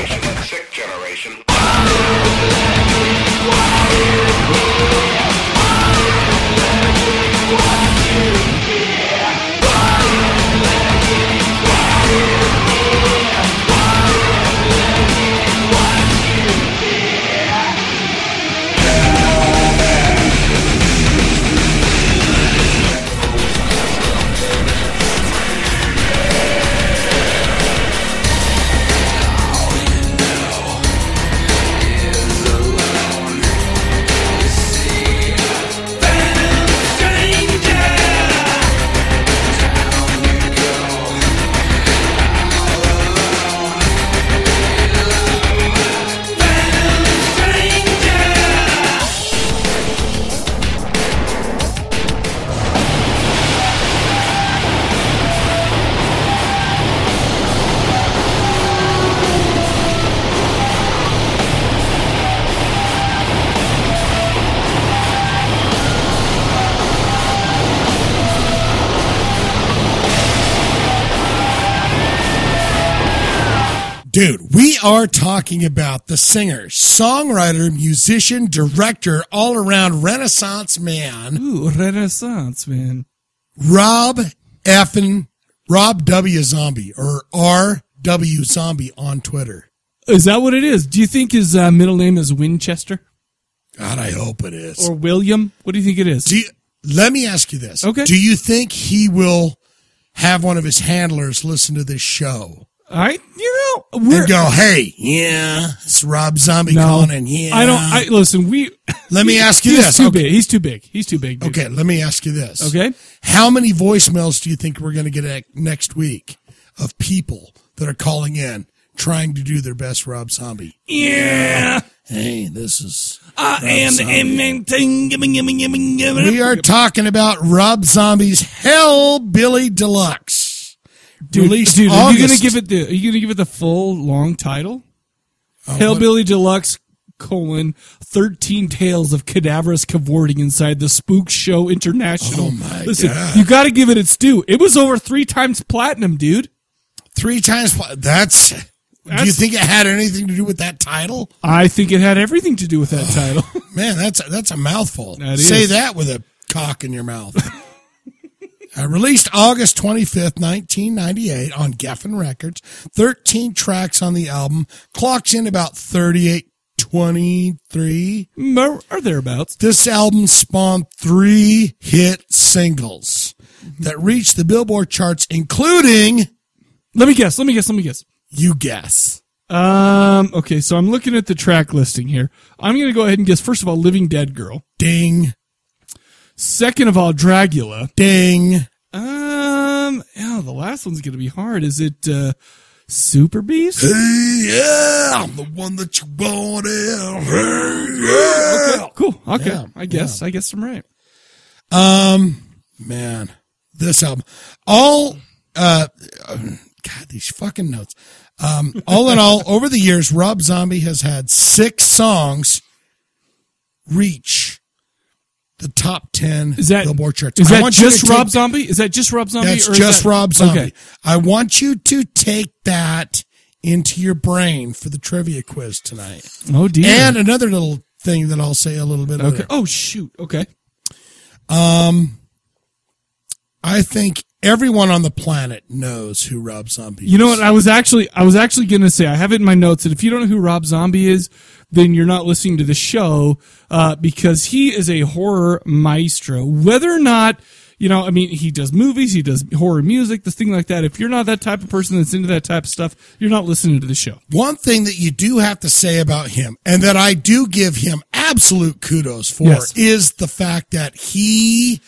station. Dude, we are talking about the singer, songwriter, musician, director, all around Renaissance man. Ooh, Renaissance man. Rob effing Rob W Zombie or R W Zombie on Twitter. Is that what it is? Do you think his uh, middle name is Winchester? God, I hope it is. Or William? What do you think it is? Do you, let me ask you this. Okay. Do you think he will have one of his handlers listen to this show? I you know and go, hey, yeah, it's Rob Zombie calling in. Yeah, I don't. I listen. We Let me ask you he's this. Too Okay. big. He's too big. He's too big. dude. Okay, let me ask you this. Okay. How many voicemails do you think we're going to get at next week of people that are calling in trying to do their best Rob Zombie? Yeah. Hey, this is. I Rob am the Zombie. eminent thing. Gimme, gimme, gimme, gimme. We are talking about Rob Zombie's Hell Billy Deluxe. Dude, released dude, are you gonna August. give it the? Are you gonna give it the full long title? Uh, Hellbilly Deluxe colon thirteen tales of cadaverous cavorting inside the Spook Show International. Oh my Listen, God. you got to give it its due. It was over three times platinum, dude. Three times. That's. do you That's- think it had anything to do with that title? I think it had everything to do with that title. Man, that's that's a mouthful. That is. Say that with a cock in your mouth. uh, released August 25th, 1998 on Geffen Records. 13 tracks on the album. Clocks in about 38, 23. or thereabouts. This album spawned three hit singles that reached the Billboard charts, including... Let me guess. Let me guess. Let me guess. You guess. Um. Okay, so I'm looking at the track listing here. I'm gonna go ahead and guess. First of all, Living Dead Girl. Ding. Second of all, Dragula. Ding. Um. Oh, the last one's gonna be hard. Is it uh, Super Beast? yeah, I'm the one that you wanted. Hey, yeah. Okay, cool. Okay, I guess. I guess I'm right. Um, man, this album, all, uh, God, these fucking notes. Um, all in all, over the years, Rob Zombie has had six songs reach the top ten Is that Billboard charts. Is I that want you to just take- Rob Zombie? Is that just Rob Zombie? That's or is just that- Rob Zombie. Okay. I want you to take that into your brain for the trivia quiz tonight. Oh, dear. And another little thing that I'll say a little bit Okay. later. Oh shoot. Okay. Um, I think everyone on the planet knows who Rob Zombie. You know what? I was actually I was actually gonna say I have it in my notes that if you don't know who Rob Zombie is, then you're not listening to the show uh, because he is a horror maestro. Whether or not you know, I mean, he does movies, he does horror music, this thing like that. If you're not that type of person that's into that type of stuff, you're not listening to the show. One thing that you do have to say about him, and that I do give him absolute kudos for, Yes. is the fact that he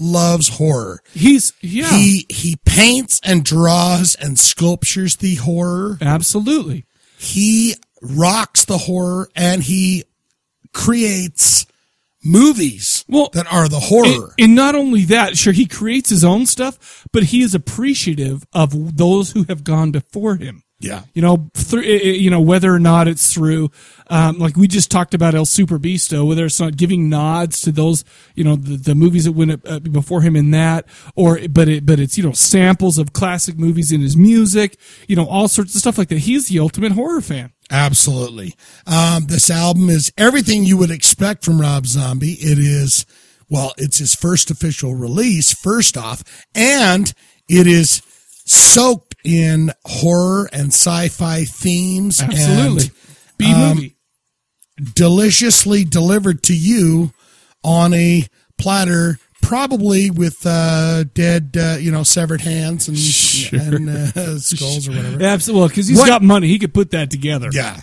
loves horror. He's yeah. He he paints and draws and sculptures the horror. Absolutely. He rocks the horror and he creates movies that are the horror. And, and not only that, sure, he creates his own stuff, but he is appreciative of those who have gone before him. Yeah. You know, through, you know whether or not it's through, um, like we just talked about El Super Bisto, whether it's not giving nods to those, you know, the, the movies that went uh, before him in that, or but it but it's you know samples of classic movies in his music, you know, all sorts of stuff like that. He's the ultimate horror fan. Absolutely. Um, this album is everything you would expect from Rob Zombie. It is, well, it's his first official release, first off, and it is soaked in horror and sci-fi themes. um, Absolutely. B movie. deliciously delivered to you on a platter, probably with uh, dead, uh, you know, severed hands and, and uh, skulls or whatever. Absolutely, because he's What- got money, he could put that together. Yeah,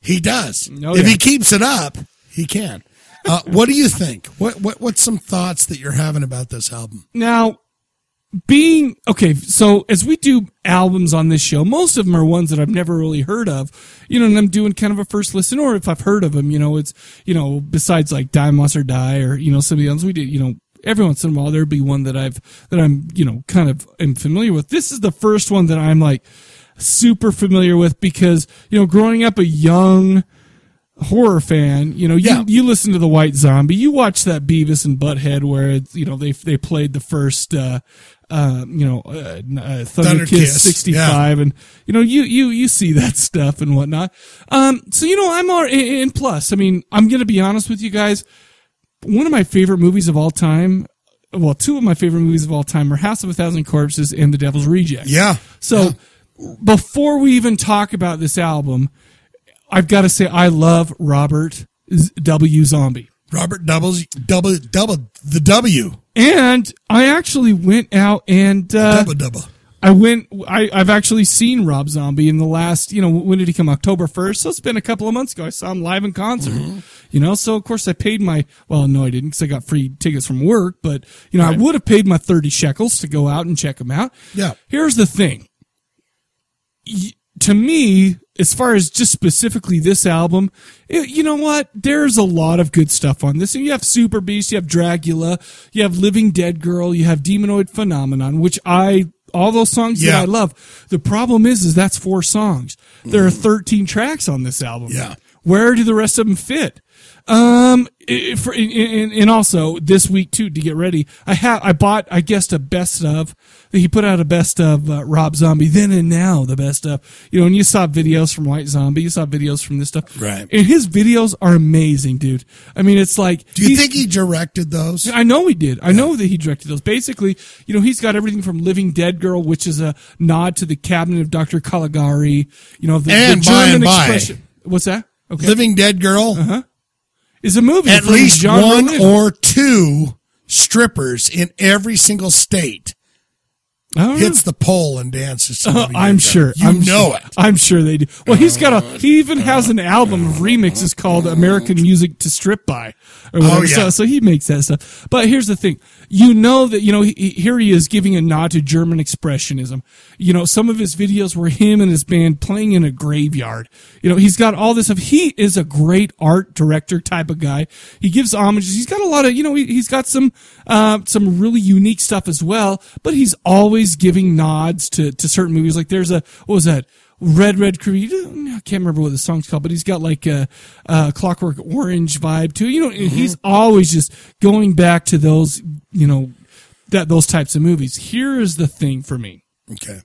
he does. Oh, if yeah. he keeps it up, he can. Uh, what do you think? What, what what's some thoughts that you're having about this album? Now, being okay, so as we do albums on this show, most of them are ones that I've never really heard of, you know, and I'm doing kind of a first listen, or if I've heard of them, you know, it's, you know, besides like Die Monster Die or, you know, some of the others we did, you know, every once in a while there'd be one that I've, that I'm, you know, kind of am familiar with. This is the first one that I'm like super familiar with because, you know, growing up a young, horror fan, you know, you, you listen to the White Zombie, you watch that Beavis and Butthead where it's, you know they they played the first, uh, uh, you know, uh, uh, Thunder, Thunder Kiss, Kiss, sixty five, and you know you you you see that stuff and whatnot. Um, so you know I'm already, and plus, I mean, I'm gonna be honest with you guys, one of my favorite movies of all time. Well, two of my favorite movies of all time are House of a Thousand Corpses and The Devil's Reject. Yeah. So before we even talk about this album, I've got to say I love Robert Z- W. Zombie. Robert doubles double double the W. And I actually went out and uh, double double. I went. I, I've actually seen Rob Zombie in the last. You know, when did he come? October first. So it's been a couple of months ago. I saw him live in concert. You know, so of course I paid my. Well, no, I didn't because I got free tickets from work. But you know, I would have paid my thirty shekels to go out and check him out. Yeah. Here's the thing. Y- to me, as far as just specifically this album, it- you know what? There's a lot of good stuff on this. And you have Super Beast, you have Dracula, you have Living Dead Girl, you have Demonoid Phenomenon, which I all those songs Yeah. that I love. The problem is, is that's four songs. There are 13 tracks on this album. Yeah. Where do the rest of them fit? Um, i- for, and- and, and also this week too to get ready. I have I bought I guessed a best of. He put out a best of uh, Rob Zombie then and now the best of. You know, and you saw videos from White Zombie, you saw videos from this stuff. Right. And his videos are amazing, dude. I mean, it's like Do you think he directed those? I know he did. I know that he directed those. Basically, you know, he's got everything from Living Dead Girl, which is a nod to the cabinet of Dr. Caligari, you know, the, the And by German and by. expression. What's that? Okay. Living Dead Girl uh-huh. is a movie. At from least John one Romita. or two strippers in every single state don't hits the pole and dances. to Uh, Living Dead I'm Girl. sure. you I'm know sure- it. I'm sure they do. Well, he's got a. He even has an album of remixes called "American Music to Strip By." Oh, Or whatever. yeah. so, so he makes that stuff. But here's the thing: you know that you know he, he- here he is giving a nod to German expressionism. You know, some of his videos were him and his band playing in a graveyard. You know, he's got all this of. He is a great art director type of guy. He gives homages. He's got a lot of you know. He, he's got some uh, some really unique stuff as well. But he's always giving nods to to certain movies. Like there's a what was that? Red Red Creed. I can't remember what the song's called, but he's got like a, a Clockwork Orange vibe too. You know, and he's always just going back to those, you know, that those types of movies. Here is the thing for me Okay.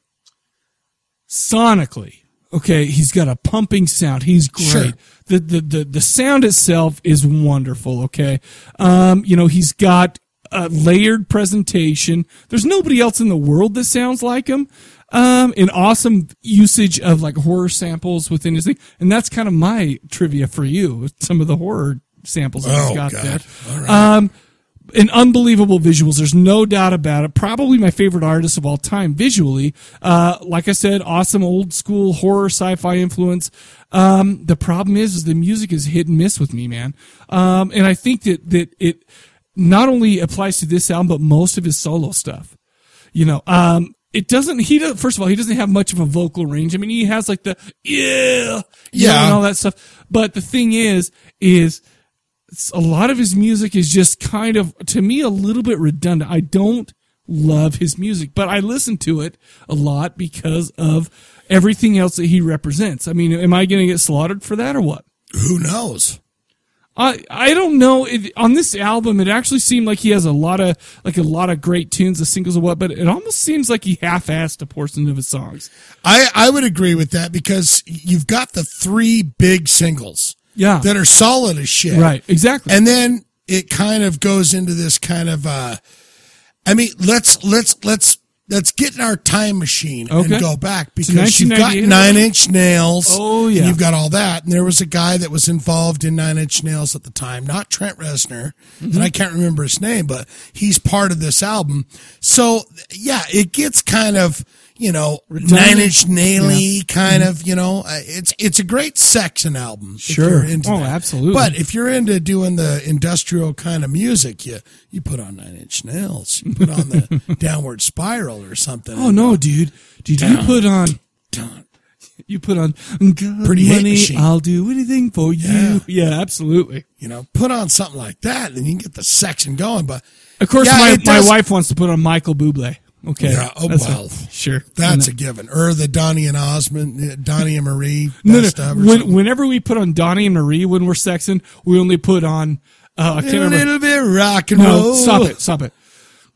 sonically. Okay, he's got a pumping sound. He's great. Sure. The, the the the sound itself is wonderful. Okay, um, you know he's got a layered presentation. There's nobody else in the world that sounds like him. Um, an awesome usage of like horror samples within his thing, and that's kind of my trivia for you. Some of the horror samples that Oh, he's got God. there. All right. Um, and unbelievable visuals. There's no doubt about it. Probably my favorite artist of all time visually. Uh, like I said, awesome old school horror sci-fi influence. Um, the problem is, is the music is hit and miss with me, man. Um, and I think that that it not only applies to this album, but most of his solo stuff. You know, um, it doesn't. He does. First of all, he doesn't have much of a vocal range. I mean, he has like the yeah, you know, Yeah. and all that stuff. But the thing is, is it's- a lot of his music is just kind of to me a little bit redundant. I don't love his music, but I listen to it a lot because of everything else that he represents. I mean, am I going to get slaughtered for that or what? Who knows? I I don't know. It, on this album, it actually seemed like he has a lot of like a lot of great tunes, the singles and what, but it almost seems like he half-assed a portion of his songs. I, I would agree with that because you've got the three big singles Yeah. that are solid as shit. Right, exactly. And then it kind of goes into this kind of uh I mean, let's let's let's let's get in our time machine Okay. and go back To because you've got 1998. nine inch nails. Oh, yeah. And you've got all that. And there was a guy that was involved in nine inch nails at the time, not Trent Reznor. Mhm. And I can't remember his name, but he's part of this album. So yeah, it gets kind of you know nine inch naily Yeah. kind Mhm. of you know uh, it's it's a great section album if Sure. you're into Oh, that. absolutely. but if you're into doing the industrial kind of music you you put on nine inch nails you put on the downward spiral or something Oh no, dude, dude, you Dun, put on, you put on good Pretty hate money. machine. I'll do anything for Yeah. you. Yeah, absolutely. you know put on something like that and you can get the section going but Of course, Yeah, my, it my does- wife wants to put on Michael Bublé. Okay. Yeah, oh, That's well. a- sure. that's I a know. given or the donnie and osmond uh, donnie and marie No, best no. of or When, whenever we put on Donnie and Marie when we're sexing, we only put on uh, I can't A remember. little bit of rock and No, roll. Stop it! Stop it!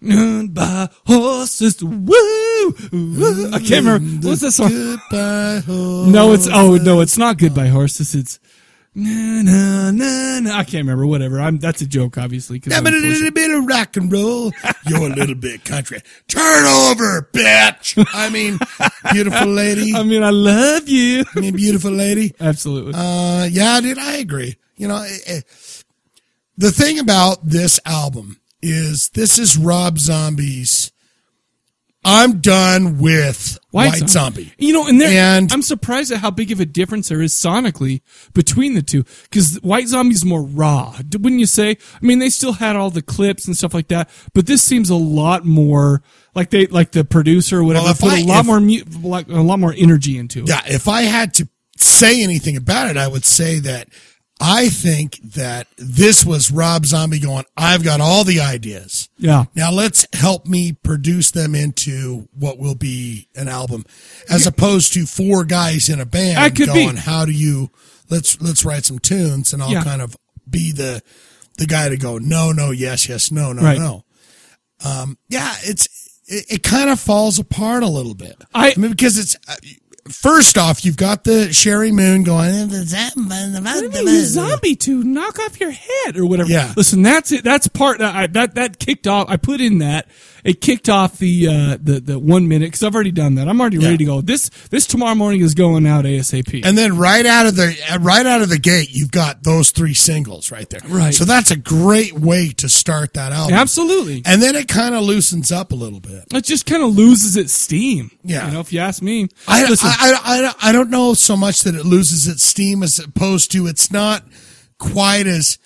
And by horses, woo, woo. I can't remember what's that song. Goodbye horses. No, it's oh no, it's not goodbye horses. It's na na na. na. Eh, I can't remember. Whatever. I'm that's a joke, obviously. 'cause That I'm bit- a bullshit. little bit of rock and roll. You're a little bit country. Turn over, bitch. I mean, beautiful lady. I mean, I love you. I mean, beautiful lady. Absolutely. Uh, yeah, dude, I agree. You know, eh, eh, the thing about this album is this is Rob Zombie's. I'm done with White, Zombie. You know, and, there, I'm surprised at how big of a difference there is sonically between the two. Because White Zombie's more raw, d- wouldn't you say? I mean, they still had all the clips and stuff like that, but this seems a lot more like they like the producer or whatever Well, if put I- a lot if- more mu- like, a lot more energy into it. Yeah, if I had to say anything about it, I would say that I think that this was Rob Zombie going, I've got all the ideas. Yeah. Now let's help me produce them into what will be an album, as opposed to four guys in a band That could be. going, How do you let's let's write some tunes and I'll Yeah. kind of be the the guy to go, No, no, yes, yes, no, no, Right. no. Um yeah, it's it, it kind of falls apart a little bit. I, mean because it's uh, first off, you've got the Sherry Moon going, "Eh, the You zombie to knock off your head or whatever. Yeah. Listen, that's it. That's part that I, that that kicked off. I put in that it kicked off the uh, the the one minute because I've already done that. I'm already ready to go. This this tomorrow morning is going out asap. And then right out of the uh, right out of the gate, you've got those three singles right there. Right. So that's a great way to start that album. Absolutely. And then it kind of loosens up a little bit. It just kind of loses its steam. Yeah. You know, if you ask me. I, Listen, I, I, I don't know so much that it loses its steam as opposed to it's not quite as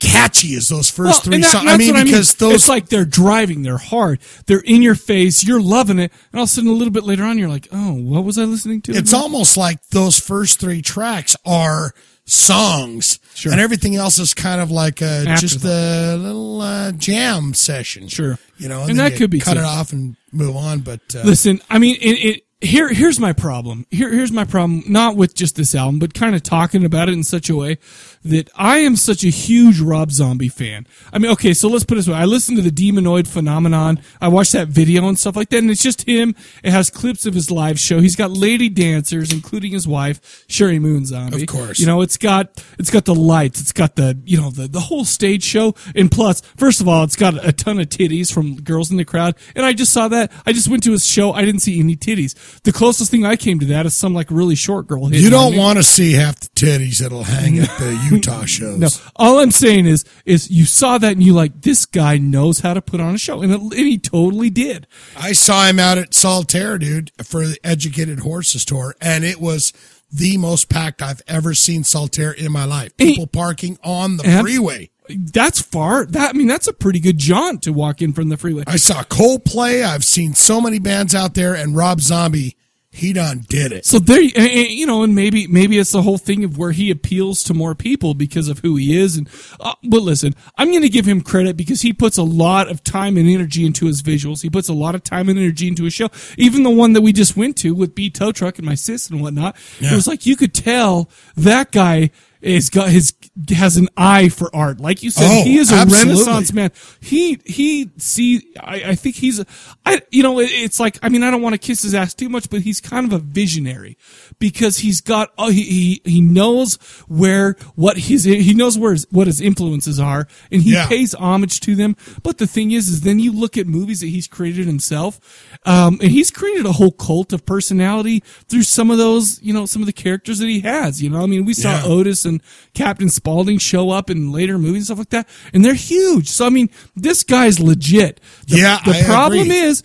catchy as those first Well, three and that- songs. that's I mean, what because it's those like they're driving, they're hard, they're in your face, you're loving it, and all of a sudden, a little bit later on, you're like, oh, what was I listening to? it's again? almost like those first three tracks are songs and everything else is kind of like uh After just a little uh, jam session sure you know and, And then that you could be cut too. it off and move on but uh, Listen, I mean, it, it, here here's my problem. Here here's my problem. Not with just this album, but kind of talking about it in such a way that I am such a huge Rob Zombie fan. I mean, okay, so let's put it this way. I listened to the Demonoid Phenomenon. I watched that video and stuff like that, and it's just him. It has clips of his live show. He's got lady dancers, including his wife Sherry Moon Zombie. Of course. you know it's got it's got the lights. It's got the you know the the whole stage show. And plus, first of all, it's got a ton of titties from girls in the crowd. And I just saw that. I just went to his show. I didn't see any titties. The closest thing I came to that is some like really short girl. hitting you on don't me. want to see half the titties that'll hang at the utah shows No, all I'm saying is, is you saw that and you like this guy knows how to put on a show, and, it, and he totally did. I saw him out at Solitaire, dude, for the Educated Horses tour, and it was the most packed I've ever seen Solitaire in my life. People parking on the Ab- freeway. That's far. That I mean, that's a pretty good jaunt to walk in from the freeway. I saw Coldplay. I've seen so many bands out there, and Rob Zombie, he done did it. So there, and- and, you know, and maybe maybe it's the whole thing of where he appeals to more people because of who he is. And uh, but listen, I'm going to give him credit because he puts a lot of time and energy into his visuals. He puts a lot of time and energy into his show. Even the one that we just went to with B Tow Truck and my sis and whatnot, Yeah. it was like you could tell that guy is got his has an eye for art. Like you said, Oh, he is a absolutely. renaissance man. He he see. I, I think he's. a- I you know it, it's like I mean I don't want to kiss his ass too much, but he's kind of a visionary because he's got oh, he, he he knows where what his he knows where his, what his influences are, and he Yeah. pays homage to them. But the thing is, is then you look at movies that he's created himself, um, and he's created a whole cult of personality through some of those, you know, some of the characters that he has. You know, I mean, we saw Yeah. Otis and Captain Spaulding show up in later movies and stuff like that, and they're huge. So I mean, this guy's legit. The, Yeah, the I problem agree. is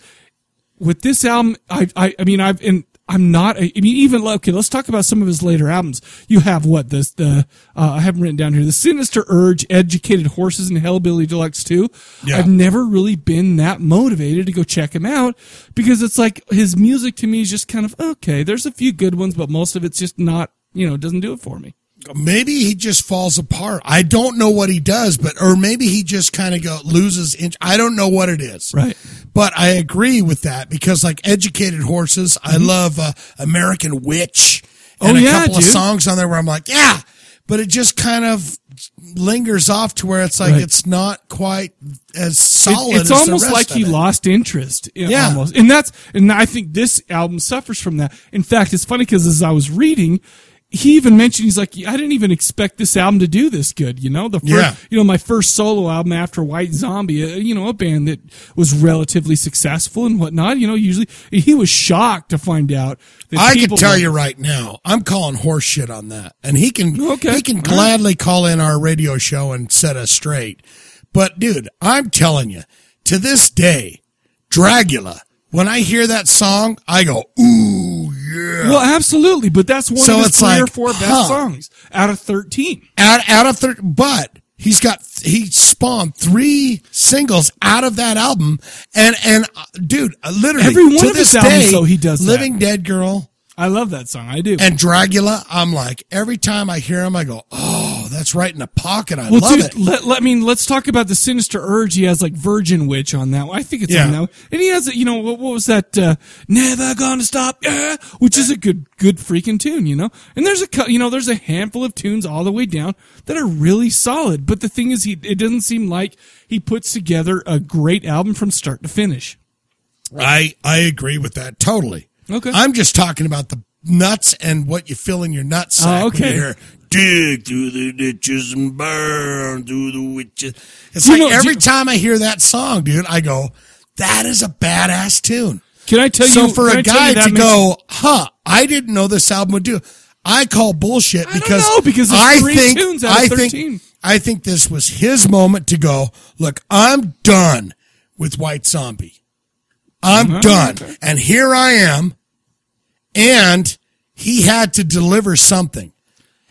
with this album, I, I, I mean, I've, and I'm not, I mean, even, okay, let's talk about some of his later albums. You have what? This, the, uh, I haven't written down here. The Sinister Urge, Educated Horses, and Hellbilly Deluxe 2. Yeah. I've never really been that motivated to go check him out because it's like his music to me is just kind of, okay, there's a few good ones, but most of it's just not, you know, doesn't do it for me. maybe he just falls apart. I don't know what he does, but or maybe he just kind of go loses inch. I don't know what it is. Right. But I agree with that because like educated horses, I Mhm. love uh, American Witch Oh, and a yeah, couple of dude. songs on there where I'm like, yeah, but it just kind of lingers off to where it's like Right. it's not quite as It- solid. it's as the almost rest like of he it. lost interest. you know, Yeah. almost. And that's and I think this album suffers from that. In fact, it's funny because as I was reading, he even mentioned he's like, I didn't even expect this album to do this good. You know, the first, Yeah. you know, my first solo album after White Zombie, uh, you know, a band that was relatively successful and whatnot. You know, usually he was shocked to find out. That I can people tell like- you right now, I'm calling horse shit on that. And he can Okay. he can All right. gladly call in our radio show and set us straight. But dude, I'm telling you, to this day, Dragula, when I hear that song, I go, ooh, yeah. Well, absolutely, but that's one So of his it's three or like, four best huh. songs out of thirteen. Out out of thir but he's got he spawned three singles out of that album. And and uh, dude, uh, literally Every one to of this his albums, day, though, he does that. Living Dead Girl. I love that song. I do. And Dragula, I'm like, every time I hear him, I go, oh, that's right in the pocket. I well, love dude, it. Let, let I mean, let's talk about the sinister urge. He has like Virgin Witch on that. One. I think it's Yeah. on that. One. And he has, you know, what, what was that? Uh, Never gonna stop, yeah, which is a good, good freaking tune, you know. And there's a, cou- you know, there's a handful of tunes all the way down that are really solid. But the thing is, he it doesn't seem like he puts together a great album from start to finish. I I agree with that totally. Okay. I'm just talking about the nuts and what you feel in your nuts. Oh, okay. Dig through the ditches and burn through the witches. It's You like know, do every you- time I hear that song, dude, I go, that is a badass tune. Can I tell so you- for can a I tell you guy that to makes- go, huh, I didn't know this album would do. I call bullshit because know, because it's I three think tunes out of I 13. think I think this was his moment to go. Look, I'm done with White Zombie. I'm Mhm. done. Okay. And here I am. And he had to deliver something.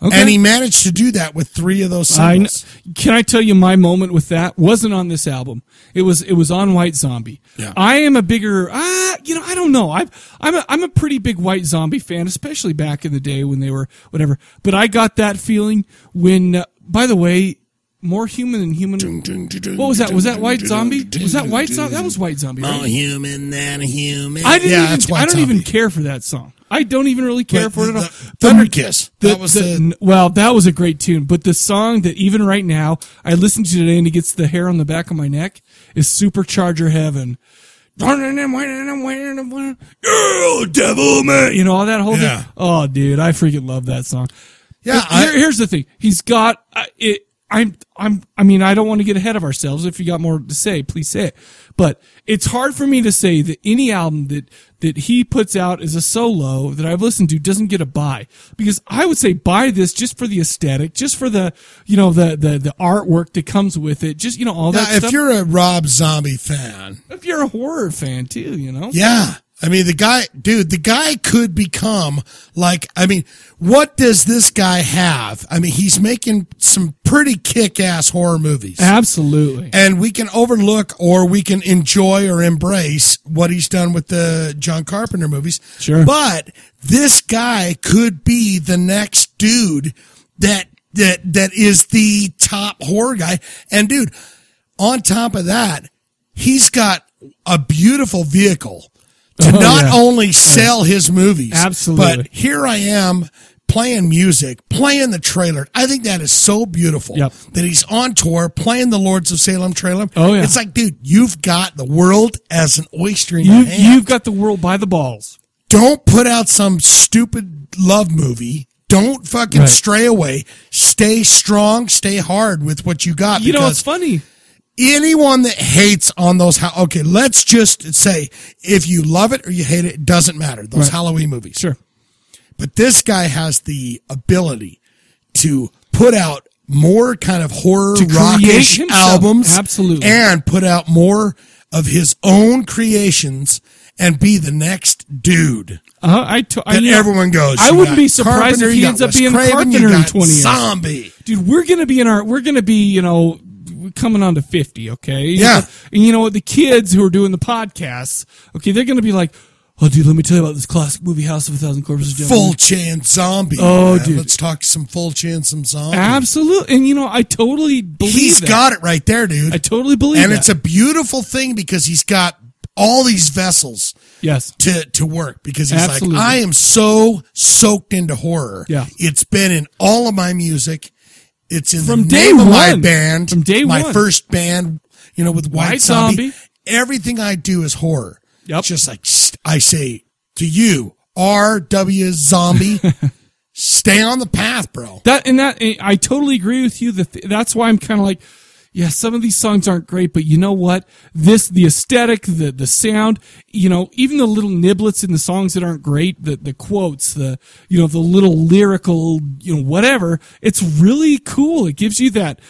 Okay. And he managed to do that with three of those I kn- singles. can I tell you my moment with that wasn't on this album. It was it was on White Zombie. Yeah. I am a bigger ah you know I don't know I've I'm a, I'm a pretty big White Zombie fan, especially back in the day when they were whatever. But I got that feeling when uh, by the way. More human than human. What was that? Was that White Zombie? Was that White Zombie? That was White Zombie. More Right? human than a human. I didn't. Yeah, even, that's White I don't Zombie. even care for that song. I don't even really care Wait, for it at the- all. Thunder Kiss. The- That was the- n- well, that was a great tune, but the song that even right now I listen to today and it gets the hair on the back of my neck is Supercharger Heaven. Oh, devil man, you know all that whole Yeah. thing. Oh, dude, I freaking love that song. Yeah, But here- here's the thing. He's got I it. I'm. I'm. I mean, I don't want to get ahead of ourselves. If you got more to say, please say it. But it's hard for me to say that any album that that he puts out as a solo that I've listened to doesn't get a buy because I would say buy this just for the aesthetic, just for the you know the the the artwork that comes with it, just you know all Now, that. if stuff. you're a Rob Zombie fan, if you're a horror fan too, you know. yeah. I mean, the guy, dude, the guy could become like, I mean, what does this guy have? I mean, he's making some pretty kick ass horror movies. Absolutely. And we can overlook or we can enjoy or embrace what he's done with the John Carpenter movies. Sure. But this guy could be the next dude that that that is the top horror guy. And dude, on top of that, he's got a beautiful vehicle to Oh, not yeah. only sell his movies, Absolutely. but here I am playing music, playing the trailer. I think that is so beautiful Yep. that he's on tour playing the Lords of Salem trailer. Oh, yeah. It's like, dude, you've got the world as an oyster in your You've, hand. you've got the world by the balls. Don't put out some stupid love movie. Don't fucking Right. stray away. Stay strong, stay hard with what you got. You know, because it's funny. Anyone that hates on those, ha- okay, let's just say if you love it or you hate it, it doesn't matter. Those Right. Halloween movies. Sure. But this guy has the ability to put out more kind of horror To create rockish himself. albums. Absolutely. And put out more of his own creations and be the next dude. Uh, I, t- I Then know. everyone goes, I you wouldn't got be surprised Carpenter, if he you ends got up being Wes Craven, Carpenter you in got twenty years. Zombie. dude. We're gonna be in our. We're gonna be you know coming on to fifty. Okay. Yeah. And you know what? The kids who are doing the podcasts. Okay, they're gonna be like, oh, dude, let me tell you about this classic movie, House of a Thousand Corpses. gentlemen." Full chan zombie. Oh, man. dude. Let's talk some full chan, some zombie. Absolutely. And you know, I totally believe Oh, He's that. got it right there, dude. I totally believe And that. it's a beautiful thing because he's got all these vessels Yes. to, to work because he's Absolutely. like, I am so soaked into horror. Yeah. It's been in all of my music. It's in From the day name of my one. band. From day my one. first band, you know, with White, White Zombie. Zombie. Everything I do is horror. Yep. It's just like st- I say to you, R.W. Zombie, stay on the path, bro. That and that eh, I totally agree with you. The th- that's why I'm kind of like, yeah, some of these songs aren't great, but you know what? This the aesthetic, the the sound, you know, even the little niblets in the songs that aren't great, the the quotes, the you know, the little lyrical, you know, whatever. It's really cool. It gives you that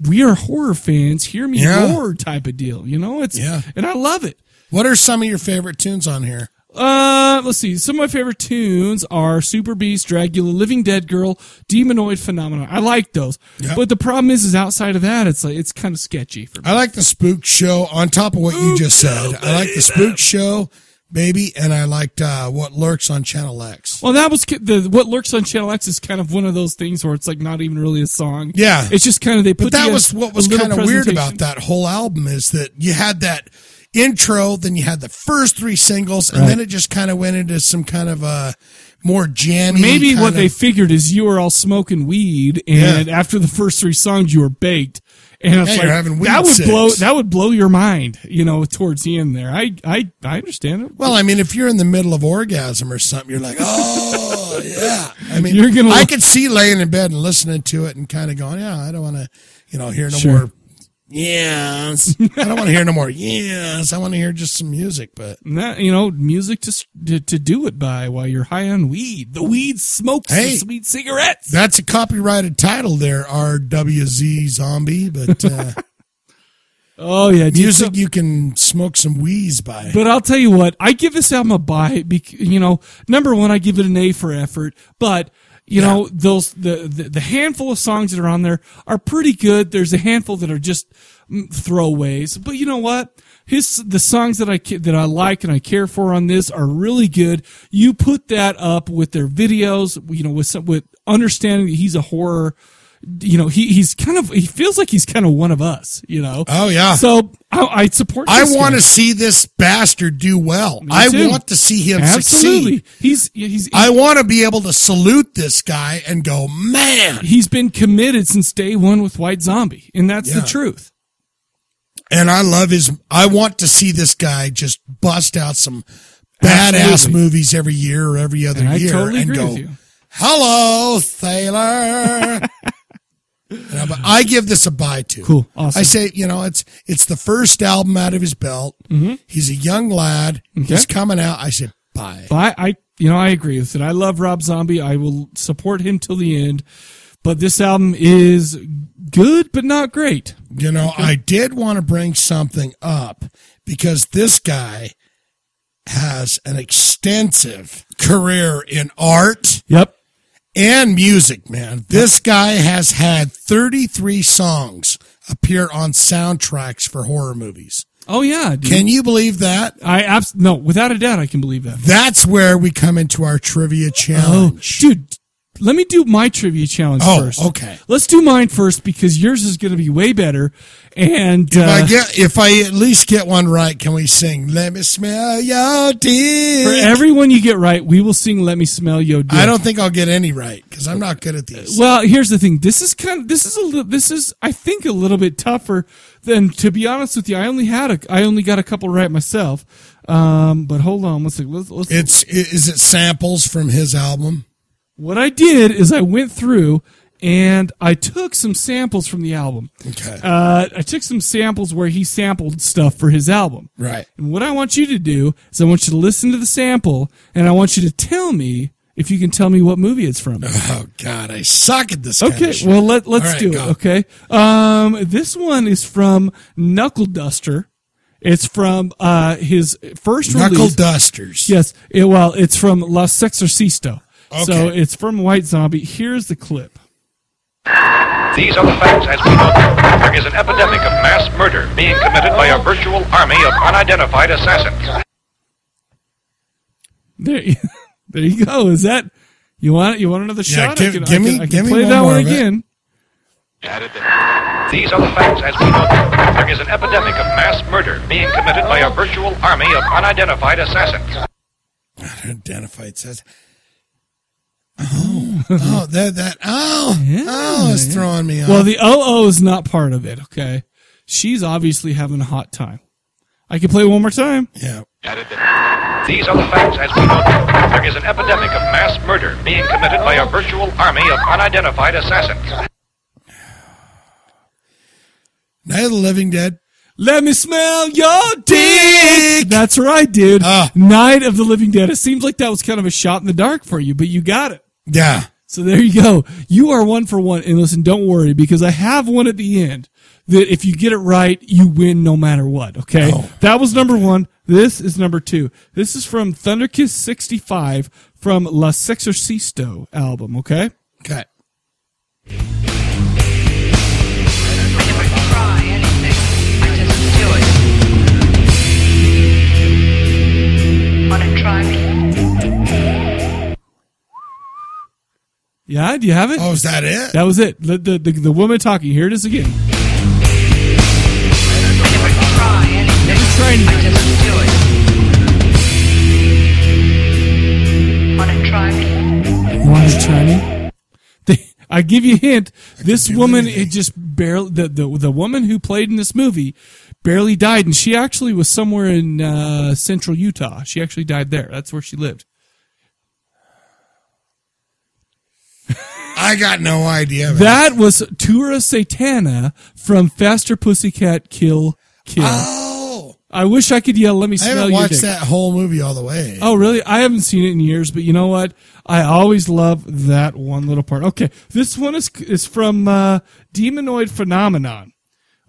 we are horror fans, hear me Yeah. roar type of deal. You know, it's Yeah. and I love it. What are some of your favorite tunes on here? Uh, let's see. Some of my favorite tunes are Super Beast, Dracula, Living Dead Girl, Demonoid Phenomenon. I like those. Yeah. But the problem is, is outside of that, it's like it's kind of sketchy for me. I like the spook show on top of what you just said. I like the spook show, baby, and I liked uh, what lurks on Channel X. Well, that was ki- the what lurks on Channel X is kind of one of those things where it's like not even really a song. Yeah. it's just kind of they But put. that together was what a was little kind of weird presentation. about that whole album is that you had that intro, then you had the first three singles, and then Right. it just kind of went into some kind of uh, more jammy. Maybe kind what they of- figured is you were all smoking weed, and after the first three songs, you were baked. And it's Yeah, like, you're having weed that would sex. blow that would blow your mind, you know, towards the end there. I I, I understand it. Well, I mean, if you're in the middle of orgasm or something, you're like, oh yeah. I mean, You're gonna- I could see laying in bed and listening to it and kind of going, yeah, I don't want to, you know, hear no Sure. more. Yes, I don't want to hear no more. Yes, I want to hear just some music. But And that you know, music to, s- to to do it by while you're high on weed. The weed smokes Hey. the sweet cigarettes. that's a copyrighted title there, RWZ Zombie. But uh, oh yeah, dude, music you can smoke some wheeze by. But I'll tell you what, I give this album a buy. bec- You know, number one, I give it an A for effort. But you know, those the, the the handful of songs that are on there are pretty good. There's a handful that are just mm, throwaways. But you know what? His the songs that I ca- that I like and I care for on this are really good. You put that up with their videos. You know, with some, with understanding that he's a horror. You know, he he's kind of he feels like he's kind of one of us. You know. Oh, yeah. So I, I support. I this want guy. to see this bastard do well. Me I too. want to see him Absolutely. succeed. He's he's. I want to be able to salute this guy and go, man. He's been committed since day one with White Zombie, and that's Yeah. the truth. and I love his. I want to see this guy just bust out some badass Absolutely. movies every year or every other And I year, totally and agree go, with you. "Hello, sailor." You know, but I give this a buy too. Cool. Awesome. I say, you know, it's it's the first album out of his belt. Mhm. He's a young lad. He's Okay. coming out. I said, buy. But I, I, you know, I agree with it. I love Rob Zombie. I will support him till the end. But this album is good, but not great. You know, I did want to bring something up because this guy has an extensive career in art. Yep. And music, man. This guy has had 33 songs appear on soundtracks for horror movies. Oh yeah. dude. Can you believe that? I abs- no, without a doubt, I can believe that. That's where we come into our trivia challenge. Oh, dude. Let me do my trivia challenge Oh, first. okay. Let's do mine first because yours is going to be way better. And If I uh, get, if I at least get one right, can we sing? Let me smell your dick. for everyone you get right, we will sing "Let Me Smell Your Dick." I don't think I'll get any right because I'm not good at these. Well, here's the thing. This is kind of this is a little this is I think a little bit tougher than to be honest with you. I only had a I only got a couple right myself. Um, but hold on, let's see. Let's, let's, it's i- is it samples from his album? what I did is I went through and I took some samples from the album. Okay. Uh, I took some samples where he sampled stuff for his album. Right. And what I want you to do is I want you to listen to the sample and I want you to tell me if you can tell me what movie it's from. Oh God, I suck at this. Okay, kind of shit. well let let's All right, do go. it. Okay, um, this one is from Knuckle Duster. It's from uh, his first Knuckle release. Dusters. Yes, it- well, it's from La Sexorcista. So Okay. it's from White Zombie. Here's the clip. These are the facts as we know them. There is an epidemic of mass murder being committed by a virtual army of unidentified assassins. There, you- there you go. Is that you want? You want another Yeah, shot? give- I can, I give me- can- I can give me play one that more one of it. again. These are the facts as we know them. There is an epidemic of mass murder being committed by a virtual army of unidentified assassins. Identified says. Oh, oh, that that oh oh, it's throwing me off. Well, the OO is not part of it. Okay, she's obviously having a hot time. I can play one more time. Yeah. These are the facts as we know them. There is an epidemic of mass murder being committed by a virtual army of unidentified assassins. Night of the Living Dead. Let me smell your dick. That's right, dude. Ah. Night of the Living Dead. It seems like that was kind of a shot in the dark for you, but you got it. Yeah. So there you go. You are one for one. And listen, don't worry because I have one at the end that if you get it right, you win no matter what. Okay. Oh. That was number one. This is number two. This is from Thunderkiss 65 from La Sexorcisto album. Okay. Okay. Yeah. Do you have it? Oh, is that it? That was it. The, the, the, the woman talking. Here it is again. Never try anything. I just do it. Wanna try me? Want to try me? They- I give you a hint. This woman, it just barely the, the the woman who played in this movie barely died, and she actually was somewhere in uh, central Utah. She actually died there. That's where she lived. I got no idea. man. That was Tura Satana from Faster Pussycat Kill Kill. Oh. I wish I could yell. Let me I smell haven't your watched dick." that whole movie all the way. Oh, really? I haven't seen it in years, but you know what? I always love that one little part. Okay, this one is is from uh, Demonoid Phenomenon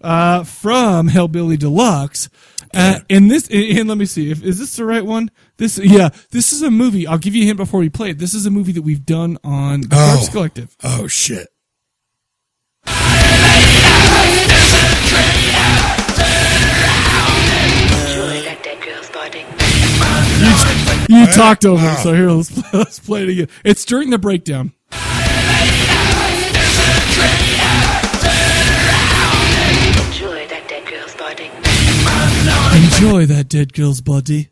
uh, from Hellbilly Deluxe. Uh, and this, and, and let me see, if, is this the right one? This, yeah, this is a movie. I'll give you a hint before we play it. This is a movie that we've done on the Oh. Corpse Collective. Oh shit. You talked over it, so here let's play, let's play it again. It's during the breakdown. Enjoy that dead girl's body.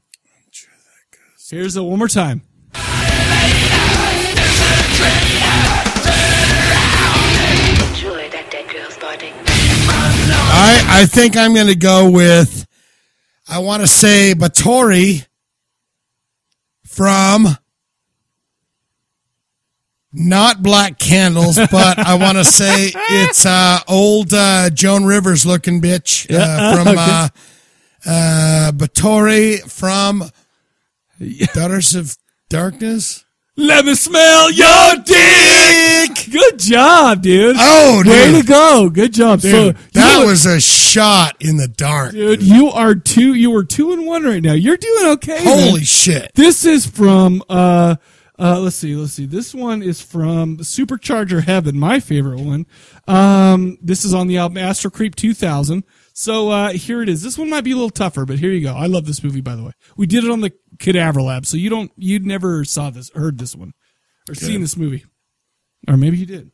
Here's it one more time. I I think I'm gonna go with I wanna say Batori from not black candles, but I want to say it's uh, old uh, Joan Rivers looking bitch uh, Yeah, from okay. uh, uh, Batori from Daughters of Darkness. Let me smell your dick. Good job, dude. Oh, dude. way to go. Good job. Dude, so that you- was a shot in the dark. Dude, you are two. You were two and one right now. You're doing okay. Holy man. shit. This is from. uh uh, let's see, let's see. This one is from Supercharger Heaven, my favorite one. Um, this is on the album Astro Creep 2000. So uh, here it is. This one might be a little tougher, but here you go. I love this movie, by the way. We did it on the Cadaver Lab, so you don't, you'd never saw this, heard this one, or seen this movie. Or maybe he did.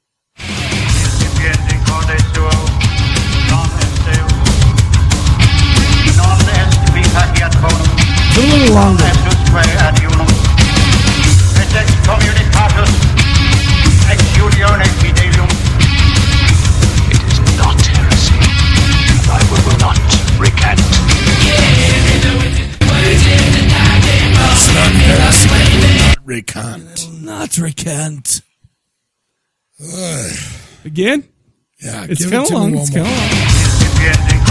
A little longer. It is not heresy, and I will not recant. Recant. Not recant. Again? Yeah, it's give it kind of to me long. one It's more. kind of long.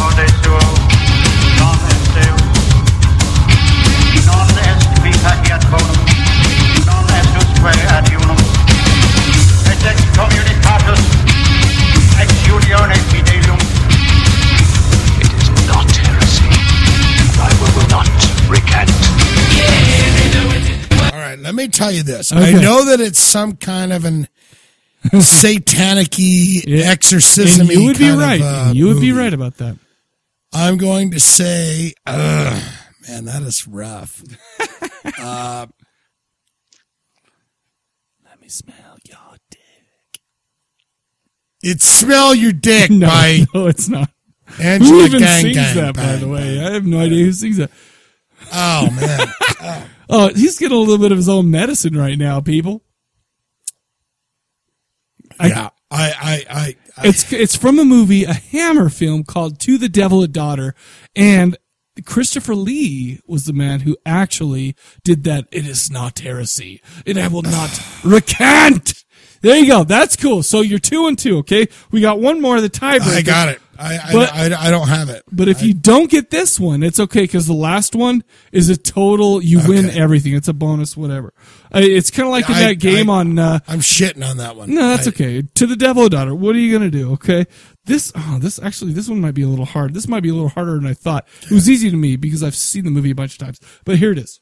It is not heresy, and I will not recant. All right, let me tell you this. Okay. I know that it's some kind of an satanic y exorcism. And you would be right. uh, you would be right about that. I'm going to say, ugh, man, that is rough. uh, Let me smell your dick. it's smell your dick no, by no, it's not. Angela who even Gang sings Gang that, by Bang the way? I have no idea who sings that. Oh man! oh, he's getting a little bit of his own medicine right now, people. yeah, I, I, I, It's it's from a movie, a Hammer film called "To the Devil a Daughter," and Christopher Lee was the man who actually did that. It is not heresy, and I will not recant. There you go. That's cool. So you're two and two. Okay, we got one more. of The tiebreaker. I got it. I, I, But- I, I don't have it. But if you don't get this one, it's okay because the last one is a total. You win everything. It's a bonus, whatever. Uh, It's kind of like in I- that game on. Uh, I'm shitting on that one. No, that's I- okay. To the devil, daughter. What are you gonna do? Okay, this. Oh, this actually, this one might be a little hard. This might be a little harder than I thought. It was easy to me because I've seen the movie a bunch of times. But here it is.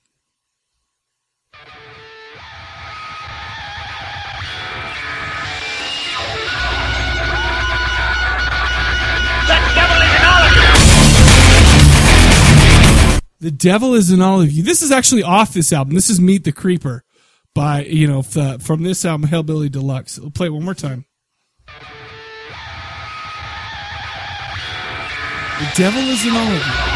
The devil is in all of you. This is actually off this album. This is Meet the Creeper by, you know, f- uh, from this album, Hellbilly Deluxe. We'll play it one more time. The devil is in all of you.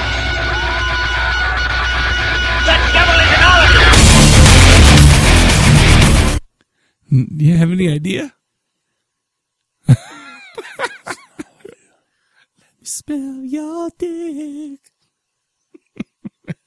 Mm, Do you have any idea? Smell your dick.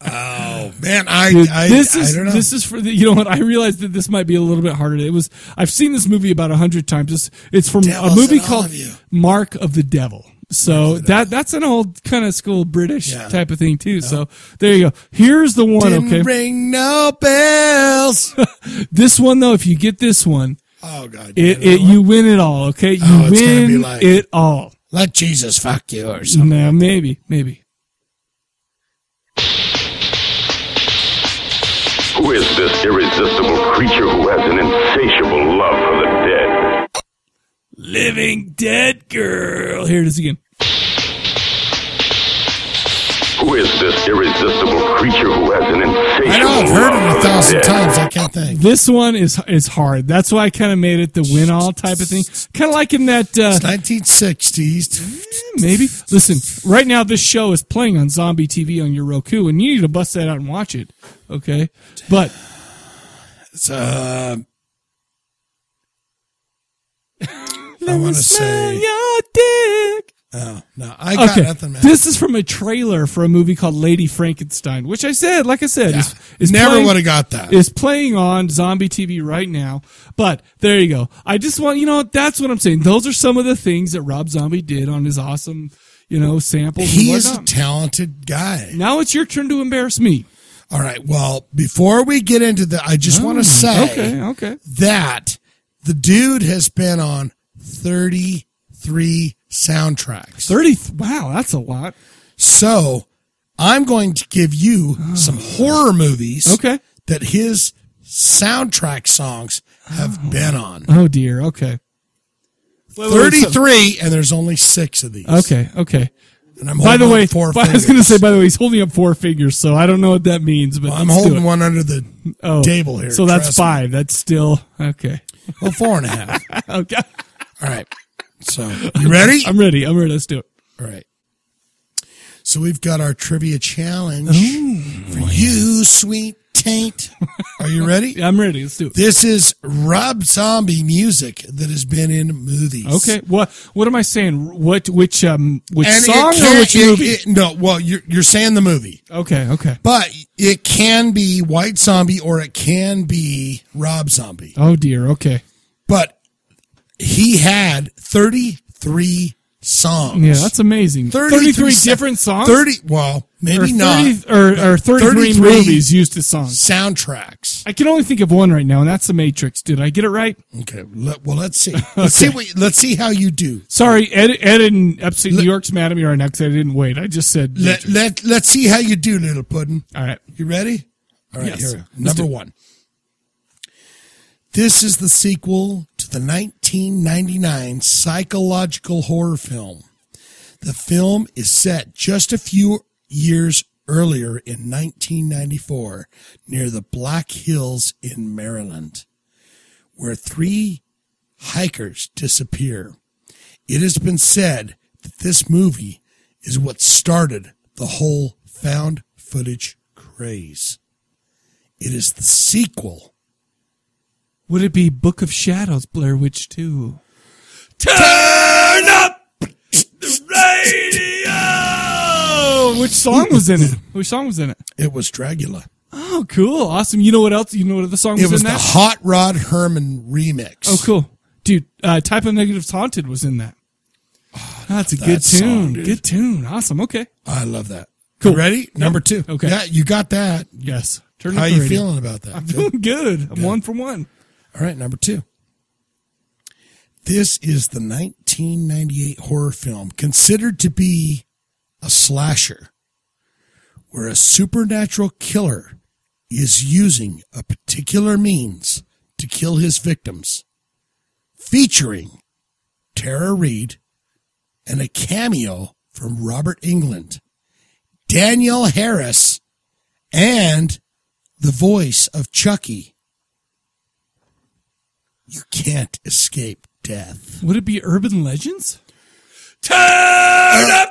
Oh man, I, Dude, I, this I is don't know. this is for the, you know what I realized that this might be a little bit harder. It was I've seen this movie about a hundred times. It's, it's from Devil's a movie in all called of you. Mark of the Devil. So that that's an old kind of school British Yeah. type of thing too. So there you go. Here's the one. Didn't okay, ring no bells. this one though, if you get this one, Oh, God, you it, get it you win it all. Okay, you Oh, it's gonna be win like- it all. Let Jesus fuck you or something. No, maybe, maybe. Who is this irresistible creature who has an insatiable love for the dead? Living dead girl. Here it is again. Who is this irresistible creature who has an insatiable I know I've heard it a thousand Yeah. times. I can't think. This one is is hard. That's why I kind of made it the win all type of thing. Kind of like in that uh, Mm, 1960s. Maybe listen. Right now, this show is playing on Zombie TV on your Roku, and you need to bust that out and watch it. Okay, but It's, uh, I want to say Oh no, I got nothing, man. This is from a trailer for a movie called Lady Frankenstein, which I said, like I said, is, is Never playing- would've got that. Is playing on Zombie TV right now. But there you go. I just want you know what? that's what I'm saying. Those are some of the things that Rob Zombie did on his awesome, you know, samples. and He is a whatnot. talented guy. Now it's your turn to embarrass me. All right. Well, before we get into the, I just want Oh, to say okay, okay. that the dude has been on 33 soundtracks. 30. Wow, that's a lot. So I'm going to give you some horror movies. Ah. Okay. That his soundtrack songs have been on. Oh dear. Okay. Wait, wait, wait, so- 33, and there's only six of these. Okay. Okay. And I'm by the holding way, up four I was going to fingers. say. By the way, he's holding up four fingers, so I don't know what that means. But Well, I'm let's do holding it. one under the Oh, table here. So that's trust me. five. That's still okay. Well, four and a half. okay. All right. So, you ready? I'm ready. I'm ready. Let's do it. All right. So we've got our trivia challenge for you, sweet taint. Are you ready? I'm ready. Let's do it. This is Rob Zombie music that has been in movies. Okay. What What am I saying? What Which um Which And it song or can't- which it- movie? it- no, well, you're, you're saying the movie. okay. Okay. But it can be White Zombie or it can be Rob Zombie. Oh dear. Okay. But he had 33 songs. Yeah, that's amazing. 33 so- different songs? 30, well, maybe Or 30 not. Or, or but 33 movies used as songs. Soundtracks. I can only think of one right now, and that's The Matrix. Did I get it right? Okay. Let, well, let's see. Let's see what, let's see how you do. Sorry, Ed, Ed in upstate New York's mad at me right now because I didn't wait. I just said. Let, let, let's see how you do, little puddin'. All right. You ready? All right, Yes. here we go. Let's Number do it. one. This is the sequel to the 1999 psychological horror film. The film is set just a few years earlier in 1994 near the Black Hills in Maryland, where three hikers disappear. It has been said that this movie is what started the whole found footage craze. It is the sequel. Would it be Book of Shadows, Blair Witch 2? Turn up Oh, which song was in it? Which song was in it? It was Dragula. Oh, cool. Awesome. You know what else? You know what the song was It was in the that? Hot Rod Herman remix. Oh, cool. Dude, uh, Type of Negatives Haunted was in that. that's a that good song, tune. dude. good tune. Awesome. Okay. I love that. Cool. You ready? Number two. Okay. Yeah, you got that. Yes. Turn How up are the you radio. feeling about that? I'm Good? doing good. I'm one for one. All right, number two. This is the 1998 horror film considered to be a slasher, where a supernatural killer is using a particular means to kill his victims, featuring Tara Reid and a cameo from Robert England, Danielle Harris, and the voice of Chucky. You can't escape death. Would it be Urban Legends? Turn up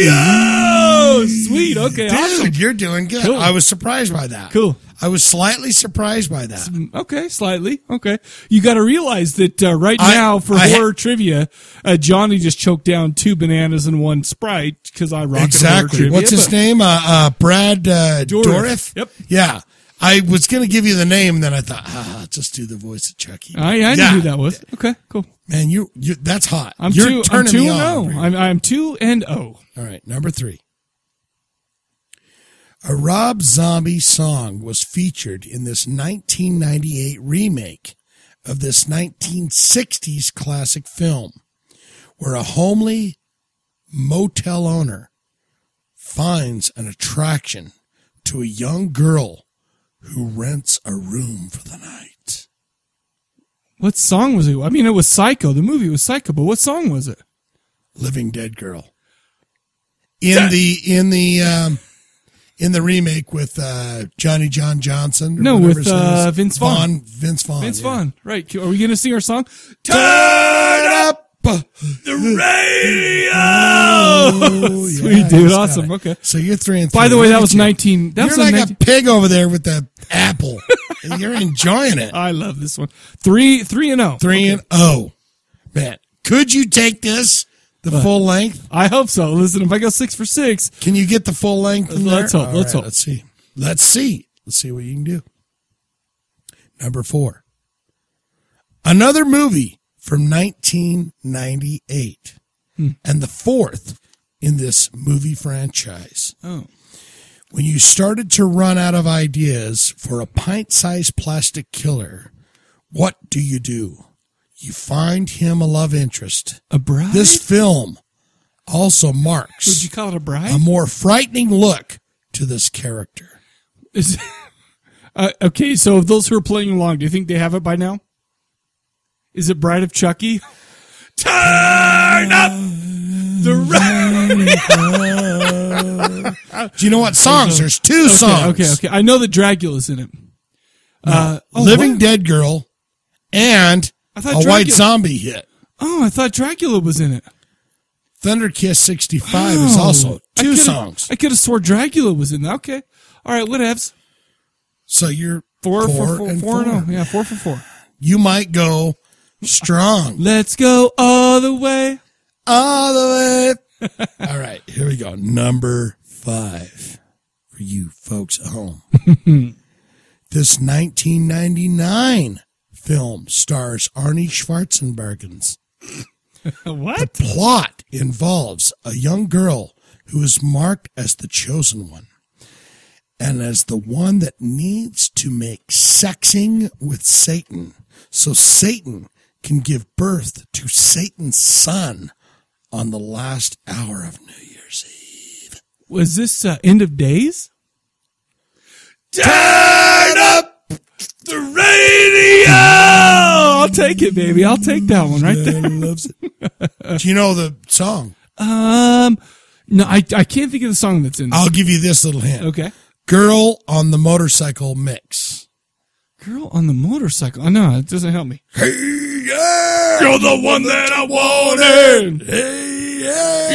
radio. Sweet. Okay. Dude, awesome. you're doing good. Cool. I was surprised by that. Cool. I was slightly surprised by that. Okay, slightly. Okay, you got to realize that uh, right I- now for I- horror trivia, uh, Johnny just choked down two bananas and one sprite because I rock And roll Exactly. trivia, What's his but- name? Uh, uh, Brad uh, Dourif. Dorif. Yep. Yeah. I was going to give you the name, then I thought, ah, just do the voice of Chucky. I, I knew Yeah. who that was. Okay, cool. Man, you, you that's hot. I'm You're two. I'm turning two me and on oh. over here. I'm, I'm two and oh. All right, number three. A Rob Zombie song was featured in this 1998 remake of this 1960s classic film, where a homely motel owner finds an attraction to a young girl who rents a room for the night. What song was it? I mean, it was Psycho. The movie was Psycho, but what song was it? Living Dead Girl. In the in the um, in the remake with uh, Johnny John Johnson. or No, whatever with his name uh, is. Vince Vaughn. Vince Vaughn. Vince yeah. Vaughn. Right. Are we going to sing our song? Turn up the radio. Oh, yeah, Sweet he's dude. got Awesome. it. Okay. So you're three and three. By the way, Look that at was you. 19. That You're was a like 19 a pig over there with the apple. you're enjoying it. I love this one. Three, three and oh. Three and oh. Man, could you take this the What? full length? I hope so. Listen, if I go six for six, can you get the full length? in Let's there? hope. All let's right, hope. Let's see. Let's see. Let's see what you can do. Number four. Another movie from 1998. Hmm. And the fourth in this movie franchise. Oh. When you started to run out of ideas for a pint sized plastic killer, what do you do? You find him a love interest. A bride? This film also marks Would you call it a bride? a more frightening look to this character. Is- uh, okay, so of those who are playing along, do you think they have it by now? Is it Bride of Chucky? Turn up the Do you know what songs? There's two okay, songs. Okay, okay. I know that Dracula's in it. Uh, oh, Living what? Dead Girl and I a thought White Dracula- Zombie hit. Oh, I thought Dracula was in it. Oh. Thunder Kiss 65 is also I two could've- songs. I could have swore Dracula was in that. Okay. All right, whatevs. So you're four, for four four, and four, and four. oh. Yeah, four for four. You might go strong. Let's go all the way. All the way. All right, here we go. Number five for you folks at home. this 1999 film stars Arnie Schwarzenbergens. what? The plot involves a young girl who is marked as the chosen one and as the one that needs to make sexing with Satan so Satan can give birth to Satan's son on the last hour of New Year's Eve. Was this uh, End of Days? Turn up the radio. Oh, I'll take it, baby. I'll take that one right there. Do you know the song? Um, no, I, I can't think of the song that's in. This. I'll give you this little hint. Okay. Girl on the motorcycle mix. Girl on the motorcycle. I know it doesn't help me. You're the one that I wanted.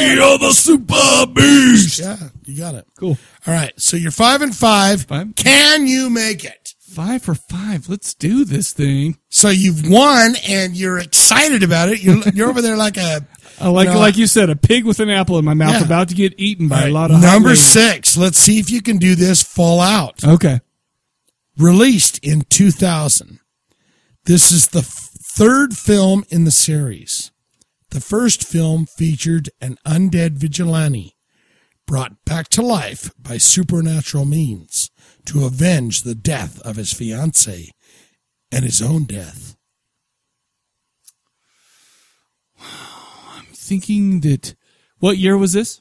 You're the super beast. Yeah, you got it. Cool. All right, so you're five and five. Can you make it? Five for five. Let's do this thing. So you've won, and you're excited about it. You're, you're over there like a I like you know, like you said, a pig with an apple in my mouth, Yeah. about to get eaten by a lot of hot number ladies. six. Let's see if you can do this. Fall out. Okay. Released in 2000. This is the f- third film in the series. The first film featured an undead vigilante brought back to life by supernatural means to avenge the death of his fiancee and his own death. I'm thinking that. What year was this?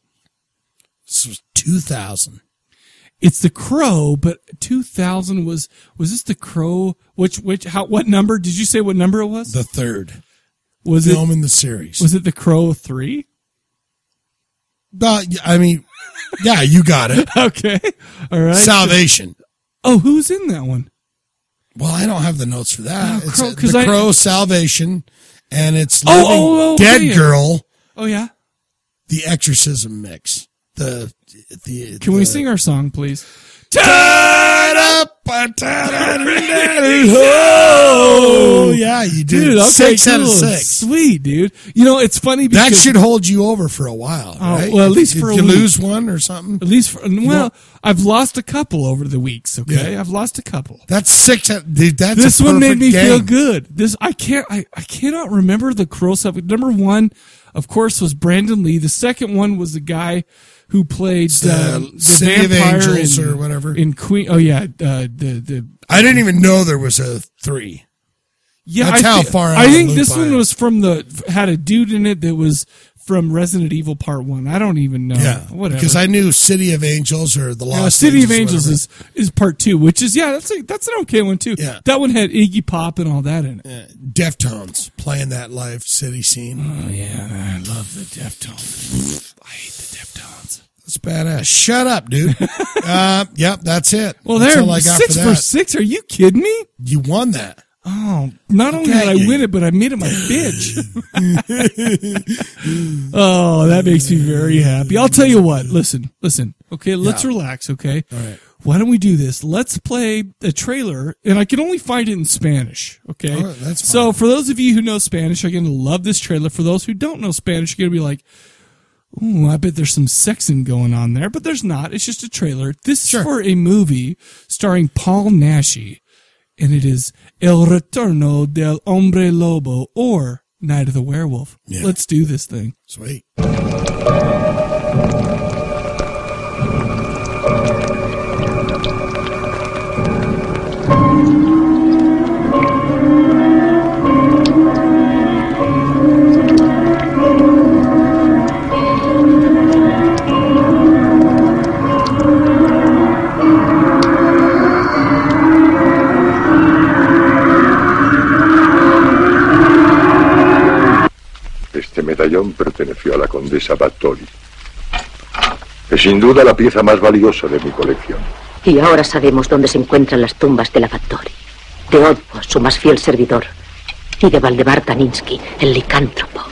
This was 2000. It's the Crow, but 2000 was was this the Crow? Which which how what number did you say? What number it was? The third was film it, in the series. Was it the Crow three? Uh, I mean, yeah, you got it. okay. All right. Salvation. Oh, who's in that one? Well, I don't have the notes for that. Oh, it's Crow, uh, 'cause the I- Crow Salvation, and it's Oh, Living oh, oh, Dead yeah. Girl, Oh yeah. the Exorcism mix. The the Can we sing our song, please? Turn up, uh, turn it Oh, yeah, you did. Dude, okay, six out of cool. six. Sweet, dude. You know, it's funny because That should hold you over for a while. Oh, right? well, at If- least if for a you week. lose one or something. At least for well, Well- I've lost a couple over the weeks. Okay, I've lost a couple. That's six. out- Dude, that's this a one made perfect me feel game. good. This I can't. I, I cannot remember the crow stuff. Number one, of course, was Brandon Lee. The second one was the guy who played uh, The the City of vampire Angels in- or whatever. in Queen. Oh yeah, uh, the the I didn't even know there was a three. yeah. that's I how thi- far out I of the think loop this I one am. was from the had a dude in it that was from Resident Evil Part One. I don't even know. Yeah, whatever. Because I knew City of Angels or the Lost Yeah, City of Angels Angels or is, is part two, which is yeah, that's a, that's an okay one too. Yeah. That one had Iggy Pop and all that in it. whatever. Deftones playing that live city scene. Oh yeah, I love the Deftones. I hate the Deftones. That's badass. Shut up, dude. uh, yep, that's it. Well, that's there all I got six for, for, that. six. Are you kidding me? You won that. Oh, not only Okay, did I you- win it, but I made it my bitch. oh, that makes me very happy. I'll tell you what. Listen, listen. Okay, let's Yeah. relax. Okay. All right. Why don't we do this? Let's play a trailer, and I can only find it in Spanish. Okay. All right, that's so for those of you who know Spanish, you're gonna love this trailer. For those who don't know Spanish, you're gonna be like, Ooh, I bet there's some sexing going on there, but there's not. It's just a trailer. This is for a movie starring Paul Nashi, and it is El Retorno del Hombre Lobo or Night of the Werewolf. Let's do this thing. Sweet. Este medallón perteneció a la condesa Batoli. Es sin duda la pieza más valiosa de mi colección. Y ahora sabemos dónde se encuentran las tumbas de la Factory. de Otpo, su más fiel servidor, y de Valdemar Taninsky, el licántropo.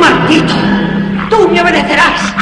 ¡Maldito! ¡Tú me obedecerás!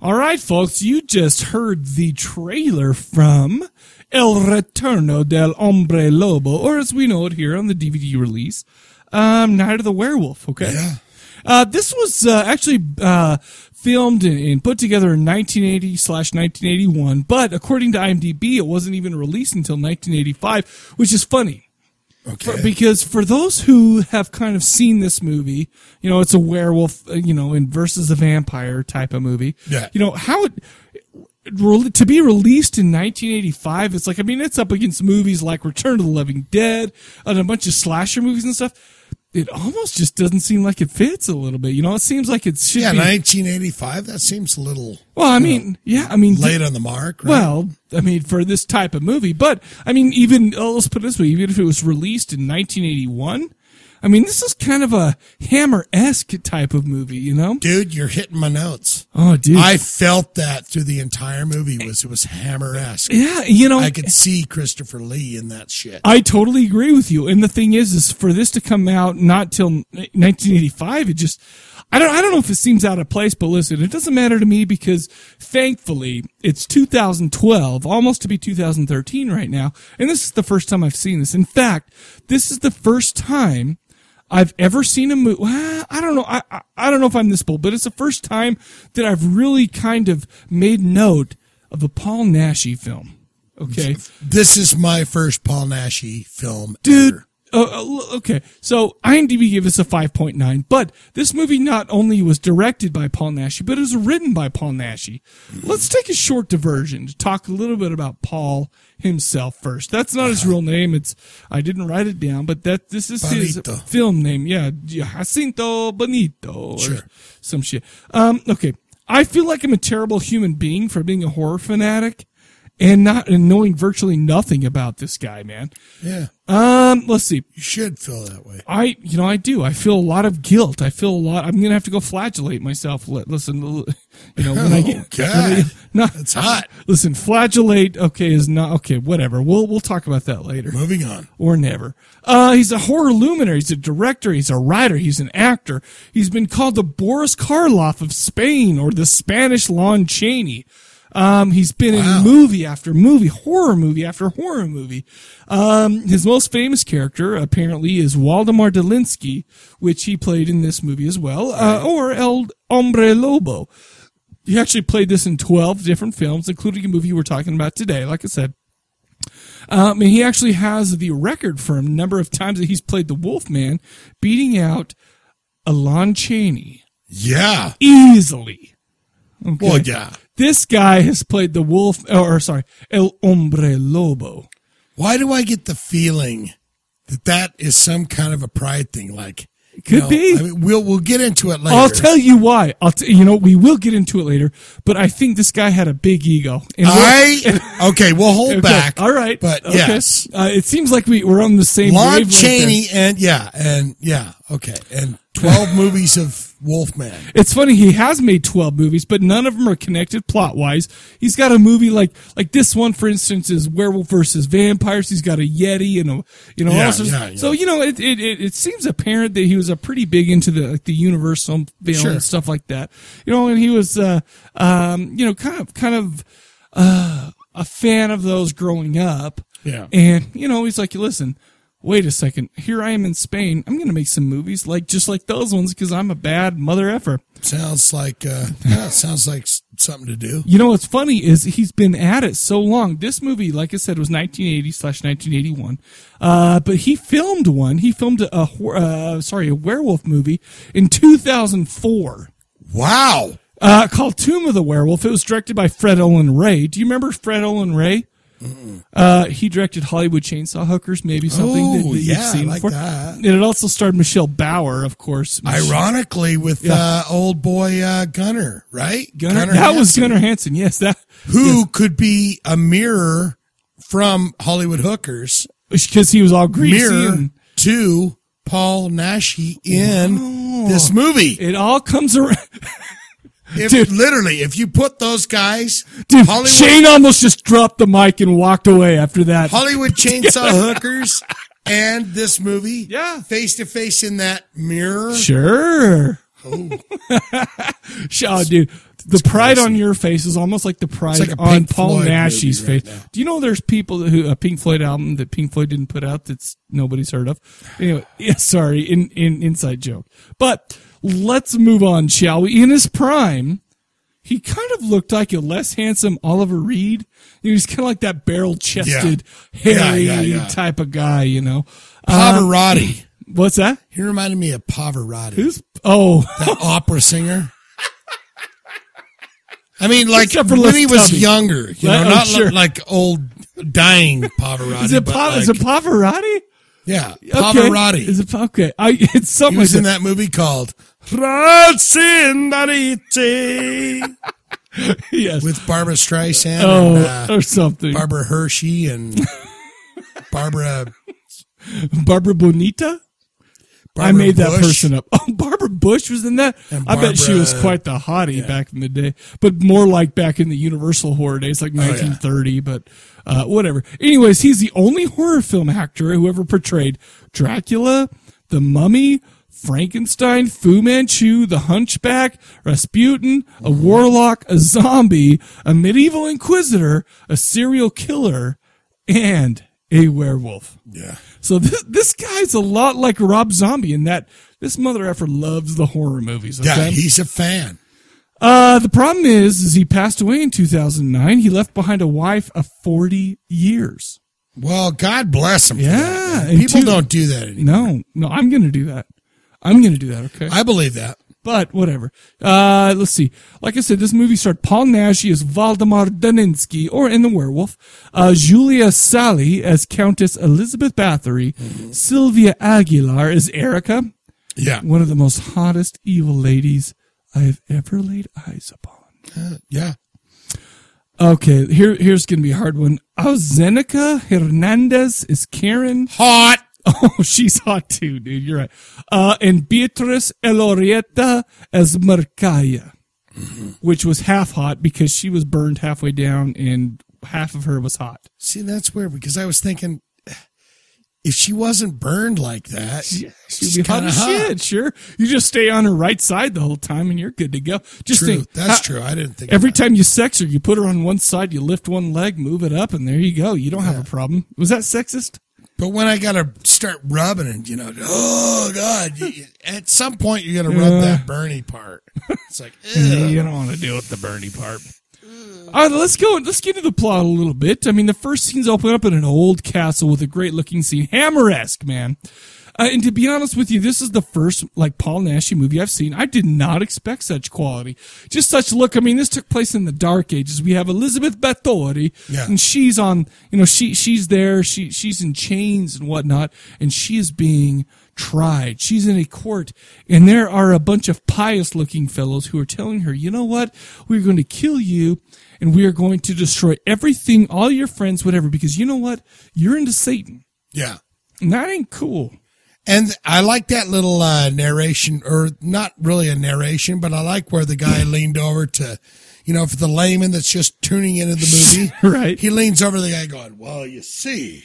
All right, folks, you just heard the trailer from El Retorno del Hombre Lobo, or as we know it here on the DVD release, um, Night of the Werewolf. Okay. Uh, this was uh, actually uh, filmed and, and put together in 1980 slash 1981, but according to IMDb, it wasn't even released until 1985, which is funny. For- because for those who have kind of seen this movie, you know, it's a werewolf, uh, you know, in versus a vampire type of movie. Yeah. You know, how it, re- to be released in 1985, it's like, I mean, it's up against movies like Return to the Living Dead and a bunch of slasher movies and stuff. It almost just doesn't seem like it fits a little bit. You know, it seems like it should Yeah, be. 1985. That seems a little. Well, I mean, yeah, I mean, late on the mark. Right? Well, I mean, for this type of movie, but I mean, even oh, let's put it this way: even if it was released in 1981, I mean, this is kind of a Hammer esque type of movie, you know? Dude, you're hitting my notes. Oh, dude, I felt that through the entire movie. It was it was hammer esque? Yeah, you know- I could see Christopher Lee in that shit. I totally agree with you. And the thing is, is for this to come out not till 1985, it just, I don't, I don't know if it seems out of place, but listen, it doesn't matter to me because thankfully it's 2012, almost to be 2013 right now. And this is the first time I've seen this. In fact, this is the first time I've ever seen a movie. Well, I don't know. I, I, I don't know if I'm this bold, but it's the first time that I've really kind of made note of a Paul Nashy film. Okay. This is my first Paul Nashy film. Dude. Uh, uh, l- okay, so IMDb gave us a 5.9, but this movie not only was directed by Paul Nashi, but it was written by Paul Nashi. Let's take a short diversion to talk a little bit about Paul himself first. That's not Uh-huh. his real name. It's I didn't write it down, but that this is Bonito. his film name. Yeah, Jacinto Bonito or Sure. some shit. Um, okay, I feel like I'm a terrible human being for being a horror fanatic and not and knowing virtually nothing about this guy, man. Yeah. Um, let's see. You should feel that way. I, you know, I do. I feel a lot of guilt. I feel a lot. I'm gonna have to go flagellate myself. Li- Listen, l- you know, when I get, Oh, God. when I get- no, That's hot. Listen, flagellate. Okay, is not okay. Whatever. We'll we'll talk about that later. Moving on, or never. Uh, he's a horror luminary. He's a director. He's a writer. He's an actor. He's been called the Boris Karloff of Spain or the Spanish Lon Chaney. Um, he's been in movie after movie, horror movie after horror movie. Um, his most famous character apparently is Waldemar Delinsky, which he played in this movie as well, uh, or El Hombre Lobo. He actually played this in 12 different films, including a movie we're talking about today, like I said. Um, and he actually has the record for a number of times that he's played the Wolfman, beating out Alon Chaney Yeah. Easily. Well, yeah. This guy has played the wolf, or sorry, El Hombre Lobo. Why do I get the feeling that that is some kind of a pride thing? Like, you Could be. I mean, we'll we'll get into it later. I'll tell you why. I'll t- you know we will get into it later, but I think this guy had a big ego. I okay. We'll hold back. All right, but okay. yes. uh, it seems like we we're on the same. Lon wavelength Chaney there. and yeah and yeah okay and twelve movies of Wolfman. It's funny he has made twelve movies, but none of them are connected plot wise. He's got a movie like like this one, for instance, is werewolf versus vampires. He's got a yeti and a you know Yeah, all sorts- yeah, yeah. so you know it, it it it seems apparent that he was a pretty big into the like the universal film Sure. and stuff like that. You know, and he was uh um you know kind of kind of uh a fan of those growing up. Yeah. And, you know, he's like, listen, wait a second. Here I am in Spain. I'm going to make some movies like just like those ones because I'm a bad mother effer. Sounds like, uh, yeah, sounds like s- something to do. You know what's funny is he's been at it so long. This movie, like I said, was 1980 slash 1981. Uh, but he filmed one. He filmed a, hor- uh, sorry, a werewolf movie in 2004. Wow. Uh, called Tomb of the Werewolf. It was directed by Fred Olin Ray. Do you remember Fred Olin Ray? Uh, he directed Hollywood Chainsaw Hookers, maybe something that, Oh, that you've yeah, I seen like before. that. And it also starred Michelle Bauer, of course. Ironically, with Yeah. uh, old boy uh, Gunner, right? Gunnar- that was Gunnar Hansen. Yes, that who could be a mirror from Hollywood hookers because he was all greasy Mirror and- to Paul Nashi in this movie. It all comes around. If, literally, if you put those guys, Dude, Hollywood, Shane almost just dropped the mic and walked away after that. Hollywood Chainsaw Hookers and this movie, yeah, face to face in that mirror, Sure. Oh. Sh- Oh, dude, the pride on your face is almost like the pride like a on Pink Paul Floyd Nash's movie right face. Do you know there's people that- who a Pink Floyd album that Pink Floyd didn't put out that's nobody's heard of? Anyway, yeah, sorry, in, in inside joke. But let's move on, shall we? In his prime, he kind of looked like a less handsome Oliver Reed. He was kind of like that barrel chested, Yeah, hairy yeah, yeah. type of guy, you know. Pavarotti. Um, what's that? He reminded me of Pavarotti. Who's oh that opera singer? I mean, like Except for when Little he was Tubby. younger, you know, Right? Oh, not sure. li- like old dying Pavarotti. Is it, but pa- like, is it Pavarotti? Yeah, Okay. Pavarotti. Is it Pa- okay? I, it's something he was like in that movie called Trascendente. yes, with Barbara Streisand, Oh, and, uh, or something. Barbara Hershey and Barbara Barbara Bonita. I Barbara made that Bush. person up. Oh, Barbara Bush was in that. And I bet she was Barbara- quite the hottie back in the day, but more like back in the Universal horror days, like Oh, yeah. 1930. But uh, whatever. Anyways, he's the only horror film actor who ever portrayed Dracula, the Mummy, Frankenstein, Fu Manchu, the Hunchback, Rasputin, a Mm-hmm. warlock, a zombie, a medieval inquisitor, a serial killer, and a werewolf. Yeah. So this, this guy's a lot like Rob Zombie in that this mother effer loves the horror movies. Okay? Yeah, he's a fan. Uh, the problem is, is he passed away in 2009. He left behind a wife of 40 years. Well, God bless him. Yeah. and People two- don't do that No, no, I'm going to do that. I'm going to do that. Okay. I believe that. But whatever. Uh, let's see. Like I said, this movie starred Paul Nash as Valdemar Daninsky, or in The Werewolf, uh, Julia Sally as Countess Elizabeth Bathory, Sylvia Aguilar as Erica. Yeah. One of the most hottest evil ladies I have ever laid eyes upon. Uh, yeah. Okay, here here's gonna be a hard one. Oh, Zeneca Hernandez is Karen. Hot. Oh, she's hot too, dude. You're right. Uh, and Beatrice Elorieta as Mercaya, which was half hot because she was burned halfway down and half of her was hot. See, that's weird because I was thinking if she wasn't burned like that, She'd be hot kinda as shit, sure. You just stay on her right side the whole time and you're good to go. Just True. think That's how- true. I didn't think Every time you sex her, you put her on one side, you lift one leg, move it up, and there you go. You don't have a problem. Was that sexist? But when I gotta start rubbing it, you know, oh god! you- you- At some point, you're gonna rub Yeah. that Bernie part. It's like Yeah, ugh. Uh. you don't want to deal with the Bernie part. All right, let's go. Let's get into the plot a little bit. I mean, the first scenes open up in an old castle with a great looking scene, hammer esque, man. Uh, and to be honest with you, this is the first like Paul Nashy movie I've seen. I did not expect such quality, just such look. I mean, this took place in the dark ages. We have Elizabeth Bathory, Yeah. and she's on, you know, she she's there, she she's in chains and whatnot, and she is being tried. She's in a court, and there are a bunch of pious looking fellows who are telling her, you know what, we're going to kill you, and we are going to destroy everything, all your friends, whatever, because you know what, you're into Satan. Yeah. And that ain't cool. And I like that little uh, narration, or not really a narration, but I like where the guy leaned over to, you know, for the layman that's just tuning into the movie. right. He leans over to the guy going, Well, you see,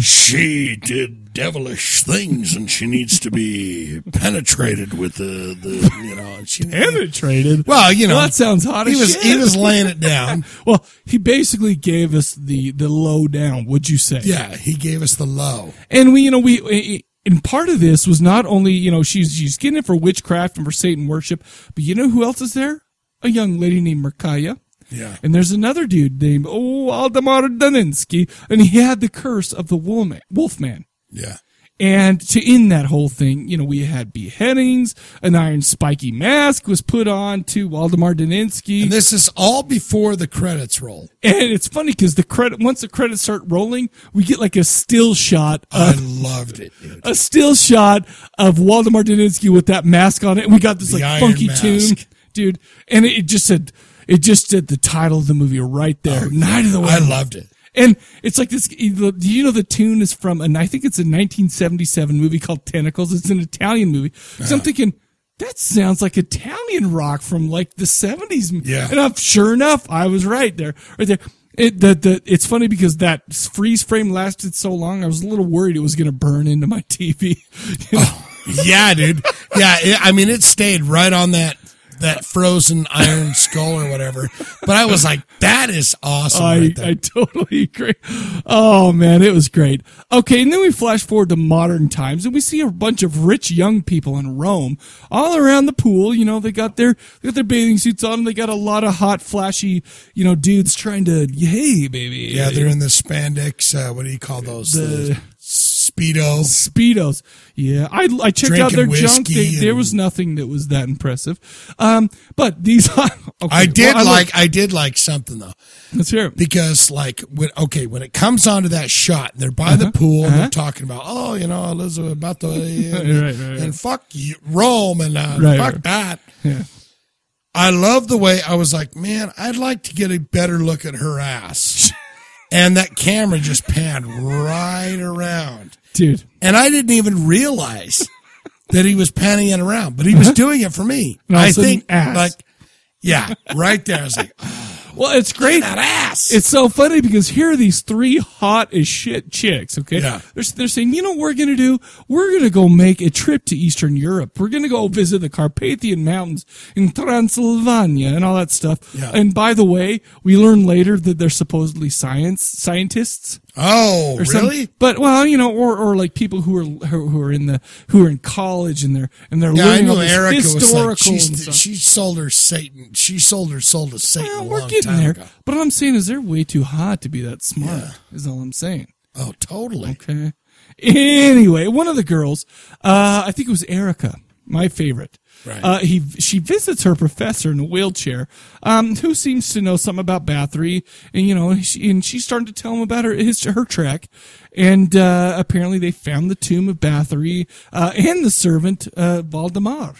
she did devilish things and she needs to be penetrated with the, the you know, and she Penetrated. Well, you know, that sounds hot. he as was- shit. he was laying it down. well, he basically gave us the the low down. Would you say? Yeah, he gave us the low. And we, you know, we and part of this was not only you know she's she's getting it for witchcraft and for Satan worship, but you know who else is there? A young lady named Merkaya. Yeah. And there's another dude named Oh Aldemar Daninsky, and he had the curse of the woman, Wolfman. Yeah. And to end that whole thing, you know, we had beheadings, an iron spiky mask was put on to Waldemar Daninsky. And this is all before the credits roll. And it's funny because the credit once the credits start rolling, we get like a still shot I of loved it. a still shot of Waldemar Daninsky with that mask on it. And we got this The like iron funky mask. tune, dude. And it, it just said, it just said the title of the movie right there. Night of the Oh, I Wilderness. loved it. And it's like this, do you know the tune is from, and I think it's a 1977 movie called Tentacles. It's an Italian movie. So Uh-huh. I'm thinking, that sounds like Italian rock from like the 70s. Yeah. And I'm, sure enough, I was right there, right there. It, the, the, it's funny because that freeze frame lasted so long, I was a little worried it was going to burn into my TV. Oh, yeah, dude. Yeah, it, I mean, it stayed right on that that frozen iron skull or whatever. But I was like, that is awesome. I, right there. I totally agree. Oh man, it was great. Okay, and then we flash forward to modern times and we see a bunch of rich young people in Rome all around the pool. You know, they got their they got their bathing suits on, they got a lot of hot, flashy, you know, dudes trying to hey baby. yeah, they're in the spandex. Uh, what do you call those? The- The, speedo. Speedos. Yeah, I, I checked out Drinking their junk. whiskey They, There and- was nothing that was that impressive. Um, but these, okay, I did well, like I did like something though. Let's hear it. Because like when okay, when it comes onto that shot and they're by Uh-huh. the pool and they're talking about, oh, you know, Elizabeth about to and, Right, right, right. and fuck you, Rome and uh, Right, fuck right. that. Yeah. I love the way I was like, man, I'd like to get a better look at her ass. and that camera just panned right around. Dude. And I didn't even realize that he was panning it around, but he was Uh-huh. doing it for me. And all of I a sudden, think ass. like yeah, right there. I was like, Well, it's great. That ass. It's so funny because here are these three hot as shit chicks. Okay. Yeah. They're, they're saying, you know what we're going to do? We're going to go make a trip to Eastern Europe. We're going to go visit the Carpathian Mountains in Transylvania and all that stuff. Yeah. And by the way, we learn later that they're supposedly science scientists. Oh, some- really? but well, you know, or, or like people who are who are in the who are in college and they're and they're yeah, I learning all know this Erica was historical. like, she, and stuff. she sold her Satan. She sold her soul to Satan. a we're long getting time there. ago. But what I'm saying is they're way too hot to be that smart. Is all I'm saying. Oh, totally. Okay. Anyway, one of the girls, uh, I think it was Erica, my favorite. Right. Uh, he she visits her professor in a wheelchair, um, who seems to know something about Bathory, and you know, she, and she's starting to tell him about her his her trek, and uh, apparently they found the tomb of Bathory uh, and the servant uh, Valdemar.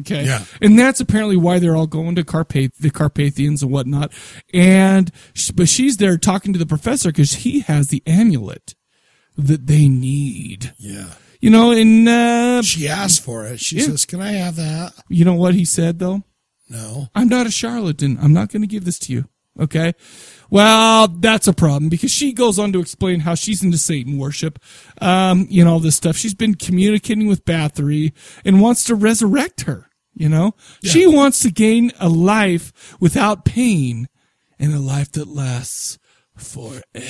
Okay. Yeah. And that's apparently why they're all going to Carpath- the Carpathians and whatnot. And sh but she's there talking to the professor because he has the amulet that they need. Yeah. You know, and uh, she asked for it. She says, "Can I have that?" You know what he said though? No. I'm not a charlatan. I'm not going to give this to you. Okay. Well, that's a problem because she goes on to explain how she's into Satan worship, um, you know, all this stuff. She's been communicating with Bathory and wants to resurrect her. You know, she wants to gain a life without pain and a life that lasts forever.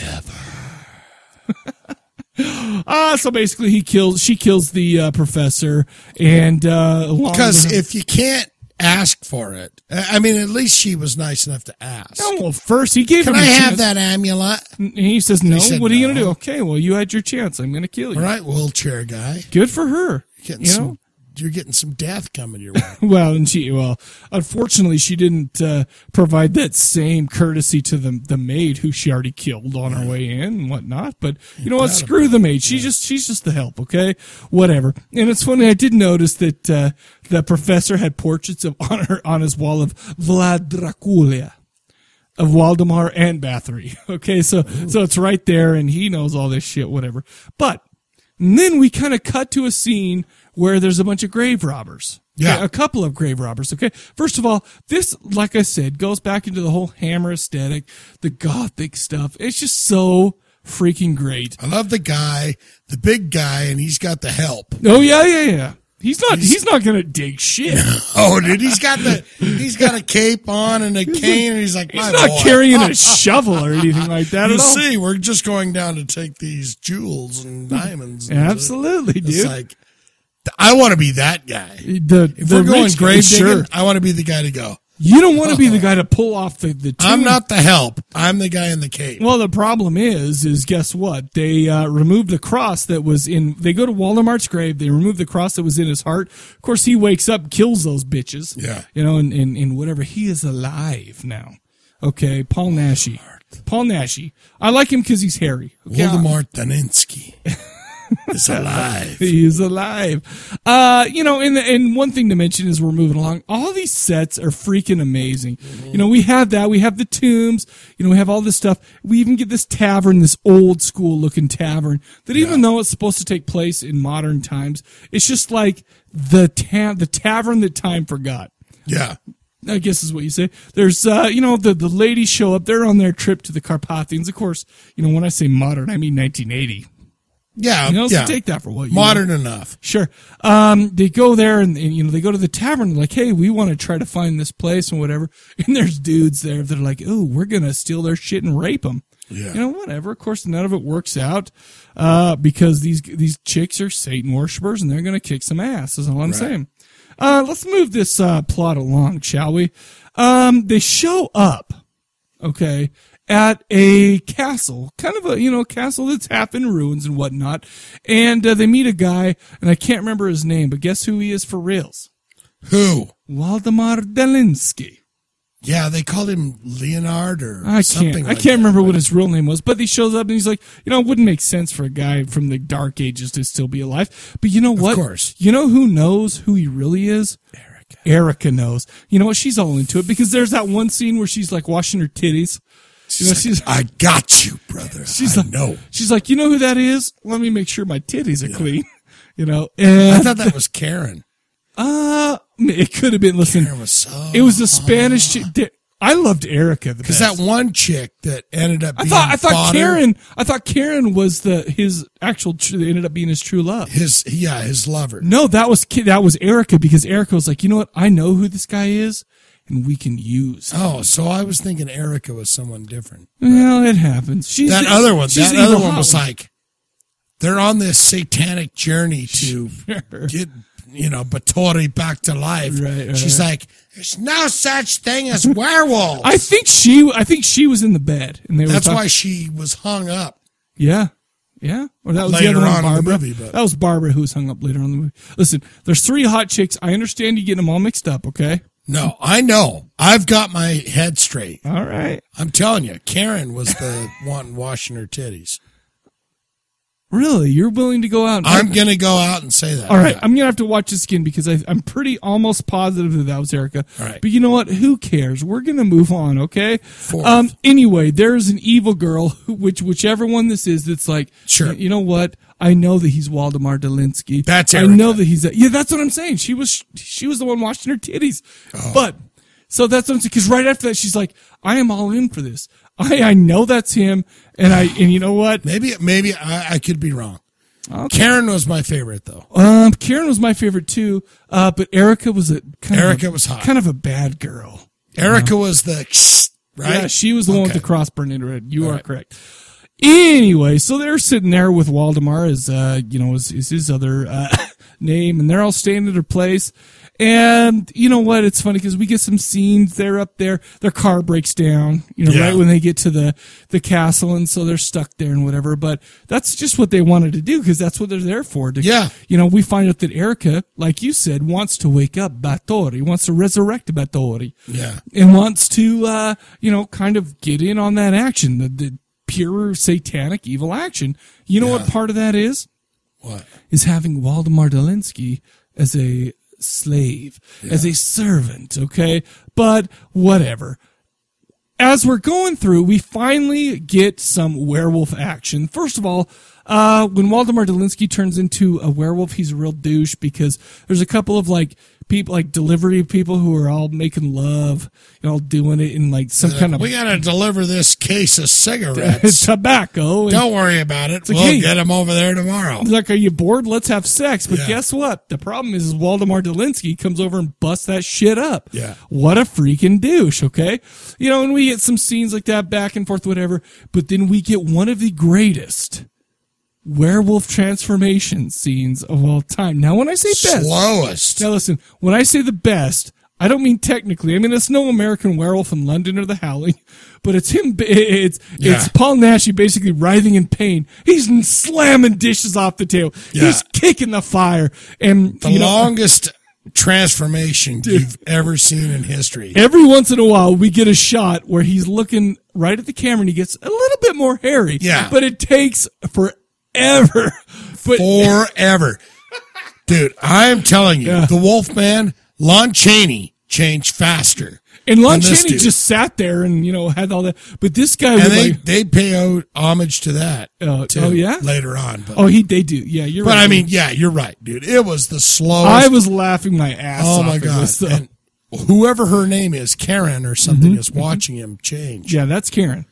Ah, so basically, he kills. She kills the uh, professor, and uh, along Because with- if you can't ask for it. I I mean, at least she was nice enough to ask. Oh, well, first he gave Can him I a have chance. that amulet? And he says, no, He said what are you going to no. do? Okay, well, you had your chance. I'm going to kill you. All right, wheelchair guy. Good for her. Getting you some- know? You're getting some death coming your way. Well, and she, well, unfortunately, she didn't uh, provide that same courtesy to the the maid who she already killed on her way in and whatnot. But you know what? Screw the maid. She just she's just the help. Okay, whatever. And it's funny. I did notice that uh, the professor had portraits of on her on his wall of Vlad Dracula. Of Waldemar and Bathory. Okay, so so it's right there, and he knows all this shit, whatever. But and then we kind of cut to a scene where there's a bunch of grave robbers. Yeah. A couple of grave robbers. Okay. First of all, this, like I said, goes back into the whole hammer aesthetic, the gothic stuff. It's just so freaking great. I love the guy, the big guy, and he's got the help. Oh, yeah, yeah, yeah. He's not, he's, not going to dig shit. Oh, dude, he's got the he's got a cape on and a cane, and he's like, He's "My not boy." Oh, carrying a shovel or anything like that you at all. see, we're just going down to take these jewels and diamonds. And Absolutely, it's dude. like, I want to be that guy. The, If the we're going rich- grave digging, sure. I want to be the guy to go. You don't want to be the guy to pull off the, the I'm tomb. not the help. I'm the guy in the cape. Well, the problem is, is guess what? They uh, removed the cross that was in. They go to Waldemar's grave. They remove the cross that was in his heart. Of course, he wakes up, kills those bitches. Yeah. you know, and and, and whatever. He is alive now. Okay, Paul Nashi. Paul Nashi. I like him because he's hairy. Okay? Voldemort Daninsky is alive. He is alive. Uh, you know, and and one thing to mention is we're moving along. All these sets are freaking amazing. You know, we have that. We have the tombs. You know, we have all this stuff. We even get this tavern, this old school looking tavern that even though it's supposed to take place in modern times, it's just like the ta- the tavern that time forgot. Yeah. I guess is what you say. There's, uh, you know, the, the ladies show up. They're on their trip to the Carpathians. Of course, you know, when I say modern, I mean 1980. Yeah, You know, so yeah. take that for what you Modern want. enough. Sure. Um, they go there and, and, you know, they go to the tavern, like, hey, we want to try to find this place and whatever. And there's dudes there that are like, oh, we're going to steal their shit and rape them. Yeah. You know, "Eh, whatever. Of course, none of it works out, uh, because these, these chicks are Satan worshipers and they're going to kick some ass, is all I'm Right. saying. Uh, let's move this, uh, plot along, shall we? Um, they show up okay, at a castle, kind of a, you know, castle that's half in ruins and whatnot. And uh, they meet a guy, and I can't remember his name, but guess who he is for reals? Who? Waldemar Delinsky. Yeah, they called him Leonard or I can't. something. I like can't remember what his real name was, but he shows up and he's like, you know, it wouldn't make sense for a guy from the Dark Ages to still be alive. But you know what? course. You know who knows who he really is? Erica. Erica knows. You know what? She's all into it because there's that one scene where she's like washing her titties. you know, she's. I got you, brother. She's I like, know. She's like, you know who that is? Let me make sure my titties are clean. You know, I and thought that was Karen. uh, it could have been. Listen, Karen was so it was the Spanish chick. that- I loved Erica the because best. that one chick that ended up. I Being thought I thought fodder- Karen I thought Karen was the his actual tr- that ended up being his true love. His yeah, his lover. No, that was Ki- that was Erica because Erica was like, you know what? I know who this guy is, and we can use. him." Oh, so I was thinking Erica was someone different. well, it happens. She's that the- other one. she's That the other evil one hot was like, they're on this satanic journey to get you know Batori back to life. right, She's right. like, there's no such thing as werewolves. I think she I think she was in the bed, and they were That's talking- why she was hung up. Yeah. Yeah. Or that was Later the other on in one, the Barbara. movie, but- That was Barbara who was hung up later on in the movie. Listen, there's three hot chicks. I understand you getting them all mixed up, okay? No, I know. I've got my head straight. All right. I'm telling you, Karen was the one washing her titties. Really? You're willing to go out? And I'm gonna go out and say that. All right, I'm gonna have to watch this again because I, I'm pretty almost positive that that was Erica. All right, but you know what? Who cares? We're gonna move on, okay? Um. Anyway, there's an evil girl, who, which whichever one this is, that's like, sure. You know what? I know that he's Waldemar Delinsky. That's I know that he's. A, yeah, that's what I'm saying. She was she was the one washing her titties, Oh. but so that's what I'm saying. Because right after that, she's like, I am all in for this. I I know that's him, and I and you know what? Maybe maybe I, I could be wrong. Karen was my favorite though. Um, Karen was my favorite too, uh, but Erica was a kind Erica of a, was hot. kind of a bad girl. Erica was the right. Yeah, she was the one with the cross burned into her head. You are correct. Anyway, so they're sitting there with Waldemar as uh, you know, is, is his other uh, name, and they're all staying at her place. And you know what? It's funny because we get some scenes. They're up there. Their car breaks down, you know, Yeah. right when they get to the, the castle. And so they're stuck there and whatever. But that's just what they wanted to do because that's what they're there for. To, yeah. You know, we find out that Erica, like you said, wants to wake up Batori, wants to resurrect Batori Yeah. and wants to, uh, you know, kind of get in on that action, the, the pure satanic evil action. You know what part of that is? What? Is having Waldemar Delinsky as a slave, as a servant, okay? But whatever. As we're going through, we finally get some werewolf action. First of all, uh, when Waldemar Delinsky turns into a werewolf, he's a real douche because there's a couple of like people, like delivery people who are all making love and all doing it in like some kind of Uh, we gotta deliver this case of cigarettes. tobacco. and- Don't worry about it. It's like, we'll hey. get them over there tomorrow. He's like, are you bored? Let's have sex. But Yeah. guess what? The problem is, is Waldemar Delinsky comes over and busts that shit up. Yeah. What a freaking douche, okay? You know, and we get some scenes like that back and forth, whatever. But then we get one of the greatest werewolf transformation scenes of all time. Now, when I say best, Slowest. Now, listen, when I say the best, I don't mean technically. I mean, it's no American werewolf in London or the Howling, but it's him. It's, Yeah. it's Paul Nashi basically writhing in pain. He's slamming dishes off the table. Yeah. He's kicking the fire. And The you know, longest transformation you've ever seen in history. Every once in a while, we get a shot where he's looking right at the camera and he gets a little bit more hairy. Yeah. But it takes forever. But forever. Dude, I'm telling you, the Wolfman, Lon Chaney changed faster. And Lon than this Chaney dude. just sat there and, you know, had all that. But this guy and was they, like, they pay o- homage to that. Uh, too, oh, yeah? later on. But, oh, he, they do. Yeah, you're but right. I mean, yeah, you're right, dude. It was the slowest. I was laughing my ass oh off. my at god! this, though. And whoever her name is, Karen or Mm-hmm. something, is watching him change. Yeah, that's Karen.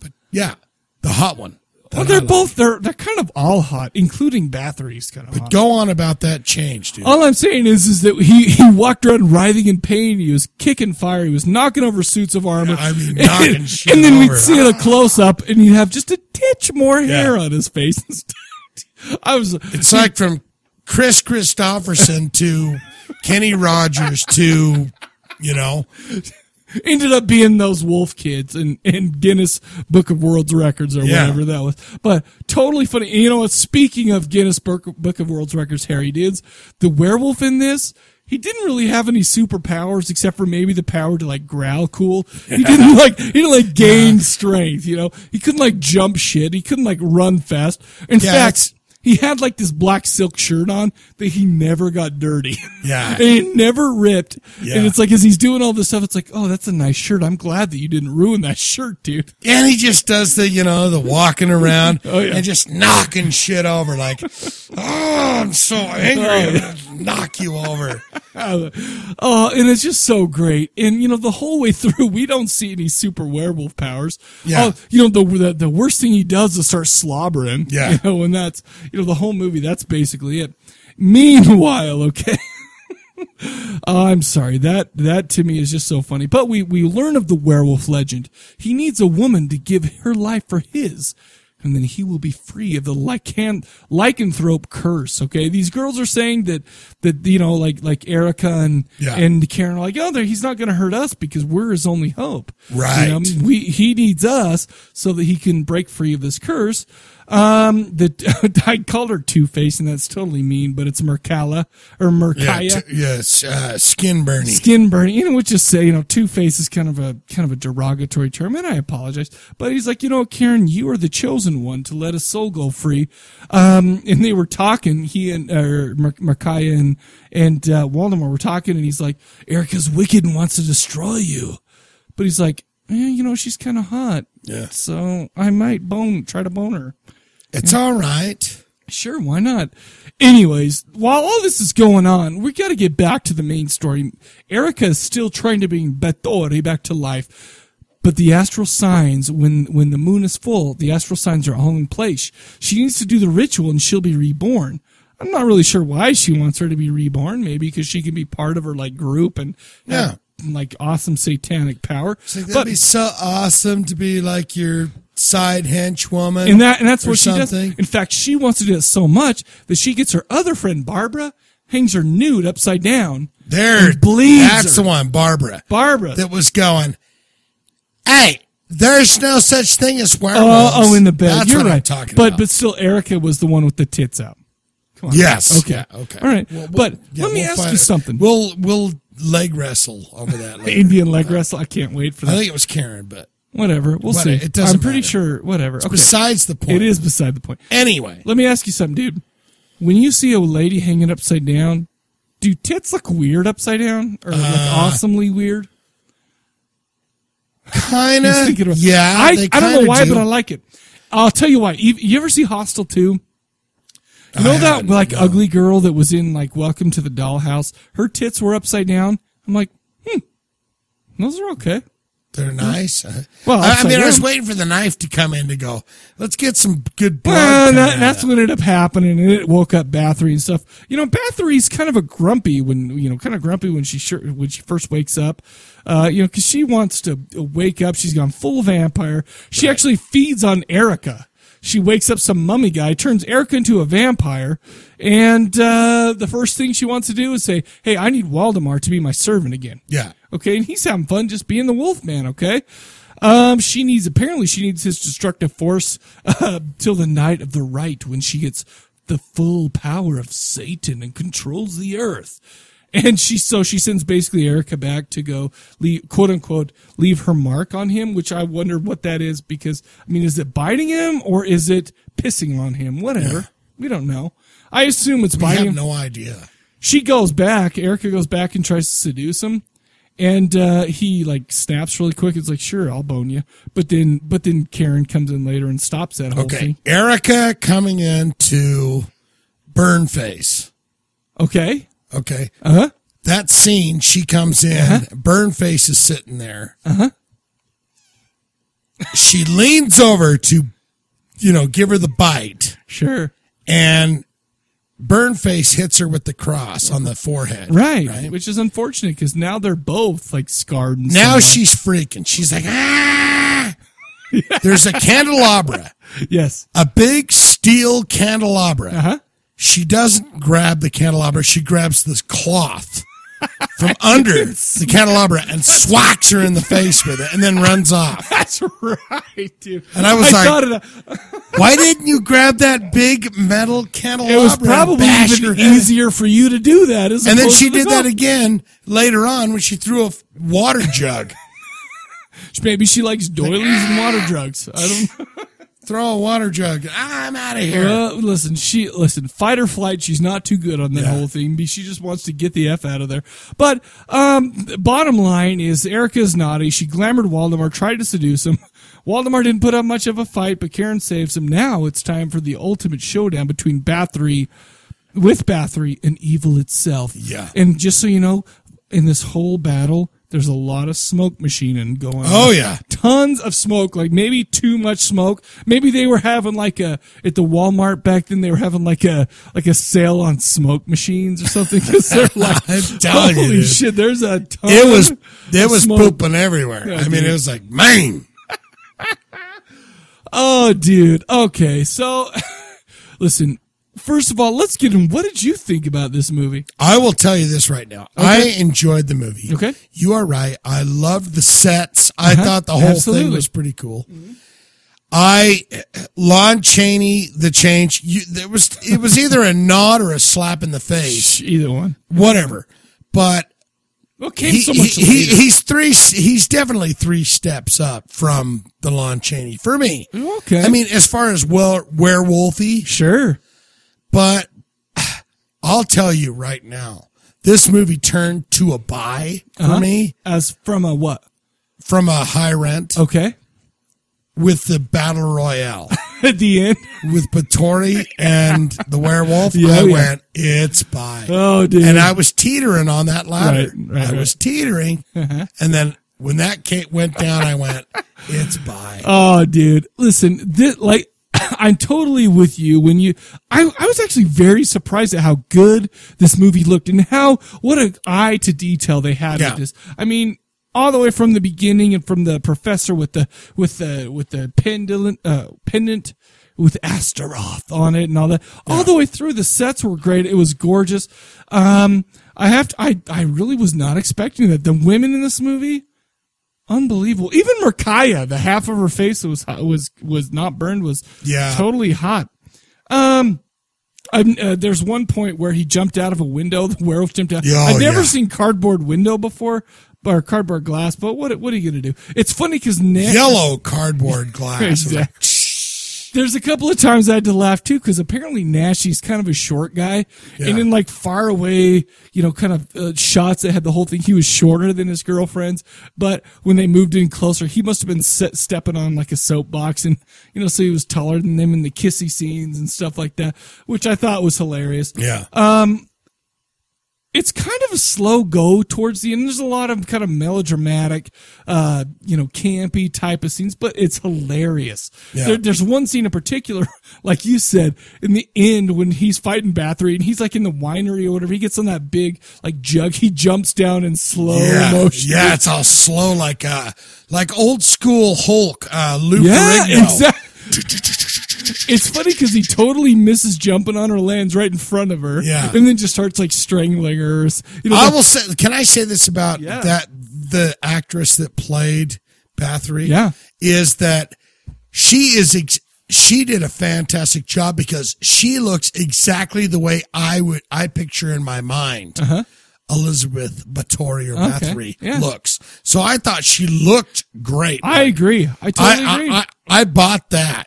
But yeah, the hot one. well, they're both, they're, they're kind of all hot, including Bathory's kind of hot. Go on about that change, dude. All I'm saying is, is that he, he walked around writhing in pain. He was kicking fire. He was knocking over suits of armor. I mean, knocking and, shit And then over. we'd see it a close up, and you would have just a titch more hair on his face. I was. It's like from Chris Christopherson to Kenny Rogers to you know Ended up being those wolf kids and and Guinness Book of World's Records or Yeah. whatever that was. But totally funny. And you know what? Speaking of Guinness Book, Book of World's Records, Harry Dids, the werewolf in this. He didn't really have any superpowers except for maybe the power to like growl cool. He didn't like he didn't like gain strength, you know. He couldn't like jump shit. He couldn't like run fast. In Yeah, fact, he had like this black silk shirt on that he never got dirty. Yeah. and it never ripped. Yeah. And it's like as he's doing all this stuff, it's like, oh, that's a nice shirt. I'm glad that you didn't ruin that shirt, dude. And he just does the, you know, the walking around Oh, yeah. and just knocking shit over. Like, oh, I'm so angry. I'm gonna knock you over. Oh, and it's just so great. And you know, the whole way through, we don't see any super werewolf powers. Yeah. Oh, you know, the, the the worst thing he does is start slobbering. Yeah. You know, and that's you know the whole movie. That's basically it. Meanwhile, okay. Uh, I'm sorry that that to me is just so funny. But we we learn of the werewolf legend. He needs a woman to give her life for his, and then he will be free of the lycan lycanthrope curse. Okay, these girls are saying that that you know like like Erica and Yeah. and Karen are like oh there he's not going to hurt us because we're his only hope. Right. You know, we he needs us so that he can break free of this curse. Um, the I called her Two Face, and that's totally mean, but it's Mercala or Mercaya. Yeah, t- yes, uh, skin burning. Skin burning, you know, which just say, you know, Two Face is kind of a kind of a derogatory term, and I apologize. But he's like, you know, Karen, you are the chosen one to let a soul go free. Um, and they were talking, he and or Mer- Mercaya and and uh, Waldemar were talking, and he's like, Erica's wicked and wants to destroy you, but he's like, eh, you know, she's kind of hot, Yeah. So I might bone, try to bone her. It's all right. Sure, why not? Anyways, while all this is going on, we got to get back to the main story. Erica is still trying to bring Bathory back to life, but the astral signs, when when the moon is full, the astral signs are all in place. She needs to do the ritual, and she'll be reborn. I'm not really sure why she wants her to be reborn. Maybe because she can be part of her like group and have, like awesome satanic power. It's like, that'd But- be so awesome to be like your side hench woman. and that and that's or what she something. does. In fact, she wants to do it so much that she gets her other friend Barbara hangs her nude upside down. There, bleeds. That's her. the one, Barbara. Barbara. That was going, hey, there's no such thing as werewolves. Oh, oh, in the bed. That's You're what right. I'm talking but about. but still, Erica was the one with the tits out. Come on. Yes. Okay. Yeah, okay. All right. Well, we'll- but yeah, let me we'll ask find you it. something. We'll we'll leg wrestle over that. Later. Indian leg wrestle. I can't wait for that. I think it was Karen, but Whatever. We'll What- see. It doesn't. I'm pretty matter. sure. Whatever. It's Okay. besides the point. It is beside the point. Anyway, let me ask you something, dude. When you see a lady hanging upside down, do tits look weird upside down, or like Uh, awesomely weird? Kinda, I was thinking about- yeah, I, they I don't know kinda why, do. but I like it. I'll tell you why. You, you ever see Hostel Two? You know that like ugly girl that was in like Welcome to the Dollhouse. Her tits were upside down. I'm like, hmm, those are okay. They're nice. Uh, Well, I, I mean, I was upside down. waiting for the knife to come in to go. Let's get some good blood. Well, coming that, out that's what ended up happening, and it woke up Bathory and stuff. You know, Bathory's kind of a grumpy when you know, kind of grumpy when she sure, when she first wakes up. Uh, you know, because she wants to wake up. She's gone full vampire. She actually feeds on Erica. She wakes up some mummy guy, turns Erica into a vampire, and uh, the first thing she wants to do is say, "Hey, I need Waldemar to be my servant again." Yeah. Okay, and he's having fun just being the wolf man, okay? Um, she needs apparently she needs his destructive force uh, till the night of the right when she gets the full power of Satan and controls the earth. And she so she sends basically Erica back to go leave, quote unquote leave her mark on him, which I wonder what that is because I mean is it biting him or is it pissing on him? Whatever. We don't know. I assume it's We biting. have him. no idea. She goes back. Erica goes back and tries to seduce him, and uh, he like snaps really quick. It's like, sure, I'll bone you. But then, but then Karen comes in later and stops that whole Okay. thing. Erica coming in to burn face. Okay. Okay. Uh huh. That scene, she comes in, Uh-huh. burn face is sitting there. Uh huh. She leans over to, you know, give her the bite. Sure. And burn face hits her with the cross on the forehead. Right. Which is unfortunate because now they're both like scarred. And Now stuff. she's freaking. She's like, ah. There's a candelabra. Yes. A big steel candelabra. Uh-huh. She doesn't grab the candelabra. She grabs this cloth from under the candelabra and swats her in the face with it and then runs off. That's right, dude. And I was thought like, why didn't you grab that big metal candelabra? it was and probably bash even her head? easier for you to do that. as And then opposed she to the did that dog. again later on when she threw a f- water jug. Maybe she likes doilies and water drugs. I don't Throw a water jug. I'm out of here. Well, listen, she listen, fight or flight. She's not too good on that Yeah. whole thing. Be- She just wants to get the f out of there. But um, bottom line is, Erica's naughty. She glamored Waldemar, tried to seduce him. Waldemar didn't put up much of a fight, but Karen saves him. Now it's time for the ultimate showdown between Bathory, with Bathory and evil itself. Yeah. And just so you know, in this whole battle, there's a lot of smoke machining going on. Oh, yeah. Tons of smoke, like maybe too much smoke. Maybe they were having like a, at the Walmart back then, they were having like a, like a sale on smoke machines or something. Cause they're like, I'm telling you, holy dude. shit, there's a ton It was of it was smoke. pooping everywhere. Yeah, I mean, dude. it was like, man, Oh, dude. Okay. So listen, first of all, let's get in. What did you think about this movie? I will tell you this right now. Okay. I enjoyed the movie. Okay. You are right. I loved the sets. I Uh-huh. thought the whole Absolutely. thing was pretty cool. I Lon Chaney, the change. You, there was it was either a nod or a slap in the face. Either one. Whatever. But What came he, so much he- he- later? he's three. He's definitely three steps up from the Lon Chaney for me. Okay. I mean, as far as well werewolfy, sure. But I'll tell you right now, this movie turned to a buy for Uh-huh. me as from a what? From a high rent. Okay. With the battle royale at the end with Patori and the werewolf, Yeah, I yeah. went, it's buy. Oh, dude. And I was teetering on that ladder. Right, right, I right. was teetering. Uh-huh. And then when that cake went down, I went, it's buy. Oh, dude. Listen, this, like, I'm totally with you when you, I, I was actually very surprised at how good this movie looked and how, what an eye to detail they had Yeah. with this. I mean, all the way from the beginning and from the professor with the with the with the pendant uh, pendant with Astaroth on it and all that. All the way through, the sets were great. It was gorgeous. Um, I have to, I I really was not expecting that. The women in this movie, unbelievable. Even Merkaya, the half of her face that was hot- was was not burned was Yeah. totally hot. Um. I'm, uh, there's one point where he jumped out of a window. The werewolf jumped out. Yeah, oh, I've never yeah. seen cardboard window before or cardboard glass, but what what are you gonna do? It's funny because next Yellow cardboard glass. Exact- There's a couple of times I had to laugh too because apparently Nash he's kind of a short guy, Yeah. and in like far away, you know, kind of uh, shots that had the whole thing. He was shorter than his girlfriends, but when they moved in closer, he must have been set, stepping on like a soapbox, and you know, so he was taller than them in the kissy scenes and stuff like that, which I thought was hilarious. Yeah. Um, it's kind of a slow go towards the end. There's a lot of kind of melodramatic, uh, you know, campy type of scenes, but it's hilarious. Yeah. There, there's one scene in particular, like you said, in the end when he's fighting Bathory and he's like in the winery or whatever. He gets on that big like jug. He jumps down in slow yeah, motion. yeah, it's all slow, like uh, like old school Hulk, uh, Luke Yeah, Ferrigno. exact- It's funny because he totally misses jumping on her, lands right in front of her, Yeah. and then just starts like strangling her. You know, I like- will say, can I say this about Yeah. that? The actress that played Bathory, Yeah. is that she is ex- she did a fantastic job because she looks exactly the way I would I picture in my mind Elizabeth Bathory or Uh-huh. Okay, Bathory yeah. looks. So I thought she looked great. I agree. I totally I, agree. Uh-huh. I, I bought that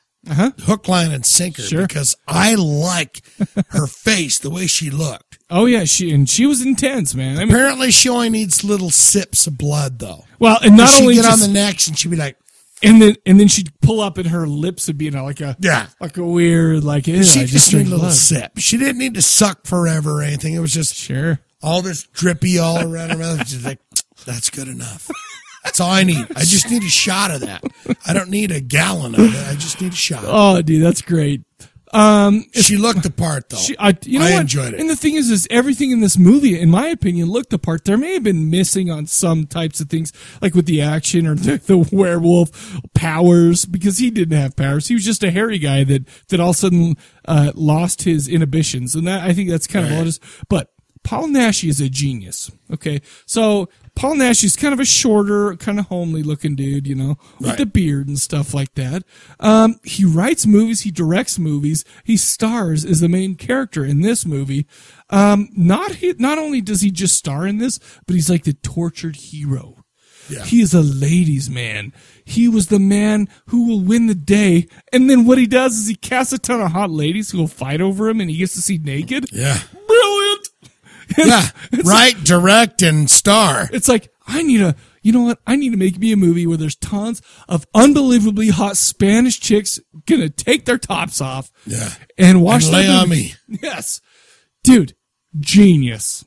hook, line, and sinker because I like her face, the way she looked. Oh yeah, she and she was intense, man. I mean, Apparently, she only needs little sips of blood, though. Well, and not she'd only get just- on the necks, and she'd be like, and then and then she'd pull up, and her lips would be you know, like a Yeah. like a weird like "Ew, she I just, needed drank a little blood." sip. She didn't need to suck forever or anything. It was just sure all this drippy all around her mouth. She's like, that's good enough. That's all I need. I just need a shot of that. I don't need a gallon of it. I just need a shot. Oh, dude, that's great. Um, she looked the part though. She, I, you know I what? enjoyed it. And the thing is, is everything in this movie, in my opinion, looked the part. There may have been missing on some types of things, like with the action or the, the werewolf powers, because he didn't have powers. He was just a hairy guy that that all of a sudden uh, lost his inhibitions, and that I think that's kind of all it is. But Paul Nash is a genius. Okay, so. Paul Nash is kind of a shorter, kind of homely looking dude, you know, with Right. the beard and stuff like that. Um, he writes movies, he directs movies, he stars as the main character in this movie. Um, not he, not only does he just star in this, but he's like the tortured hero. Yeah. He is a ladies' man. He was the man who will win the day. And then what he does is he casts a ton of hot ladies who will fight over him, and he gets to see naked. Yeah, brilliant. Yeah, right. direct and star. It's like I need a. You know what? I need to make me a movie where there's tons of unbelievably hot Spanish chicks gonna take their tops off Yeah. and watch And that lay on movie. Yes, dude, genius,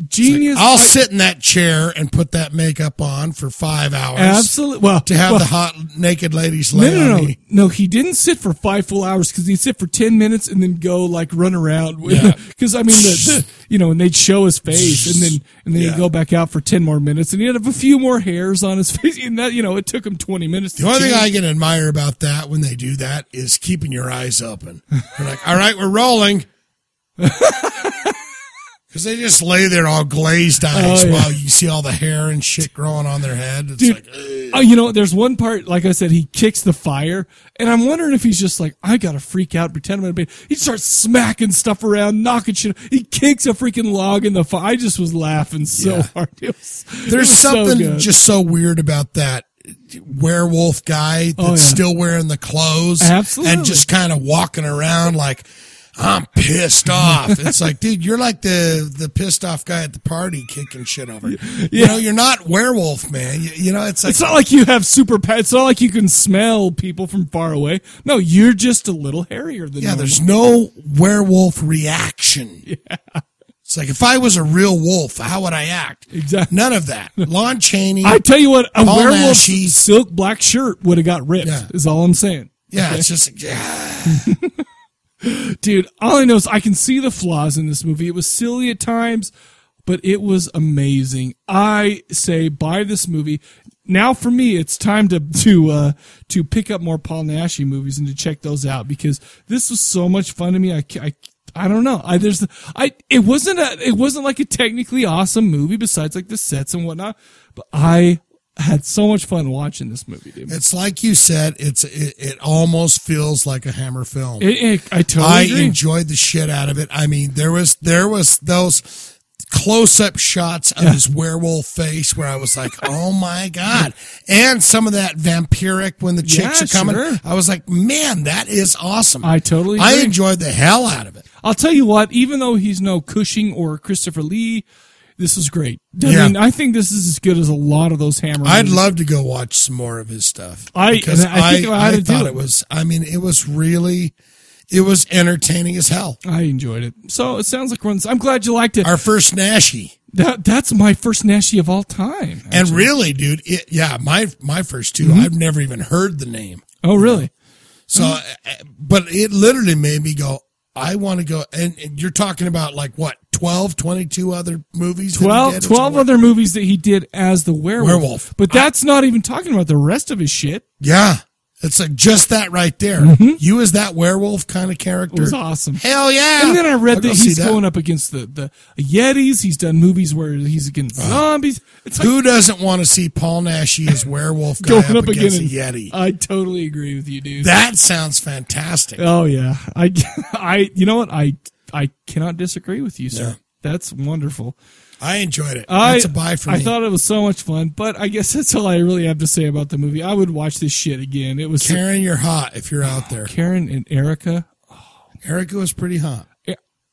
genius. I'll sit in that chair and put that makeup on for five hours. Absolute- well, to have well- the hot naked ladies No, lay on no, no, me. no. He didn't sit for five full hours because he'd sit for ten minutes and then go like run around. Yeah. Because I mean, the, the, you know, and they'd show his face and then and then Yeah. he'd go back out for ten more minutes and he'd have a few more hairs on his face. And that you know, it took him twenty minutes. The only thing change. I can admire about that when they do that is keeping your eyes open. They're like, all right, we're rolling. Because they just lay there all glazed eyes Oh, yeah. while you see all the hair and shit growing on their head. It's like, Dude, uh, you know, there's one part, like I said, he kicks the fire, and I'm wondering if he's just like, I gotta freak out, pretend I'm in a bed. He starts smacking stuff around, knocking shit. He kicks a freaking log in the fire. I just was laughing so hard. It was, it there's was so something good. just so weird about that werewolf guy that's Oh, yeah. still wearing the clothes Absolutely. and just kind of walking around like I'm pissed off. It's like, dude, you're like the the pissed off guy at the party kicking shit over. You Yeah. know, you're not werewolf man. You, you know, it's like it's not like you have super pa- It's not like you can smell people from far away. No, you're just a little hairier than yeah, normal. there's no werewolf reaction. It's like if I was a real wolf, how would I act? Exactly. None of that. Lon Chaney. I tell you what, a Paul werewolf Nash, he- silk black shirt would have got ripped. Is all I'm saying. yeah, Okay? it's just like, yeah. dude all i know is i can see the flaws in this movie it was silly at times but it was amazing. I say buy this movie. Now for me, it's time to to uh, to pick up more Paul Nashy movies and to check those out because this was so much fun to me. I, ca- I, I don't know. I there's I it wasn't a it wasn't like a technically awesome movie besides like the sets and whatnot, but I had so much fun watching this movie. Dude. It's like you said. It's it, it almost feels like a Hammer film. It- it- I totally I agree. enjoyed the shit out of it. I mean, there was there was those close up shots of Yeah. his werewolf face where I was like, oh my god, and some of that vampiric when the chicks Yeah, are coming. sure. I was like, man, that is awesome. I totally. I enjoyed the hell out of it. I'll tell you what. Even though he's no Cushing or Christopher Lee, this is great. I Yeah. mean, I think this is as good as a lot of those Hammer. I'd movies. love to go watch some more of his stuff. I- because and I think I ought I, to do thought it. it was. I mean, it was really, it was entertaining as hell. I enjoyed it. So it sounds like we're on this. I'm glad you liked it. Our first Nashy. That that's my first Nashy of all time. And really, dude, it, yeah, my my first 2 i Mhm. I've never even heard the name. Oh, really? So, Mhm. uh, but it literally made me go. I want to go, and, and you're talking about like what 12, 22 other movies. that he 12, did or 12 other movies that he did as the werewolf. Werewolf. But that's not even talking about the rest of his shit. Mm-hmm. Yeah. It's like just that right there. You as that werewolf kind of character. It was awesome. Hell yeah. And then I read I'll go that see he's going up against the, the Yetis. He's done movies where he's Uh, against zombies. It's Who doesn't want to see Paul Nashy as werewolf guy going up, against, a against- Yeti? I totally agree with you, dude. That sounds fantastic. Oh yeah, I, I, you know what? I, I cannot disagree with you, sir. Yeah. That's wonderful. I enjoyed it. I, That's a buy for I me. thought it was so much fun, but I guess that's all I really have to say about the movie. I would watch this shit again. It was Karen, you're hot if you're out there. Karen and Erica. Erica was pretty hot.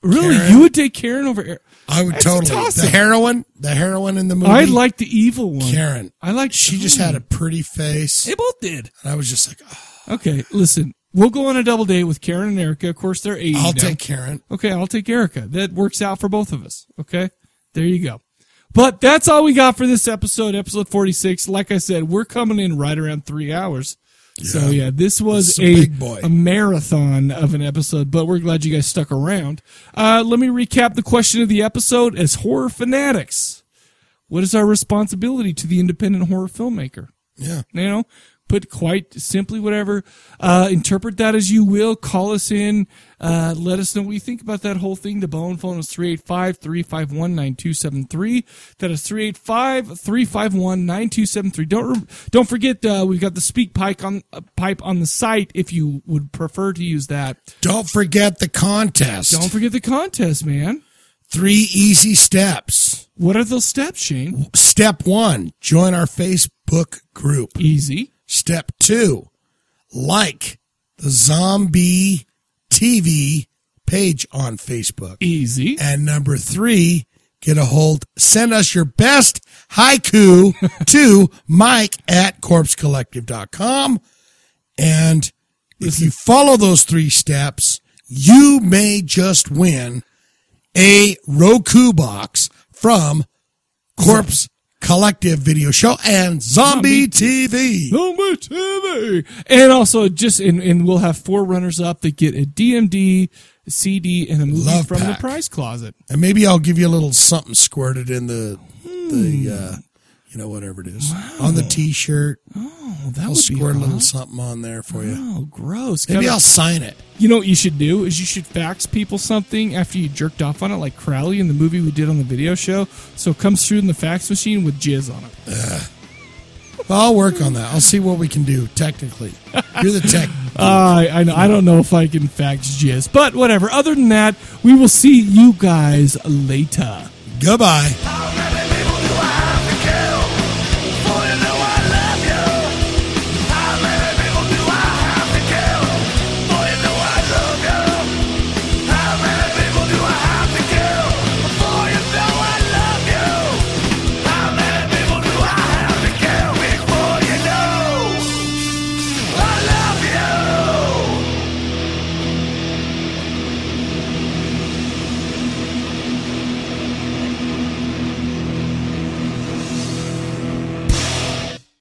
Really, Karen- you would take Karen over? Erica? I would That's totally. awesome. The heroine, the heroine in the movie. I like the evil one, Karen. I like. She just had a pretty face. They both did. And I was just like, "Ah." Okay, listen. We'll go on a double date with Karen and Erica. Of course, they're 80. I'll now. take Karen. Okay, I'll take Erica. That works out for both of us. Okay, there you go. But that's all we got for this episode, episode 46. Like I said, we're coming in right around three hours. So, yeah, this was This is a a, big boy. a marathon of an episode, but we're glad you guys stuck around. Uh, let me recap the question of the episode as horror fanatics. What is our responsibility to the independent horror filmmaker? Yeah. You know, put quite simply whatever, uh, interpret that as you will. Call us in. Uh, let us know what you think about that whole thing. The bone phone is 385 351 9273. That is 385 351 9273. Don't, rem- don't forget, uh, we've got the speak pipe on, uh, pipe on the site if you would prefer to use that. Don't forget the contest. Don't forget the contest, man. Three easy steps. What are those steps, Shane? Step one, join our Facebook group. Easy. Step two, like the zombie TV page on Facebook. Easy. And number three, get a hold, send us your best haiku to Mike at corpsecollective.com. And if you follow those three steps, you may just win a Roku box from Corpse Collective Video Show and Zombie, TV. Zombie TV. And also, just and, and we'll have four runners up that get a DMD CD and a movie Love from pack. the prize closet. And maybe I'll give you a little something squirted in the the Hmm. uh, you know whatever it is on the T-shirt. Oh, that I'll would be squirt a little hot. something on there for you. Oh, gross! Maybe Kinda- I'll sign it. You know what you should do is you should fax people something after you jerked off on it, like Crowley in the movie we did on the video show. So it comes through in the fax machine with jizz on it. I'll work on that. I'll see what we can do technically. You're the tech. I Uh, I know. I don't know if I can fax jizz, but whatever. Other than that, we will see you guys later. Goodbye.